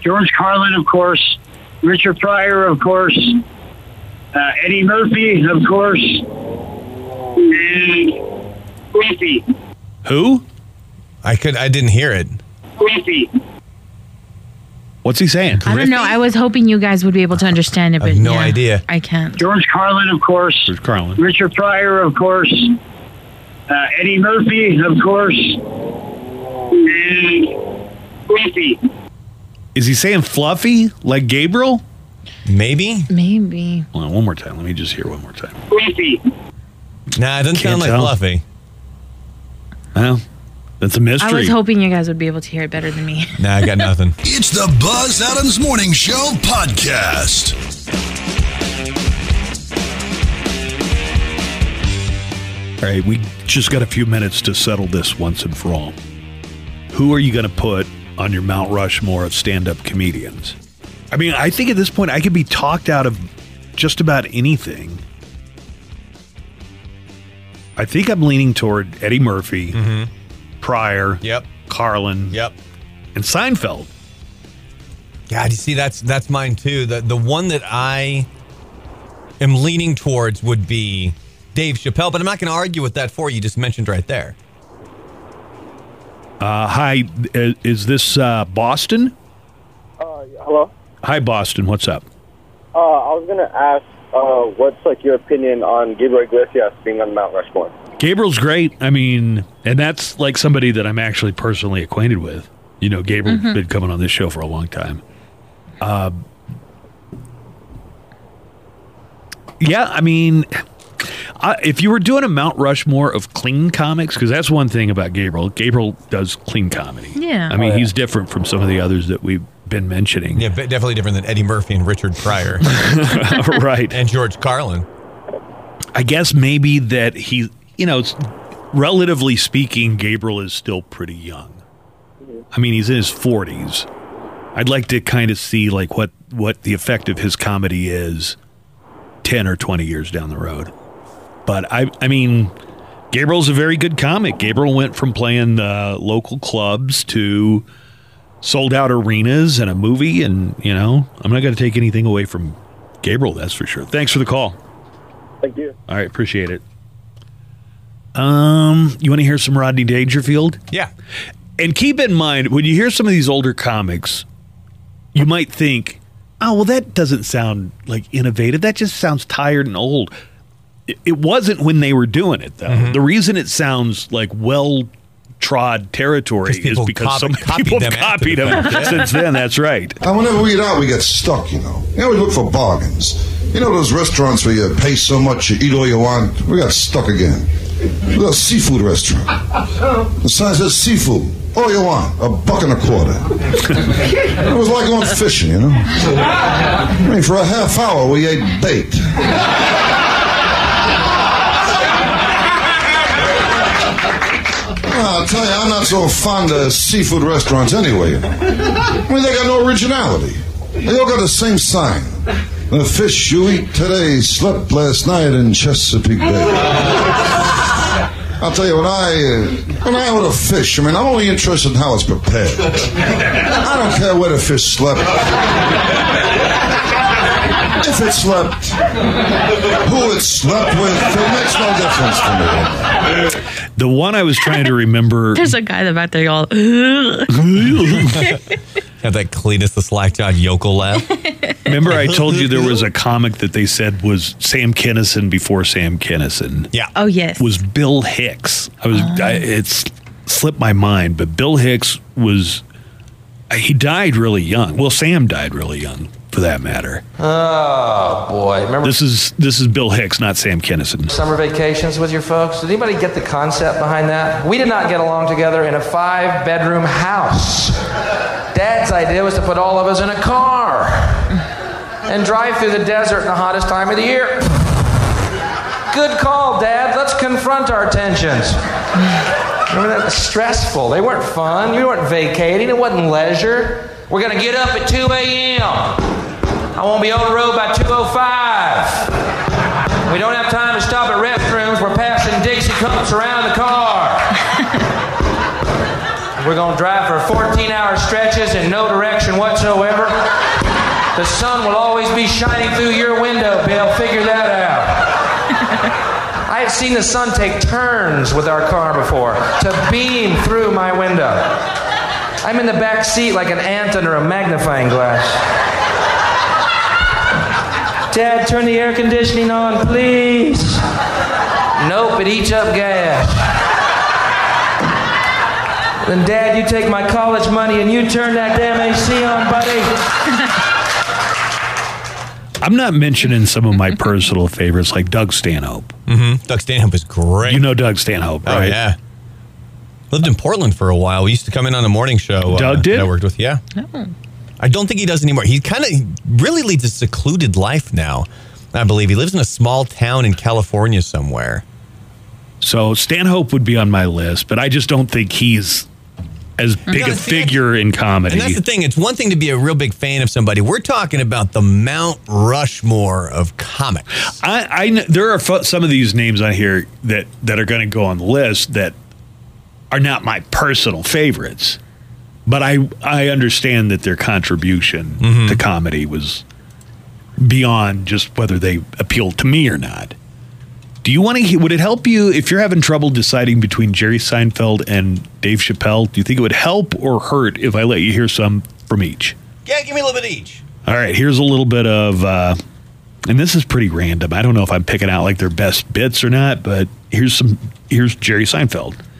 [SPEAKER 20] George Carlin, of course, Richard Pryor, of course, uh, Eddie Murphy, of course, and Murphy.
[SPEAKER 2] Who?
[SPEAKER 3] I could I didn't hear it.
[SPEAKER 20] Murphy.
[SPEAKER 2] What's he saying?
[SPEAKER 4] I don't know. I was hoping you guys would be able to understand it, but
[SPEAKER 3] no
[SPEAKER 4] yeah,
[SPEAKER 3] idea.
[SPEAKER 4] I can't.
[SPEAKER 20] George Carlin, of course.
[SPEAKER 2] George Carlin.
[SPEAKER 20] Richard Pryor, of course, uh, Eddie Murphy, of course, and Fluffy.
[SPEAKER 2] Is he saying fluffy like Gabriel?
[SPEAKER 3] Maybe.
[SPEAKER 4] Maybe.
[SPEAKER 2] Hold on, one more time. Let me just hear one more time.
[SPEAKER 20] Fluffy.
[SPEAKER 3] Nah, it doesn't
[SPEAKER 2] Can't
[SPEAKER 3] sound like
[SPEAKER 2] tell.
[SPEAKER 3] Fluffy.
[SPEAKER 2] Well, that's a mystery.
[SPEAKER 4] I was hoping you guys would be able to hear it better than me.
[SPEAKER 3] Nah, I got nothing.
[SPEAKER 1] It's the Buzz Adams Morning Show podcast.
[SPEAKER 2] All right, we just got a few minutes to settle this once and for all. Who are you going to put on your Mount Rushmore of stand up comedians? I mean, I think at this point I could be talked out of just about anything. I think I'm leaning toward Eddie Murphy, Pryor,
[SPEAKER 3] Mm-hmm. yep.
[SPEAKER 2] Carlin,
[SPEAKER 3] yep.
[SPEAKER 2] and Seinfeld.
[SPEAKER 3] God, you see, that's that's mine too. The the one that I am leaning towards would be Dave Chappelle, but I'm not going to argue with that for you. Just mentioned right there.
[SPEAKER 2] Uh, hi, i- is this uh, Boston?
[SPEAKER 21] Uh, Hello.
[SPEAKER 2] Hi, Boston. What's up?
[SPEAKER 21] Uh, I was gonna ask, uh, what's like your opinion on Gabriel Iglesias being on Mount Rushmore?
[SPEAKER 2] Gabriel's great. I mean, and that's like somebody that I'm actually personally acquainted with. You know, Gabriel's
[SPEAKER 21] Mhm.
[SPEAKER 2] been coming on this show for a long time. Uh, yeah, I mean, I, if you were doing a Mount Rushmore of clean comics, because that's one thing about Gabriel. Gabriel does clean comedy.
[SPEAKER 3] Yeah.
[SPEAKER 2] I mean,
[SPEAKER 3] Oh, yeah.
[SPEAKER 2] he's different from some of the others that we've been mentioning.
[SPEAKER 3] Yeah, but definitely different than Eddie Murphy and Richard Pryor,
[SPEAKER 2] right?
[SPEAKER 3] And George Carlin.
[SPEAKER 2] I guess maybe that he, you know, it's- relatively speaking, Gabriel is still pretty young. I mean, he's in his 40s. I'd like to kind of see like what what the effect of his comedy is 10 or 20 years down the road. But I I mean, Gabriel's a very good comic. Gabriel went from playing the local clubs to sold out arenas and a movie and, you know, I'm not going to take anything away from Gabriel, that's for sure. Thanks for the call.
[SPEAKER 21] Thank you.
[SPEAKER 2] All right, appreciate it. Um, you want to hear some Rodney Dangerfield?
[SPEAKER 3] Yeah.
[SPEAKER 2] And keep in mind when you hear some of these older comics, you might think, "Oh, well, that doesn't sound like innovative. That just sounds tired and old." It, it wasn't when they were doing it though.
[SPEAKER 3] Mm-hmm.
[SPEAKER 2] The reason it sounds like well trod territory is
[SPEAKER 3] people
[SPEAKER 2] because
[SPEAKER 3] cop-
[SPEAKER 2] some
[SPEAKER 3] copied
[SPEAKER 2] people
[SPEAKER 3] them
[SPEAKER 2] have
[SPEAKER 3] after the
[SPEAKER 2] copied them
[SPEAKER 3] fact, yeah.
[SPEAKER 2] since then. That's right.
[SPEAKER 22] And whenever we get out, we get stuck, you know. We always look for bargains. You know those restaurants where you pay so much, you eat all you want? We got stuck again. We got a seafood restaurant. The sign says seafood, all you want, a buck and a quarter. it was like going fishing, you know. I mean, for a half hour, we ate bait. Well, I'll tell you, I'm not so fond of seafood restaurants anyway. I mean, they got no originality. They all got the same sign. The fish you eat today slept last night in Chesapeake Bay. I'll tell you, when I uh, when I order fish, I mean, I'm only interested in how it's prepared. I don't care where the fish slept. If it slept, who it slept with, it makes no difference to me.
[SPEAKER 2] The one I was trying to remember
[SPEAKER 4] There's a guy in the back there, y'all.
[SPEAKER 3] Have that Cletus the Slackjawed yokel laugh.
[SPEAKER 2] Remember, I told you there was a comic that they said was Sam Kinison before Sam Kinison.
[SPEAKER 3] Yeah.
[SPEAKER 4] Oh, yes.
[SPEAKER 2] Was Bill Hicks? I was. I,
[SPEAKER 4] Oh.
[SPEAKER 2] it's slipped my mind, but Bill Hicks was. uh, He died really young. Well, Sam died really young, for that matter.
[SPEAKER 23] Oh boy! Remember
[SPEAKER 2] This is this is Bill Hicks, not Sam Kinison.
[SPEAKER 23] summer vacations with your folks? Did anybody get the concept behind that? We did not get along together in a five-bedroom house. Dad's idea was to put all of us in a car and drive through the desert in the hottest time of the year. Good call, Dad. Let's confront our tensions. Remember that? Stressful. They weren't fun. We weren't vacating. It wasn't leisure. We're gonna get up at 2 a.m. I won't be on the road by 2:05. We don't have time to stop at restrooms. We're passing Dixie cups around the car. We're gonna drive for 14-hour stretches in no direction whatsoever. The sun will always be shining through your window, Bill. Figure that out. I have seen the sun take turns with our car before to beam through my window. I'm in the back seat like an ant under a magnifying glass. Dad, turn the air conditioning on, please. Nope, it eats up gas. Then, Dad, you take my college money and you turn that damn AC on, buddy.
[SPEAKER 2] I'm not mentioning some of my personal favorites like Doug Stanhope.
[SPEAKER 3] Mm-hmm. Doug Stanhope is great.
[SPEAKER 2] You know Doug Stanhope,
[SPEAKER 3] Oh
[SPEAKER 2] right?
[SPEAKER 3] yeah. Lived in Portland for a while. We used to come in on a morning show. uh,
[SPEAKER 2] Doug did?
[SPEAKER 3] That I worked with. Yeah. I don't think he does anymore. He kind of really leads a secluded life now. I believe he lives in a small town in California somewhere.
[SPEAKER 2] So Stanhope would be on my list, but I just don't think he's as big a
[SPEAKER 3] that's-
[SPEAKER 2] figure in comedy.
[SPEAKER 3] And that's the thing. It's one thing to be a real big fan of somebody. We're talking about the Mount Rushmore of comics.
[SPEAKER 2] I, I kn- there are fu- some of these names on here that that are going to go on the list that are not my personal favorites, but I I understand that their contribution to comedy was beyond just whether they appealed to me or not. Do you want to? Would it help you if you're having trouble deciding between Jerry Seinfeld and Dave Chappelle? Do you think it would help or hurt if I let you hear some from each?
[SPEAKER 3] Yeah, give me a little bit each.
[SPEAKER 2] All right, here's a little bit of, uh, and this is pretty random. I don't know if I'm picking out like their best bits or not, but here's some. Here's Jerry Seinfeld.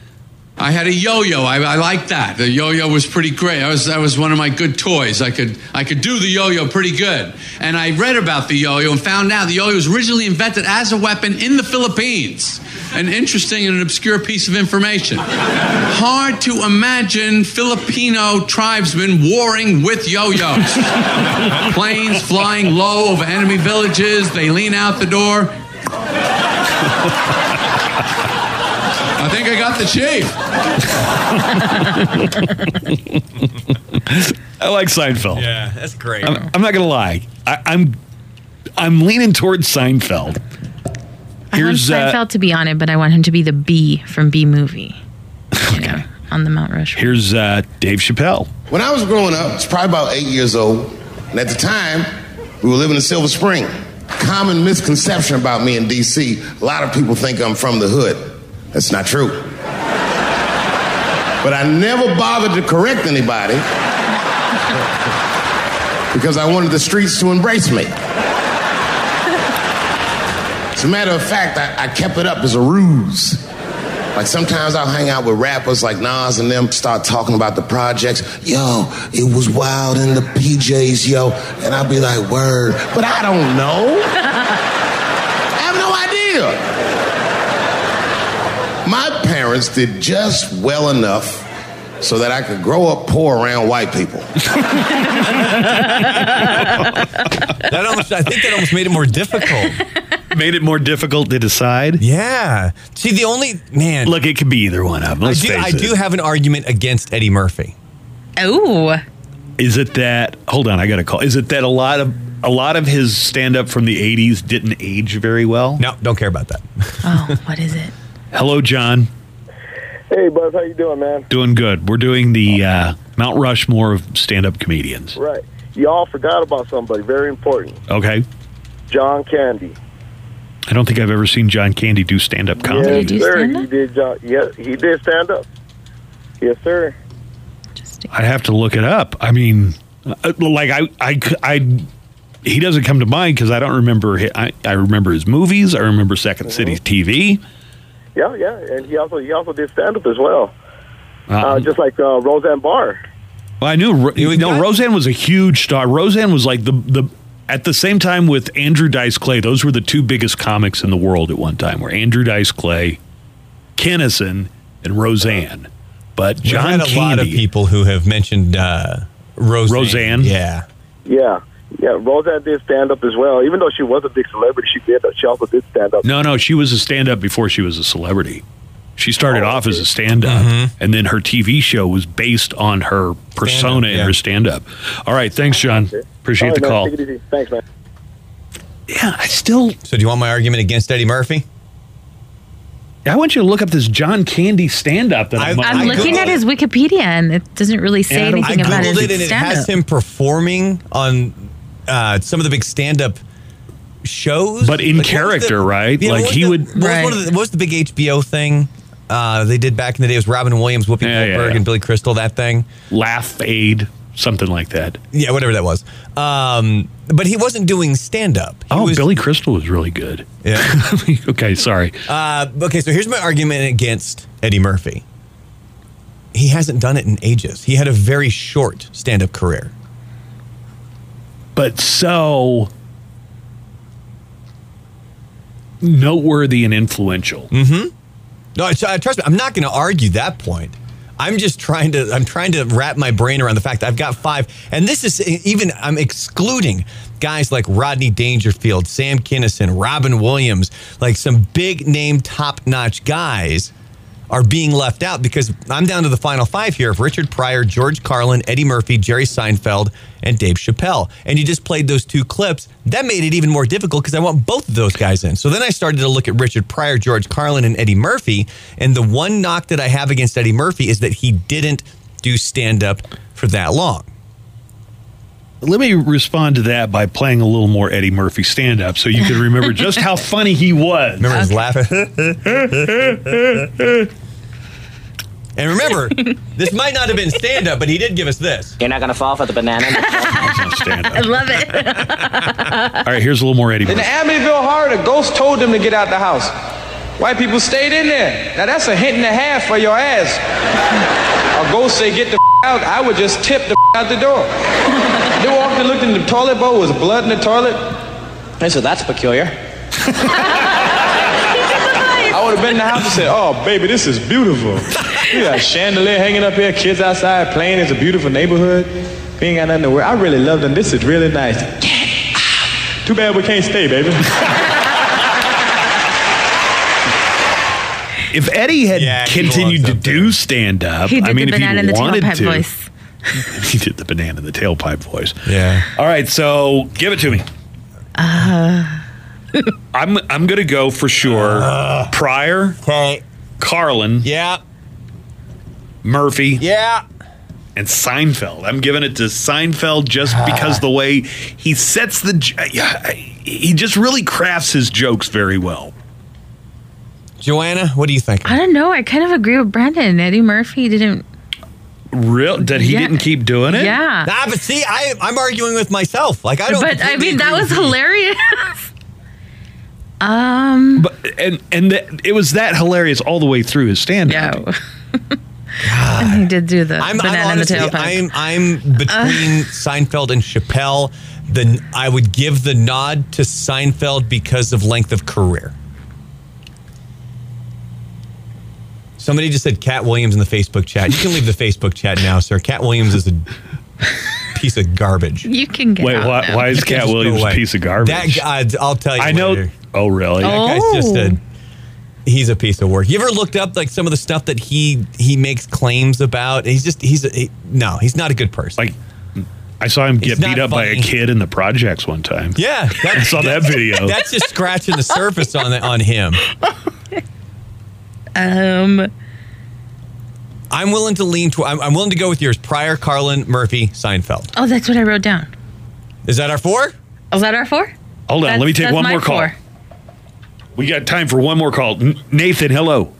[SPEAKER 9] I had a yo-yo. I, I liked that. The yo-yo was pretty great. I was, that was one of my good toys. I could I could do the yo-yo pretty good. And I read about the yo-yo and found out the yo-yo was originally invented as a weapon in the Philippines. An interesting and an obscure piece of information. Hard to imagine Filipino tribesmen warring with yo-yos. Planes flying low over enemy villages. They lean out the door. I think I got the chief.
[SPEAKER 2] I like Seinfeld.
[SPEAKER 3] Yeah, that's great.
[SPEAKER 2] I'm, I'm not gonna lie. I, I'm I'm leaning towards Seinfeld. Here's
[SPEAKER 4] I
[SPEAKER 2] uh,
[SPEAKER 4] want Seinfeld to be on it, but I want him to be the B from B movie. You know, on the Mount Rushmore.
[SPEAKER 2] here's uh, Dave Chappelle.
[SPEAKER 14] When I was growing up, it's probably about eight years old, and at the time, we were living in Silver Spring. Common misconception about me in D.C. A lot of people think I'm from the hood. That's not true. but I never bothered to correct anybody because I wanted the streets to embrace me. As a matter of fact, I, I kept it up as a ruse. Like sometimes I'll hang out with rappers like Nas and them, start talking about the projects. Yo, it was wild in the PJs, yo. And I'll be like, word. But I don't know. I have no idea. My parents did just well enough so that I could grow up poor around white people.
[SPEAKER 3] That almost, I think that almost made it more difficult.
[SPEAKER 2] Made it more difficult to decide.
[SPEAKER 3] Yeah. See, the only man.
[SPEAKER 2] Look, it could be either one of them.
[SPEAKER 3] I
[SPEAKER 2] Let's
[SPEAKER 3] do,
[SPEAKER 2] face
[SPEAKER 3] I
[SPEAKER 2] it.
[SPEAKER 3] do have an argument against Eddie Murphy.
[SPEAKER 4] Oh,
[SPEAKER 2] Is it that? Hold on, I got to call. Is it that a lot of a lot of his stand up from the '80s didn't age very well?
[SPEAKER 3] No, don't care about that.
[SPEAKER 4] oh, what is it?
[SPEAKER 2] Hello, John.
[SPEAKER 21] Hey, Buzz, how you doing, man?
[SPEAKER 2] Doing good. We're doing the uh, Mount Rushmore of stand-up comedians.
[SPEAKER 21] Right. Y'all forgot about somebody very important,
[SPEAKER 2] Okay,
[SPEAKER 21] John Candy.
[SPEAKER 2] I don't think I've ever seen John Candy do stand-up comedy.
[SPEAKER 21] Yes, sir. He did. John, yeah, he did stand up. Yes, sir.
[SPEAKER 2] I have to look it up. I mean, uh, like I, I, c- I- he doesn't come to mind because I don't remember. hi- I, I remember his movies. I remember 2nd
[SPEAKER 21] Mm-hmm.
[SPEAKER 2] City TV.
[SPEAKER 21] Yeah, yeah, and he also he also did stand up as well, uh,
[SPEAKER 2] Um,
[SPEAKER 21] just like uh, Roseanne Barr.
[SPEAKER 2] Well, I knew. Ro- no, Roseanne was a huge star. Roseanne was like the the at the same time with Andrew Dice Clay. Those were the two biggest comics in the world at one time. Were Andrew Dice Clay, Kennison, and Roseanne. But John
[SPEAKER 3] We've had a
[SPEAKER 2] Candy,
[SPEAKER 3] lot of people who have mentioned uh, Roseanne.
[SPEAKER 2] Roseanne?
[SPEAKER 3] Yeah.
[SPEAKER 21] Yeah, yeah, Roseanne did stand up as well. Even though she was a big celebrity, she did. She also did stand up.
[SPEAKER 2] No, no, she was a stand up before she was a celebrity. She started off as a stand up,
[SPEAKER 3] Mm-hmm.
[SPEAKER 2] and then her TV show was based on her persona and her stand up. All right, thanks, John. Appreciate
[SPEAKER 21] All right,
[SPEAKER 2] the
[SPEAKER 21] man,
[SPEAKER 2] call.
[SPEAKER 21] Take it easy. Thanks, man.
[SPEAKER 2] Yeah, I still.
[SPEAKER 3] So, do you want my argument against Eddie Murphy?
[SPEAKER 2] I want you to look up this John Candy stand up that I'm,
[SPEAKER 4] I'm looking at his Wikipedia, and it doesn't really say
[SPEAKER 3] And
[SPEAKER 4] anything
[SPEAKER 3] I
[SPEAKER 4] about
[SPEAKER 3] googled it,
[SPEAKER 4] his
[SPEAKER 3] and it has
[SPEAKER 4] stand-up.
[SPEAKER 3] him performing on uh, some of the big stand-up shows,
[SPEAKER 2] But in
[SPEAKER 3] Like, what was the-
[SPEAKER 2] character, right?
[SPEAKER 3] Yeah,
[SPEAKER 2] Like,
[SPEAKER 3] what was
[SPEAKER 2] he
[SPEAKER 3] the-
[SPEAKER 2] would-
[SPEAKER 3] What, was one of the, what was the big HBO thing uh, they did back in the day? It was Robin Williams, Whoopi
[SPEAKER 2] Yeah, yeah,
[SPEAKER 3] Goldberg,
[SPEAKER 2] yeah.
[SPEAKER 3] and Billy Crystal. That thing,
[SPEAKER 2] Laugh Aid, something like that.
[SPEAKER 3] yeah, whatever that was. Um, but he wasn't doing stand-up. He
[SPEAKER 2] Oh,
[SPEAKER 3] was,
[SPEAKER 2] Billy Crystal was really good.
[SPEAKER 3] Yeah.
[SPEAKER 2] okay, sorry.
[SPEAKER 3] Uh, okay, so here's my argument against Eddie Murphy. he hasn't done it in ages. He had a very short stand up career.
[SPEAKER 2] But so noteworthy and influential.
[SPEAKER 3] Mm-hmm. No, I- I- trust me. I'm not going to argue that point. I'm just trying to. I'm trying to wrap my brain around the fact that I've got five, and this is e, even. I'm excluding guys like Rodney Dangerfield, Sam Kinison, Robin Williams, like some big name, top notch guys are being left out because I'm down to the final five here of Richard Pryor, George Carlin, Eddie Murphy, Jerry Seinfeld, and Dave Chappelle. And you just played those two clips. That made it even more difficult because I want both of those guys in. So then I started to look at Richard Pryor, George Carlin, and Eddie Murphy. And the one knock that I have against Eddie Murphy is that he didn't do stand up for that long.
[SPEAKER 2] Let me respond to that by playing a little more Eddie Murphy stand up so you can remember just how funny he was.
[SPEAKER 3] Remember his laughing? and remember, this might not have been stand up, but he did give us this. You're not going to fall for the banana.
[SPEAKER 4] I love it.
[SPEAKER 2] All right, here's a little more Eddie
[SPEAKER 23] In
[SPEAKER 2] Murphy.
[SPEAKER 23] the Amityville Horror, the ghost told them to get out the house. White people stayed in there. Now that's a hint and a half for your ass. A ghost say get the out. I would just tip the out the door. They walked and looked in the toilet bowl. Was blood in the toilet? They said that's peculiar. I would have been in the house and said, "Oh, baby, this is beautiful. We got a chandelier hanging up here. Kids outside playing. It's a beautiful neighborhood. We ain't got nothing to wear. I really love them. This is really nice. Too bad we can't stay, baby."
[SPEAKER 2] If Eddie had
[SPEAKER 3] he
[SPEAKER 2] continued to do stand up,
[SPEAKER 4] He did
[SPEAKER 2] I mean,
[SPEAKER 4] the
[SPEAKER 2] if
[SPEAKER 4] banana
[SPEAKER 2] he
[SPEAKER 4] in the
[SPEAKER 2] wanted
[SPEAKER 4] tailpipe
[SPEAKER 2] to,
[SPEAKER 4] voice.
[SPEAKER 2] he did the banana in the tailpipe voice.
[SPEAKER 3] Yeah.
[SPEAKER 2] All right, so give it to me.
[SPEAKER 4] Uh,
[SPEAKER 2] I'm I'm gonna go for sure. Pryor, Carlin,
[SPEAKER 3] Uh-huh. yeah,
[SPEAKER 2] Murphy,
[SPEAKER 3] yeah,
[SPEAKER 2] and Seinfeld. I'm giving it to Seinfeld just because the way he sets the j- yeah, he just really crafts his jokes very well.
[SPEAKER 3] Joanna, what do you think?
[SPEAKER 4] I don't know. I kind of agree with Brandon. Eddie Murphy didn't.
[SPEAKER 2] Real that he
[SPEAKER 4] Yeah.
[SPEAKER 2] didn't keep doing it.
[SPEAKER 4] Yeah.
[SPEAKER 3] Nah, but see, I, I'm arguing with myself. Like I don't.
[SPEAKER 4] but I
[SPEAKER 3] completely
[SPEAKER 4] mean, that
[SPEAKER 3] agree
[SPEAKER 4] was
[SPEAKER 3] with you.
[SPEAKER 4] hilarious. um.
[SPEAKER 2] But and and that it was that hilarious all the way through his stand up.
[SPEAKER 4] and he did do the
[SPEAKER 3] I'm,
[SPEAKER 4] banana
[SPEAKER 3] I'm honestly,
[SPEAKER 4] in the Uh. tailpipe.
[SPEAKER 3] I'm I'm between Seinfeld and Chappelle. Then I would give the nod to Seinfeld because of length of career. Somebody just said Cat Williams in the Facebook chat. You can leave the Facebook chat now, sir. Cat Williams is a piece of garbage.
[SPEAKER 4] you can get
[SPEAKER 2] Wait,
[SPEAKER 4] out
[SPEAKER 2] why,
[SPEAKER 4] now.
[SPEAKER 2] why is Cat
[SPEAKER 3] Just go
[SPEAKER 2] Williams a
[SPEAKER 3] away.
[SPEAKER 2] piece of garbage?
[SPEAKER 3] That guy, I'll tell you.
[SPEAKER 2] I know-
[SPEAKER 3] later.
[SPEAKER 2] oh, really?
[SPEAKER 3] That
[SPEAKER 4] Oh.
[SPEAKER 3] guy's just a. He's a piece of work. You ever looked up like some of the stuff that he he makes claims about? He's just he's a, he- no, he's not a good person.
[SPEAKER 2] Like I saw him get
[SPEAKER 3] He's not
[SPEAKER 2] beat up by a
[SPEAKER 3] funny.
[SPEAKER 2] kid in the projects one time.
[SPEAKER 3] yeah,
[SPEAKER 2] I
[SPEAKER 3] that's
[SPEAKER 2] saw that video.
[SPEAKER 3] that's just scratching the surface on the, on him.
[SPEAKER 4] Um,
[SPEAKER 3] I'm willing to lean to. I'm, I'm willing to go with yours. Pryor, Carlin, Murphy, Seinfeld.
[SPEAKER 4] oh, that's what I wrote down.
[SPEAKER 3] Is that our four?
[SPEAKER 4] Was that our four?
[SPEAKER 2] Hold on, let
[SPEAKER 4] That's-
[SPEAKER 2] me take
[SPEAKER 4] that's
[SPEAKER 2] one
[SPEAKER 4] my
[SPEAKER 2] more call.
[SPEAKER 4] four.
[SPEAKER 2] We got time for one more call. N- Nathan, hello.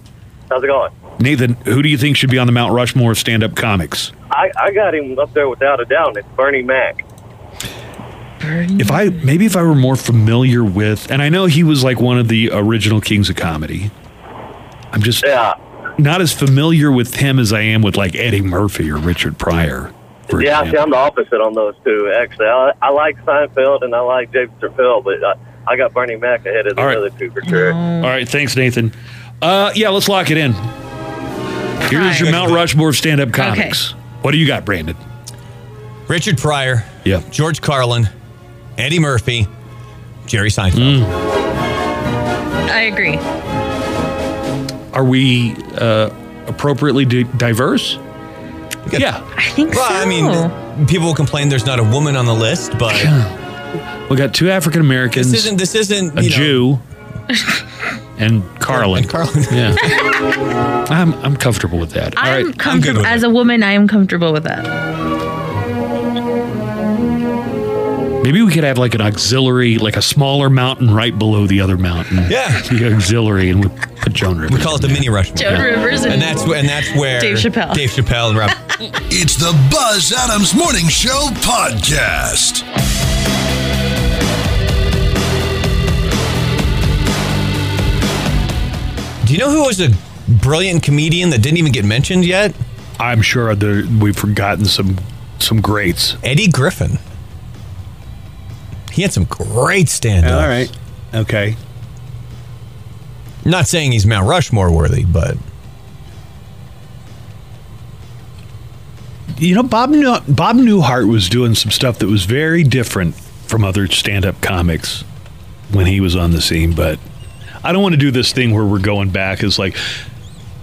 [SPEAKER 21] How's it going?
[SPEAKER 2] Nathan, who do you think should be on the Mount Rushmore of stand up comics?
[SPEAKER 21] I, I got him up there without a doubt. It's Bernie Mac.
[SPEAKER 2] If I maybe if I were more familiar with and I know he was like one of the original kings of comedy. I'm just not as familiar with him as I am with like Eddie Murphy or Richard Pryor. for
[SPEAKER 21] yeah, see,
[SPEAKER 2] example.
[SPEAKER 21] I'm the opposite on those two. Actually, I, I like Seinfeld and I like Dave Chappelle, but I, I got Bernie Mac ahead of the
[SPEAKER 2] All right.
[SPEAKER 21] other two for sure.
[SPEAKER 2] All right, thanks, Nathan. Uh, yeah, let's lock it in. Here's your Mount Rushmore of stand-up comics. What do you got, Brandon?
[SPEAKER 3] Richard Pryor.
[SPEAKER 2] Yeah.
[SPEAKER 3] George Carlin, Eddie Murphy, Jerry Seinfeld.
[SPEAKER 2] Mm.
[SPEAKER 4] I agree.
[SPEAKER 2] Are we uh, appropriately di- diverse?
[SPEAKER 3] Good.
[SPEAKER 2] Yeah,
[SPEAKER 4] I think
[SPEAKER 3] Well,
[SPEAKER 4] so.
[SPEAKER 3] I mean, people will complain there's not a woman on the list, but
[SPEAKER 2] we got two African Americans,
[SPEAKER 3] this isn't this isn't
[SPEAKER 2] a
[SPEAKER 3] you know,
[SPEAKER 2] Jew, and Carlin.
[SPEAKER 3] And Carlin.
[SPEAKER 2] Yeah, I'm I'm comfortable with that. All
[SPEAKER 4] I'm
[SPEAKER 2] right.
[SPEAKER 4] comfortable as a woman. I am comfortable with that.
[SPEAKER 2] Maybe we could have like an auxiliary, like a smaller mountain right below the other mountain.
[SPEAKER 3] Yeah.
[SPEAKER 2] the auxiliary, and we put Joan Rivers.
[SPEAKER 3] We call it the mini Rushmore.
[SPEAKER 4] Joan Rivers and,
[SPEAKER 3] And that's wh- and that's where
[SPEAKER 4] Dave Chappelle.
[SPEAKER 3] Dave Chappelle and Rob.
[SPEAKER 1] It's the Buzz Adams Morning Show podcast.
[SPEAKER 3] Do you know who was a brilliant comedian that didn't even get mentioned yet?
[SPEAKER 2] I'm sure there, we've forgotten some some greats.
[SPEAKER 3] Eddie Griffin. He had some great stand
[SPEAKER 2] All right. Okay.
[SPEAKER 3] Not saying he's Mount Rushmore worthy, but
[SPEAKER 2] You know, Bob New- Bob Newhart was doing some stuff that was very different from other stand-up comics when he was on the scene. But I don't want to do this thing where we're going back. It's like,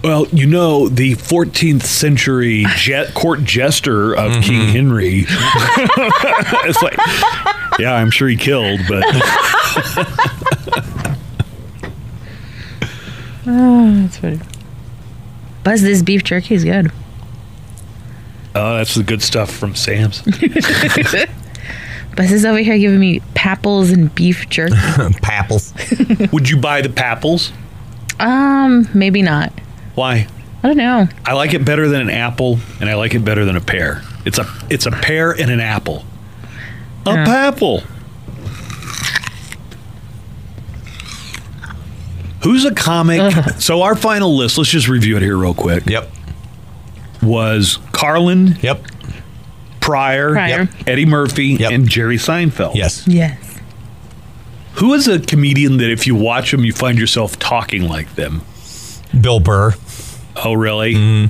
[SPEAKER 2] well, you know, the 14th century je- court jester of King Henry. it's like, yeah, I'm sure he killed, but
[SPEAKER 4] Oh, that's funny. Buzz, this beef jerky is good.
[SPEAKER 2] oh, that's the good stuff from Sam's.
[SPEAKER 4] Buzz is over here giving me papples and beef jerky.
[SPEAKER 3] Papples.
[SPEAKER 2] Would you buy the Papples?
[SPEAKER 4] um, maybe not.
[SPEAKER 2] Why?
[SPEAKER 4] I don't know.
[SPEAKER 2] I like it better than an apple, and I like it better than a pear. It's a it's a pear and an apple. A papple. Who's a comic? So our final list. Let's just review it here real quick.
[SPEAKER 3] Yep.
[SPEAKER 2] Was Carlin.
[SPEAKER 3] Yep.
[SPEAKER 2] Pryor.
[SPEAKER 4] Pryor. Yep.
[SPEAKER 2] Eddie Murphy and Jerry Seinfeld.
[SPEAKER 3] Yes.
[SPEAKER 4] Yes.
[SPEAKER 2] Who is a comedian that if you watch them, you find yourself talking like them?
[SPEAKER 3] Bill Burr. Mm-hmm.
[SPEAKER 2] Oh, really?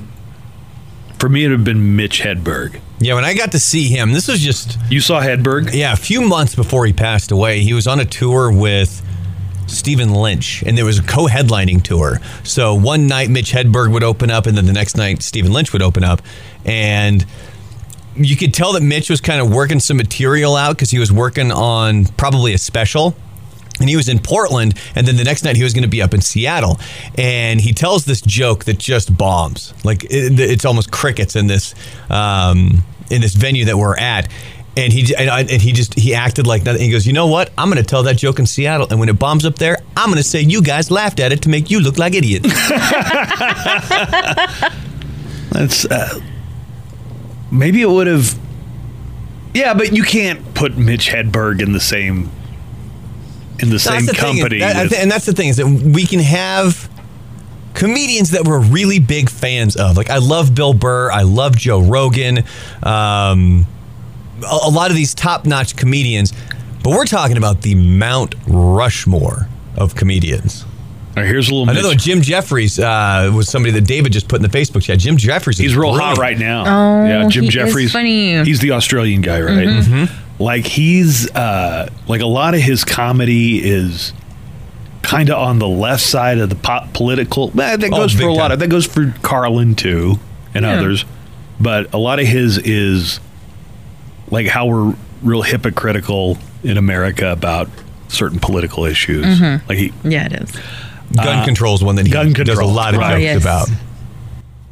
[SPEAKER 2] For me, it would have been Mitch Hedberg.
[SPEAKER 3] Yeah, when I got to see him, this was just
[SPEAKER 2] you saw Hedberg.
[SPEAKER 3] Yeah, a few months before he passed away, he was on a tour with Stephen Lynch, and there was a co-headlining tour. So one night Mitch Hedberg would open up, and then the next night Stephen Lynch would open up, and you could tell that Mitch was kind of working some material out because he was working on probably a special. And he was in Portland, and then the next night he was going to be up in Seattle. And he tells this joke that just bombs. Like it, it's almost crickets in this um, in this venue that we're at. And he j- and, I, and he just he acted like nothing. He goes, you know what? I'm going to tell that joke in Seattle, and when it bombs up there, I'm going to say you guys laughed at it to make you look like idiots.
[SPEAKER 2] That's uh, maybe it would have. Yeah, but you can't put Mitch Hedberg in the same in the
[SPEAKER 3] That's
[SPEAKER 2] same
[SPEAKER 3] the thing,
[SPEAKER 2] company.
[SPEAKER 3] is- that- I
[SPEAKER 2] with-
[SPEAKER 3] thi- and that's the thing is that we can have comedians that we're really big fans of. Like I love Bill Burr, I love Joe Rogan, um, a, a lot of these top-notch comedians. But we're talking about the Mount Rushmore of comedians.
[SPEAKER 2] All right, here's a little.
[SPEAKER 3] I know though, Jim Jeffries uh, was somebody that David just put in the Facebook chat. Jim Jeffries,
[SPEAKER 2] he's real hot
[SPEAKER 3] brilliant.
[SPEAKER 2] right now.
[SPEAKER 4] Oh,
[SPEAKER 2] yeah, Jim
[SPEAKER 4] he is
[SPEAKER 2] Jeffries.
[SPEAKER 4] funny.
[SPEAKER 2] He's the Australian guy, right? Mm-hmm.
[SPEAKER 4] Mhm.
[SPEAKER 2] Like he's uh, like a lot of his comedy is kind of on the left side of the pop political. eh, That
[SPEAKER 3] Oh,
[SPEAKER 2] goes for
[SPEAKER 3] big
[SPEAKER 2] a lot
[SPEAKER 3] time.
[SPEAKER 2] of that goes for Carlin too and
[SPEAKER 3] Yeah.
[SPEAKER 2] others, but a lot of his is like how we're real hypocritical in America about certain political issues.
[SPEAKER 4] Mhm.
[SPEAKER 2] Like he
[SPEAKER 4] Yeah, it is.
[SPEAKER 3] Gun
[SPEAKER 2] Uh,
[SPEAKER 3] control is one that he
[SPEAKER 2] gun
[SPEAKER 3] does a
[SPEAKER 2] control,
[SPEAKER 3] lot of
[SPEAKER 2] right.
[SPEAKER 3] jokes
[SPEAKER 4] Yes.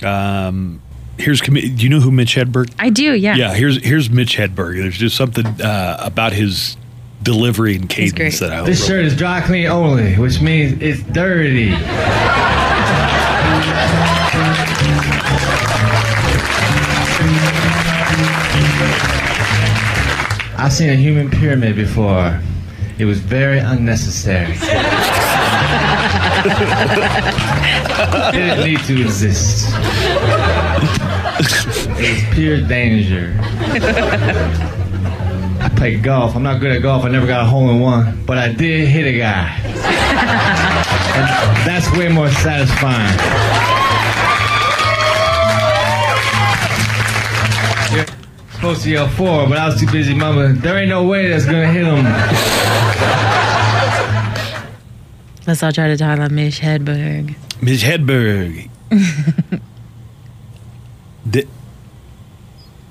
[SPEAKER 3] about.
[SPEAKER 2] Um, here's commi- do you know who Mitch Hedberg?
[SPEAKER 4] I do, yeah.
[SPEAKER 2] Yeah, here's here's Mitch Hedberg. There's just something uh, about his delivery and cadence that I
[SPEAKER 6] This shirt is dry clean only, which means it's dirty. I've seen a human pyramid before. It was very unnecessary. didn't need to exist. It was pure danger. I play golf. I'm not good at golf. I never got a hole in one, but I did hit a guy. And that's way more satisfying. You're supposed to yell four, but I was too busy, mama. There ain't no way that's gonna hit him.
[SPEAKER 4] Let's all try to talk like Mitch Hedberg.
[SPEAKER 2] Mitch Hedberg. did,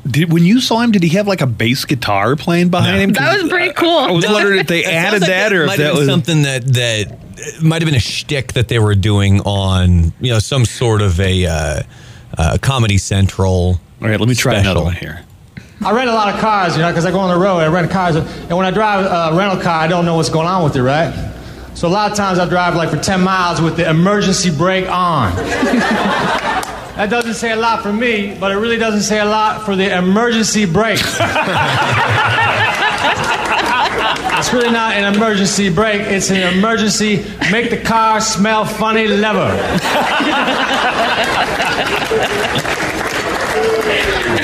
[SPEAKER 2] did when you saw him, did he have like a bass guitar playing behind him? 'Cause
[SPEAKER 4] That was pretty cool.
[SPEAKER 2] I was wondering if they
[SPEAKER 3] It sounds
[SPEAKER 2] added
[SPEAKER 3] like
[SPEAKER 2] that, or if
[SPEAKER 3] might have
[SPEAKER 2] that
[SPEAKER 3] been
[SPEAKER 2] was
[SPEAKER 3] something that that uh, might have been a shtick that they were doing on you know some sort of a uh, uh, Comedy Central.
[SPEAKER 2] All right, let me try another
[SPEAKER 3] special.
[SPEAKER 2] one here.
[SPEAKER 6] I rent a lot of cars, you know, because I go on the road. I rent cars, and when I drive a rental car, I don't know what's going on with it, right? So a lot of times I drive like for 10 miles with the emergency brake on. that doesn't say a lot for me, but it really doesn't say a lot for the emergency brake. it's really not an emergency brake. It's an emergency make the car smell funny lever.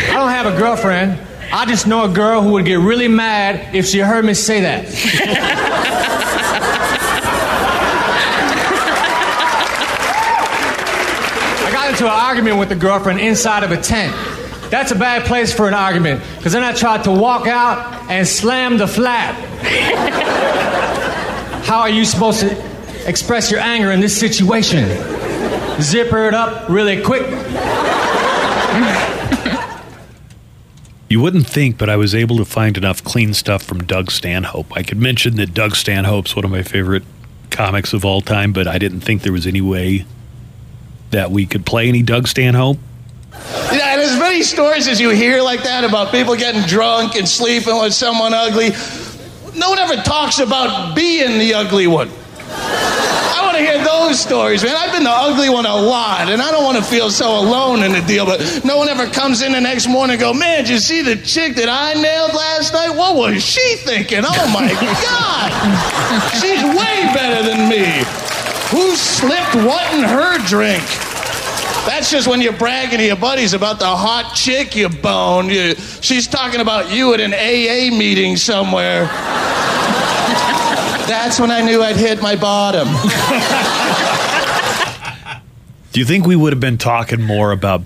[SPEAKER 6] I don't have a girlfriend. I just know a girl who would get really mad if she heard me say that. I got into an argument with a girlfriend inside of a tent. That's a bad place for an argument, because then I tried to walk out and slam the flap. How are you supposed to express your anger in this situation? Zipper it up really quick.
[SPEAKER 2] You wouldn't think, but I was able to find enough clean stuff from Doug Stanhope. I could mention that Doug Stanhope's one of my favorite comics of all time, but I didn't think there was any way that we could play any Doug Stanhope.
[SPEAKER 24] Yeah, and as many stories as you hear like that about people getting drunk and sleeping with someone ugly, no one ever talks about being the ugly one. I want to hear those stories, man. I've been the ugly one a lot, and I don't want to feel so alone in the deal, but no one ever comes in the next morning and go, man, did you see the chick that I nailed last night? What was she thinking? Oh, my God. She's way better than me. Who slipped what in her drink? That's just when you're bragging to your buddies about the hot chick you boned. You, she's talking about you at an AA meeting somewhere. That's when I knew I'd hit my bottom.
[SPEAKER 2] Do you think we would have been talking more about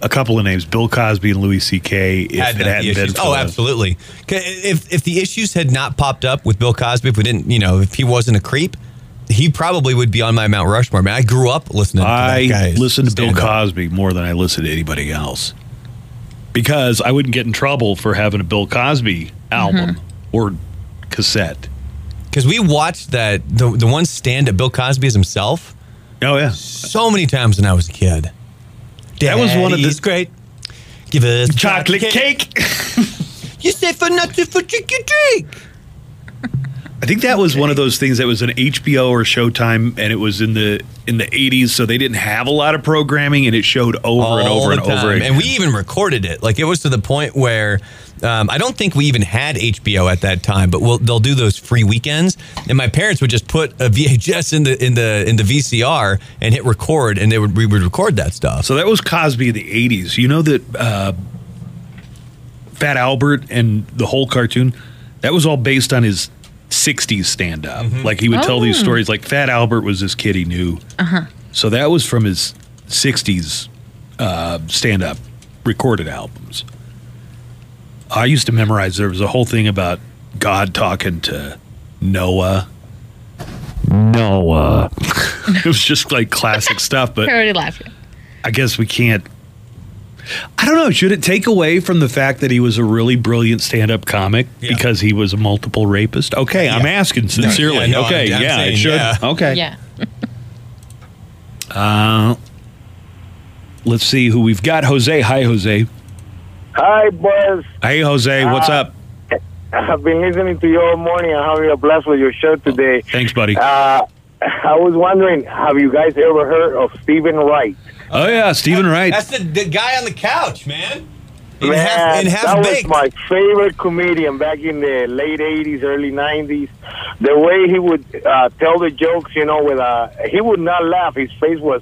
[SPEAKER 2] a couple of names, Bill Cosby and Louis C.K., if
[SPEAKER 3] Had
[SPEAKER 2] it
[SPEAKER 3] not the
[SPEAKER 2] hadn't been
[SPEAKER 3] issues.
[SPEAKER 2] for
[SPEAKER 3] Oh,
[SPEAKER 2] those?
[SPEAKER 3] absolutely. 'Kay, If if the issues had not popped up with Bill Cosby, if we didn't, you know, if he wasn't a creep, he probably would be on my Mount Rushmore. Man, I grew up listening.
[SPEAKER 2] I
[SPEAKER 3] to that guy
[SPEAKER 2] listen to Bill Cosby more than I listen to anybody else because I wouldn't get in trouble for having a Bill Cosby album or cassette.
[SPEAKER 3] because we watched that the the one stand up Bill Cosby is himself.
[SPEAKER 2] Oh yeah,
[SPEAKER 3] so many times when I was a kid.
[SPEAKER 2] That was one of the-
[SPEAKER 3] Daddy's great. Give us
[SPEAKER 2] Chocolate cake.
[SPEAKER 3] you say for nothing for tricky drink.
[SPEAKER 2] I think that was one of those things that was an HBO or Showtime, and it was in the in the eighties, so they didn't have a lot of programming, and it showed over and
[SPEAKER 3] all
[SPEAKER 2] over and
[SPEAKER 3] the
[SPEAKER 2] over
[SPEAKER 3] time.
[SPEAKER 2] again.
[SPEAKER 3] And we even recorded it. Like it was to the point where um, I don't think we even had HBO at that time, but we'll, they'll do those free weekends. And my parents would just put a VHS in the in the in the VCR and hit record, and they would we would record that stuff.
[SPEAKER 2] So that was Cosby in the eighties. You know that uh, Fat Albert and the whole cartoon that was all based on his sixties stand up.
[SPEAKER 3] Mm-hmm.
[SPEAKER 2] Like he would tell these
[SPEAKER 4] Oh.
[SPEAKER 2] stories. Like Fat Albert was this kid he knew. Uh
[SPEAKER 4] Uh-huh.
[SPEAKER 2] huh. So that was from his 60s uh, stand up recorded albums. I used to memorize, there was a whole thing about God talking to Noah. Noah. it was just like classic stuff,
[SPEAKER 4] I
[SPEAKER 2] but
[SPEAKER 4] already laughed.
[SPEAKER 2] I guess we can't. I don't know. Should it take away from the fact that he was a really brilliant stand up comic because he was a multiple rapist? Okay, I'm asking sincerely.
[SPEAKER 3] no, I'm-
[SPEAKER 2] okay,
[SPEAKER 3] I'm
[SPEAKER 2] yeah,
[SPEAKER 3] saying
[SPEAKER 2] it should.
[SPEAKER 3] yeah.
[SPEAKER 2] Okay.
[SPEAKER 4] Yeah.
[SPEAKER 2] Uh, let's see who we've got. Jose. Hi, Jose.
[SPEAKER 21] Hi, Buzz.
[SPEAKER 2] Hey, Jose. What's
[SPEAKER 21] Uh,
[SPEAKER 2] up?
[SPEAKER 21] I've been listening to you all morning and having a blast with your show today.
[SPEAKER 2] Thanks, buddy.
[SPEAKER 21] Uh, I was wondering, have you guys ever heard of Stephen Wright?
[SPEAKER 2] oh, yeah. Stephen Wright.
[SPEAKER 3] That's the, the guy on the couch, man. In
[SPEAKER 21] Man,
[SPEAKER 3] half, in half
[SPEAKER 21] that
[SPEAKER 3] baked.
[SPEAKER 21] was my favorite comedian back in the late '80s, early '90s. The way he would uh, tell the jokes, you know, with a he would not laugh. His face was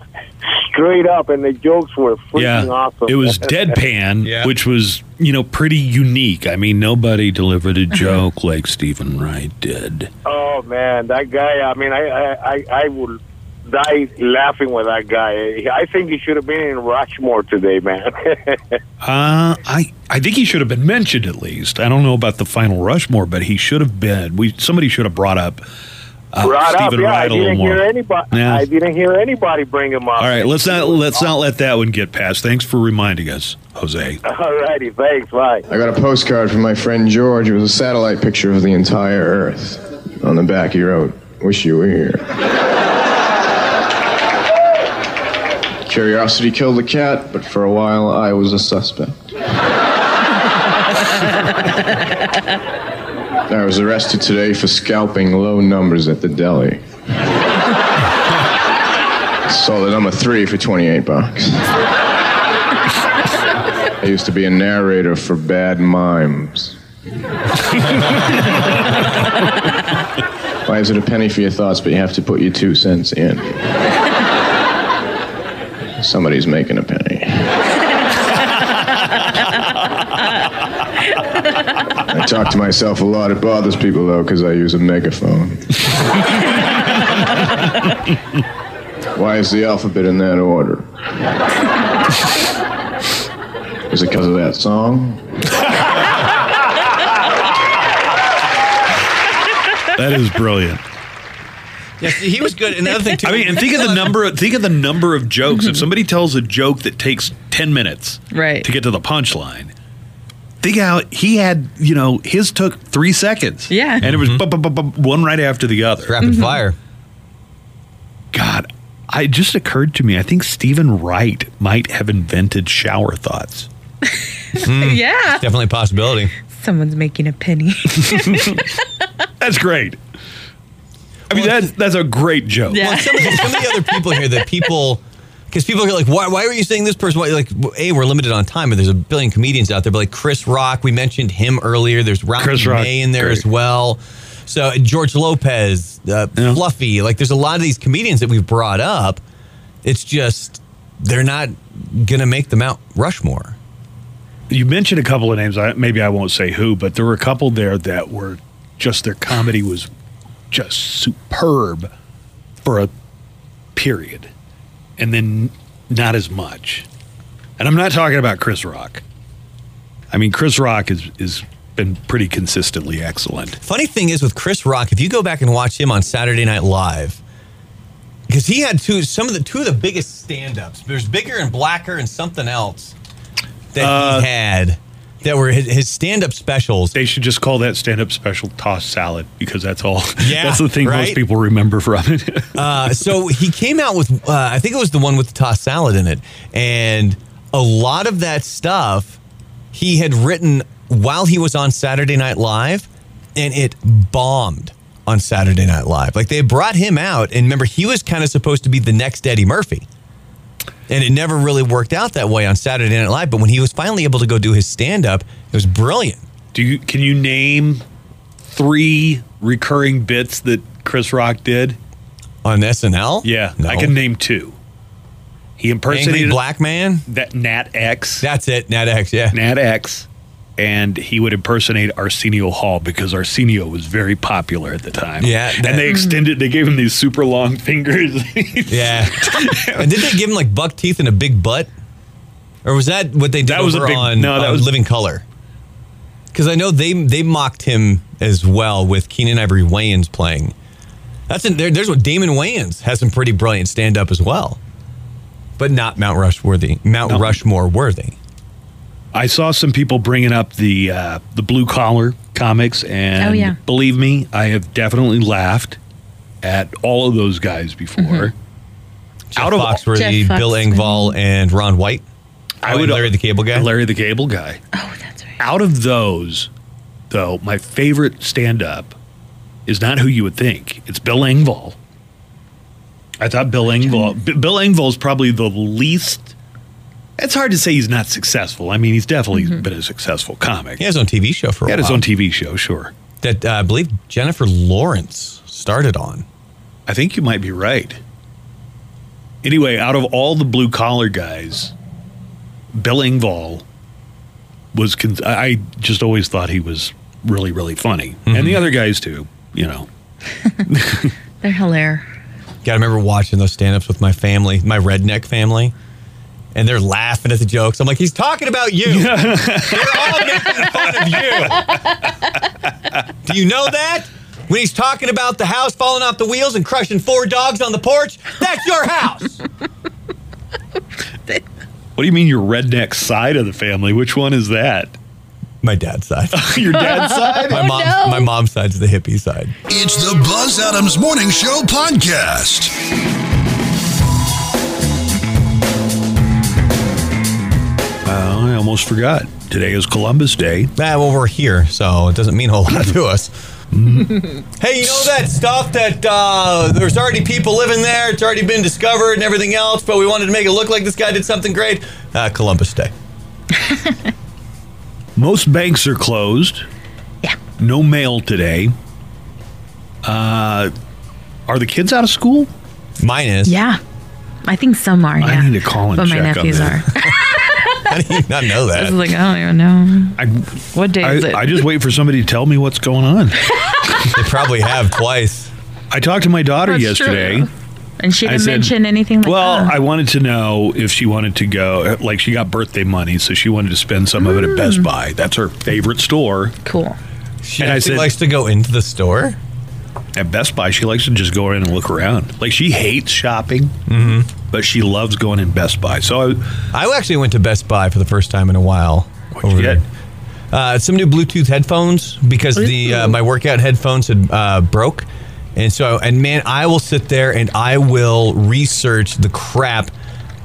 [SPEAKER 21] straight up, and the jokes were freaking
[SPEAKER 2] Yeah.
[SPEAKER 21] awesome.
[SPEAKER 2] It was deadpan, which was, you know, pretty unique. I mean, nobody delivered a joke like Stephen Wright did.
[SPEAKER 21] Oh man, that guy! I mean, I I I, I would die laughing with that guy. I think he should have been in Rushmore today, man.
[SPEAKER 2] Uh, I I think he should have been mentioned at least. I don't know about the final Rushmore, but he should have been. We somebody should have brought up uh,
[SPEAKER 21] Brought up,
[SPEAKER 2] Stephen
[SPEAKER 21] yeah. I
[SPEAKER 2] Wright a little
[SPEAKER 21] didn't
[SPEAKER 2] more.
[SPEAKER 21] hear anybody.
[SPEAKER 2] Yeah.
[SPEAKER 21] I didn't hear anybody bring him up.
[SPEAKER 2] All right, let's not let's not let that one get past. Thanks for reminding us, Jose.
[SPEAKER 21] All righty, thanks. Bye.
[SPEAKER 11] I got a postcard from my friend George. It was a satellite picture of the entire Earth. On the back, he wrote, Wish you were here. Curiosity killed the cat, but for a while I was a suspect. I was arrested today for scalping low numbers at the deli. Sold a number three for 28 bucks. I used to be a narrator for bad mimes. Why is it a penny for your thoughts, but you have to put your two cents in? Somebody's making a penny. I talk to myself a lot. It bothers people though because I use a megaphone. Why is the alphabet in that order? Is it because of that song?
[SPEAKER 2] That is brilliant.
[SPEAKER 3] Yes, he was good. And the other thing too. Mm-hmm.
[SPEAKER 2] I mean, and think of the number. Think of the number of jokes. If somebody tells a joke that takes ten minutes,
[SPEAKER 4] Right.
[SPEAKER 2] to get to the punchline. Think how he had, you know, his took three seconds.
[SPEAKER 4] Yeah.
[SPEAKER 2] and it was bu- bu- bu- bu- one right after the other,
[SPEAKER 3] rapid fire.
[SPEAKER 2] God, I it just occurred to me. I think Stephen Wright might have invented shower thoughts. Hmm.
[SPEAKER 4] Yeah.
[SPEAKER 3] definitely a possibility.
[SPEAKER 4] Someone's making a penny.
[SPEAKER 2] That's great. I mean, that's that's a great joke.
[SPEAKER 3] Well, some, of the, some of the other people here that people, because people are like, why, why are you saying this person? Why, like, a, we're limited on time, and there's a billion comedians out there. But like Chris Rock, we mentioned him earlier. There's Ron
[SPEAKER 2] Chris Rock,
[SPEAKER 3] May in there
[SPEAKER 2] great.
[SPEAKER 3] as well. So uh, George Lopez, uh, Fluffy, like there's a lot of these comedians that we've brought up. It's just they're not gonna make the Mount Rushmore.
[SPEAKER 2] You mentioned a couple of names. I, maybe I won't say who, but there were a couple there that were just their comedy was just superb for a period, and then not as much. And I'm not talking about Chris Rock. I mean, Chris Rock is is been pretty consistently excellent.
[SPEAKER 3] Funny thing is with Chris Rock, if you go back and watch him on Saturday Night Live, because he had two some of the two of the biggest stand-ups. There's bigger and blacker and something else that he had that were his, his stand-up specials.
[SPEAKER 2] Uh, They should just call that stand up special tossed salad because that's all.
[SPEAKER 3] Yeah,
[SPEAKER 2] that's the thing
[SPEAKER 3] right?
[SPEAKER 2] most people remember from it.
[SPEAKER 3] uh, so he came out with uh, I think it was the one with the tossed salad in it, and a lot of that stuff he had written while he was on Saturday Night Live, and it bombed on Saturday Night Live. Like they brought him out, and remember he was kind of supposed to be the next Eddie Murphy. And it never really worked out that way on Saturday Night Live, but when he was finally able to go do his stand up, it was brilliant.
[SPEAKER 2] Do you can you name three recurring bits that Chris Rock did
[SPEAKER 3] on SNL?
[SPEAKER 2] Yeah,
[SPEAKER 3] No.
[SPEAKER 2] I can name two. He impersonated
[SPEAKER 3] Angry Black Man?
[SPEAKER 2] That Nat X.
[SPEAKER 3] That's it, Nat X, yeah.
[SPEAKER 2] Nat X. And he would impersonate Arsenio Hall because Arsenio was very popular at the time.
[SPEAKER 3] Yeah, that-
[SPEAKER 2] and they extended, they gave him these super long fingers.
[SPEAKER 3] Yeah. and did they give him like buck teeth and a big butt? Or was that what they did
[SPEAKER 2] was a
[SPEAKER 3] over
[SPEAKER 2] big-
[SPEAKER 3] on,
[SPEAKER 2] no, that
[SPEAKER 3] on
[SPEAKER 2] was-
[SPEAKER 3] Living Color? Because I know they they mocked him as well with Keenan Ivory Wayans playing. That's in, there, there's what Damon Wayans has some pretty brilliant stand up as well, but not Mount Rushworthy, Mount Rushmore worthy.
[SPEAKER 2] I saw some people bringing up the uh, the blue collar comics, and
[SPEAKER 4] Oh, yeah.
[SPEAKER 2] believe me, I have definitely laughed at all of those guys before.
[SPEAKER 3] Out of Foxworthy,
[SPEAKER 2] Mm-hmm. Jeff
[SPEAKER 3] Bill
[SPEAKER 2] Foxworthy.
[SPEAKER 3] Engvall, and Ron White.
[SPEAKER 2] I
[SPEAKER 3] Oh,
[SPEAKER 2] would
[SPEAKER 3] and Larry the Cable Guy.
[SPEAKER 2] Larry the Cable Guy. Oh, that's right. Out of those, though, my favorite stand up is not who you would think. It's Bill Engvall. I thought Bill Engvall. B- Bill Engvall is probably the least. It's hard to say he's not successful. I mean, he's definitely
[SPEAKER 3] Mm-hmm.
[SPEAKER 2] been a successful comic.
[SPEAKER 3] He has his own TV show for a
[SPEAKER 2] He had his
[SPEAKER 3] while.
[SPEAKER 2] own TV show, sure.
[SPEAKER 3] That uh, I believe Jennifer Lawrence started on.
[SPEAKER 2] I think you might be right. Anyway, out of all the blue collar guys, Bill Engvall was. Con- I I just always thought he was really, really funny, and
[SPEAKER 3] Mm-hmm.
[SPEAKER 2] the other guys too. You know,
[SPEAKER 4] They're hilarious.
[SPEAKER 3] God, I remember watching those stand ups with my family, my redneck family, and they're laughing at the jokes. I'm like, he's talking about you. they're all making fun of you. Do you know that? When he's talking about the house falling off the wheels and crushing four dogs on the porch, that's your house.
[SPEAKER 2] what do you mean your redneck side of the family? Which one is that?
[SPEAKER 3] My dad's side.
[SPEAKER 2] your dad's side.
[SPEAKER 3] my, mom's, my mom's side's the hippie side.
[SPEAKER 1] It's the Buzz Adams Morning Show podcast.
[SPEAKER 2] Uh, I almost forgot. Today is Columbus Day.
[SPEAKER 3] Ah, well, we're here, so it doesn't mean a whole lot to us. Hey, you know that stuff that uh, there's already people living there, it's already been discovered and everything else, but we wanted to make it look like this guy did something great? Uh, Columbus Day.
[SPEAKER 2] Most banks are closed. Yeah. No mail today. Uh, are the kids out of school?
[SPEAKER 3] Mine is.
[SPEAKER 4] Yeah. I think some are. Yeah.
[SPEAKER 2] I need to call and
[SPEAKER 4] But my
[SPEAKER 2] check on
[SPEAKER 4] nephews
[SPEAKER 2] that.
[SPEAKER 4] are.
[SPEAKER 3] How do you not know
[SPEAKER 4] I
[SPEAKER 3] that?
[SPEAKER 4] was like, "Oh, I don't even know.
[SPEAKER 2] I,
[SPEAKER 4] what day is it?
[SPEAKER 2] I just wait for somebody to tell me what's going on.
[SPEAKER 3] they probably have twice.
[SPEAKER 2] I talked to my daughter
[SPEAKER 4] That's true.
[SPEAKER 2] yesterday.
[SPEAKER 4] And she
[SPEAKER 2] I
[SPEAKER 4] didn't
[SPEAKER 2] said-
[SPEAKER 4] mention anything like
[SPEAKER 2] well,
[SPEAKER 4] that.
[SPEAKER 2] I wanted to know if she wanted to go. Like, she got birthday money, so she wanted to spend some of it at Best Buy. That's her favorite store.
[SPEAKER 4] Cool.
[SPEAKER 2] She and I
[SPEAKER 3] actually likes
[SPEAKER 2] to go into the store. At Best Buy, she likes to just go in and look around. Like, she hates shopping, but she loves going in Best Buy. So
[SPEAKER 3] I, actually went to Best Buy for the first time in a while. What'd
[SPEAKER 2] you get?
[SPEAKER 3] Uh, some new Bluetooth headphones because the uh, my workout headphones had uh, broke, and so and man, I will sit there and I will research the crap.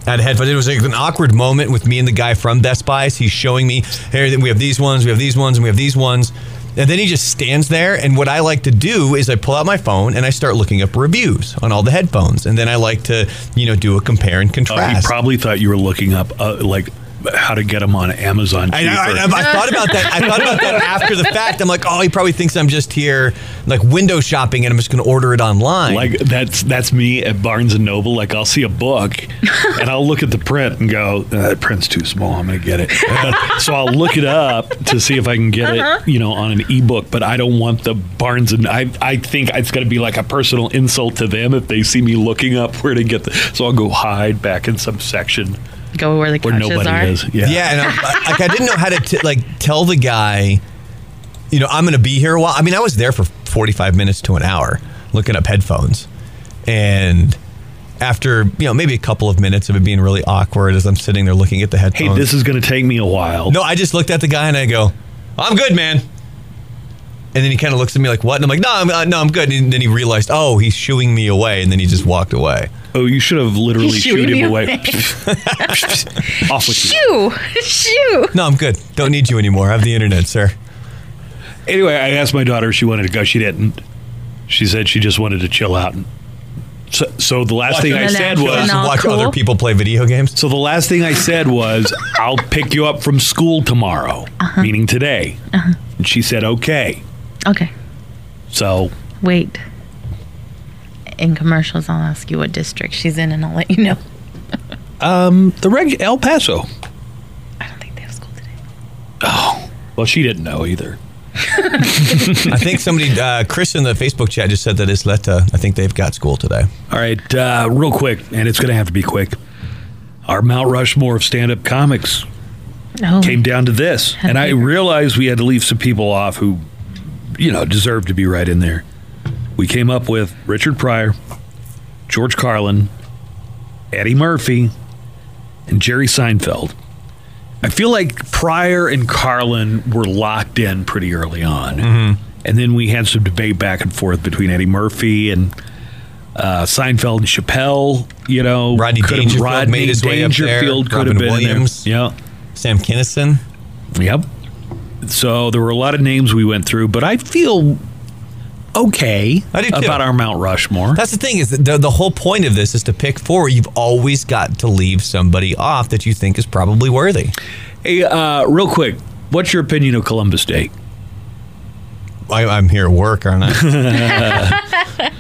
[SPEAKER 3] out of headphones. It was like an awkward moment with me and the guy from Best Buy. So He's showing me here we have these ones, we have these ones, and we have these ones, and then he just stands there. And what I like to do is I pull out my phone and I start looking up reviews on all the headphones, and then I like to you know do a compare and
[SPEAKER 2] Oh, he
[SPEAKER 3] contrast.
[SPEAKER 2] probably thought you were looking up, uh, like, how to get them on Amazon.
[SPEAKER 3] I, know, I,
[SPEAKER 2] cheaper.
[SPEAKER 3] I, I thought about that. I thought about that after the fact. I'm like, oh, he probably thinks I'm just here like window shopping, and I'm just going to order it online.
[SPEAKER 2] Like that's that's me at Barnes and Noble. Like I'll see a book, and I'll look at the print and go, uh, "That print's too small. I'm gonna get it." so I'll look it up to see if I can get
[SPEAKER 5] Uh-huh.
[SPEAKER 2] it, you know, on an ebook. But I don't want the Barnes and I. I think it's gonna be like a personal insult to them if they see me looking up where to get the. So I'll go hide back in some section.
[SPEAKER 4] Go where the couches
[SPEAKER 2] nobody
[SPEAKER 4] are.
[SPEAKER 2] is. Yeah.
[SPEAKER 3] and I, like I didn't know how to t- like tell the guy, you know, I'm going to be here a while. I mean, I was there for 45 minutes to an hour looking up headphones, and after you know maybe a couple of minutes of it being really awkward as I'm sitting there looking at the headphones.
[SPEAKER 2] this is going to take me a while.
[SPEAKER 3] No, I just looked at the guy and I go, I'm good, man. And then he kind of looks at me like, "What?" And I'm like, "No, I'm uh, no, I'm good." And then he realized, "Oh, he's shooing me away," and then he just walked away.
[SPEAKER 2] Oh, you should have literally
[SPEAKER 4] He's shooed shooed him me away. away.
[SPEAKER 2] Off with you.
[SPEAKER 4] Shoo! Shoo!
[SPEAKER 3] No, I'm good. Don't need you anymore. I have the internet, sir.
[SPEAKER 2] Anyway, I asked my daughter if she wanted to go. She didn't. She said she just wanted to chill out. And so, so the last
[SPEAKER 3] Watch
[SPEAKER 2] thing
[SPEAKER 3] other-
[SPEAKER 2] I said was
[SPEAKER 3] Isn't that Watch cool? other people play video games.
[SPEAKER 2] So the last thing I said was, "I'll pick you up from school tomorrow," meaning today.
[SPEAKER 4] Uh-huh.
[SPEAKER 2] And she said, "Okay."
[SPEAKER 4] Okay,
[SPEAKER 2] So
[SPEAKER 4] wait. In commercials, I'll ask you what district she's in, and I'll let you know.
[SPEAKER 2] Um, the reg El Paso. I don't think they have school today. Oh, well, she didn't know either.
[SPEAKER 3] I think somebody, uh, Chris in the Facebook chat, just said that Isleta. I think they've got school today.
[SPEAKER 2] All right, uh, real quick, and it's going to have to be quick. Our Mount Rushmore of stand-up comics
[SPEAKER 3] Oh.
[SPEAKER 4] No.
[SPEAKER 2] came down to this, and I realized we had to leave some people off who, you know, deserve to be right in there. We came up with Richard Pryor, George Carlin, Eddie Murphy, and Jerry Seinfeld. I feel like Pryor and Carlin were locked in pretty early on,
[SPEAKER 3] Mm-hmm.
[SPEAKER 2] and then we had some debate back and forth between Eddie Murphy and uh, Seinfeld and Chappelle. You know,
[SPEAKER 3] Rodney
[SPEAKER 2] could've-
[SPEAKER 3] Dangerfield
[SPEAKER 2] Rodney
[SPEAKER 3] made his way up there.
[SPEAKER 2] Dangerfield could
[SPEAKER 3] Robin
[SPEAKER 2] have been in there.
[SPEAKER 3] Williams.
[SPEAKER 2] Yeah,
[SPEAKER 3] Sam Kinison.
[SPEAKER 2] Yep. So there were a lot of names we went through, but I feel okay
[SPEAKER 3] I do too.
[SPEAKER 2] about our Mount Rushmore.
[SPEAKER 3] That's the thing is that the, the whole point of this is to pick four. You've always got to leave somebody off that you think is probably worthy.
[SPEAKER 2] Hey, uh, real quick, what's your opinion of Columbus Day?
[SPEAKER 3] I, I'm here at work, aren't I?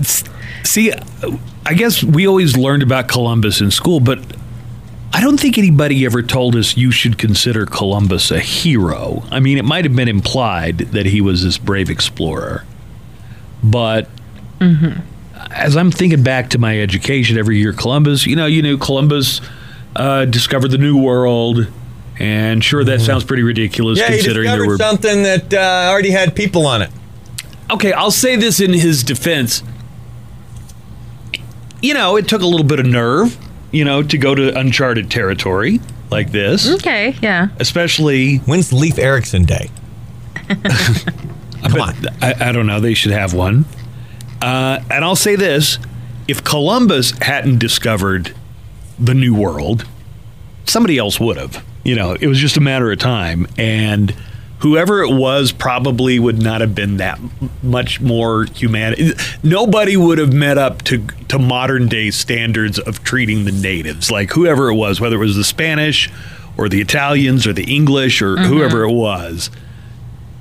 [SPEAKER 2] S- See, I guess we always learned about Columbus in school, but I don't think anybody ever told us you should consider Columbus a hero. I mean, it might have been implied that he was this brave explorer, but
[SPEAKER 3] Mm-hmm.
[SPEAKER 2] as I'm thinking back to my education every year, Columbus, you know, you knew Columbus uh, discovered the New World, and sure, that sounds pretty ridiculous
[SPEAKER 3] Mm-hmm. yeah, he
[SPEAKER 2] considering there
[SPEAKER 3] discovered
[SPEAKER 2] were
[SPEAKER 3] something that uh, already had people on it.
[SPEAKER 2] okay, I'll say this in his defense. You know, it took a little bit of nerve, you know, to go to uncharted territory like this.
[SPEAKER 4] Okay, yeah.
[SPEAKER 2] Especially
[SPEAKER 3] Hmm? when's Leaf Erickson Day?
[SPEAKER 2] Come on, I, I don't know. They should have one. Uh, and I'll say this: if Columbus hadn't discovered the New World, somebody else would have. You know, it was just a matter of time, and whoever it was probably would not have been that m- much more human. Nobody would have met up to to modern day standards of treating the natives, like whoever it was, whether it was the Spanish or the Italians or the English or
[SPEAKER 5] Mhm.
[SPEAKER 2] whoever it was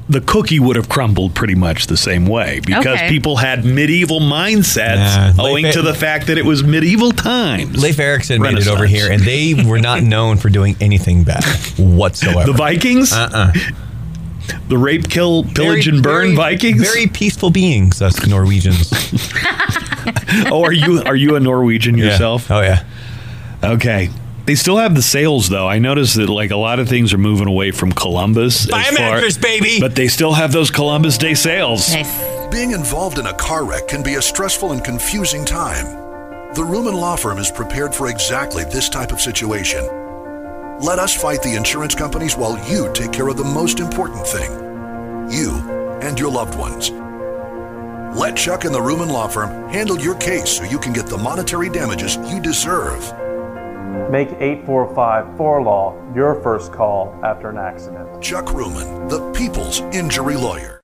[SPEAKER 2] the cookie would have crumbled pretty much the same way because
[SPEAKER 5] Okay.
[SPEAKER 2] people had medieval mindsets
[SPEAKER 3] Yeah.
[SPEAKER 2] owing to the fact that it was medieval times.
[SPEAKER 3] Leif Erikson made it over
[SPEAKER 2] Renaissance.
[SPEAKER 3] here, and they were not known for doing anything bad whatsoever.
[SPEAKER 2] The Vikings?
[SPEAKER 3] Uh-uh.
[SPEAKER 2] The rape, kill, pillage, and burn Vikings?
[SPEAKER 3] Very peaceful beings, us Norwegians.
[SPEAKER 2] oh, are you are you a Norwegian yourself?
[SPEAKER 3] Oh yeah.
[SPEAKER 2] Okay. They still have the sales though. I noticed that like a lot of things are moving away from Columbus.
[SPEAKER 1] Buy
[SPEAKER 2] as
[SPEAKER 1] a mattress,
[SPEAKER 2] baby. But they still have those Columbus Day sales.
[SPEAKER 1] Being involved in a car wreck can be a stressful and confusing time. The Ruman Law Firm is prepared for exactly this type of situation. Let us fight the insurance companies while you take care of the most important thing you and your loved ones. Let Chuck and the Ruman Law Firm handle your case so you can get the monetary damages you deserve.
[SPEAKER 12] Make 845 4 Law your first call after an accident.
[SPEAKER 1] Chuck Ruman, the People's Injury Lawyer.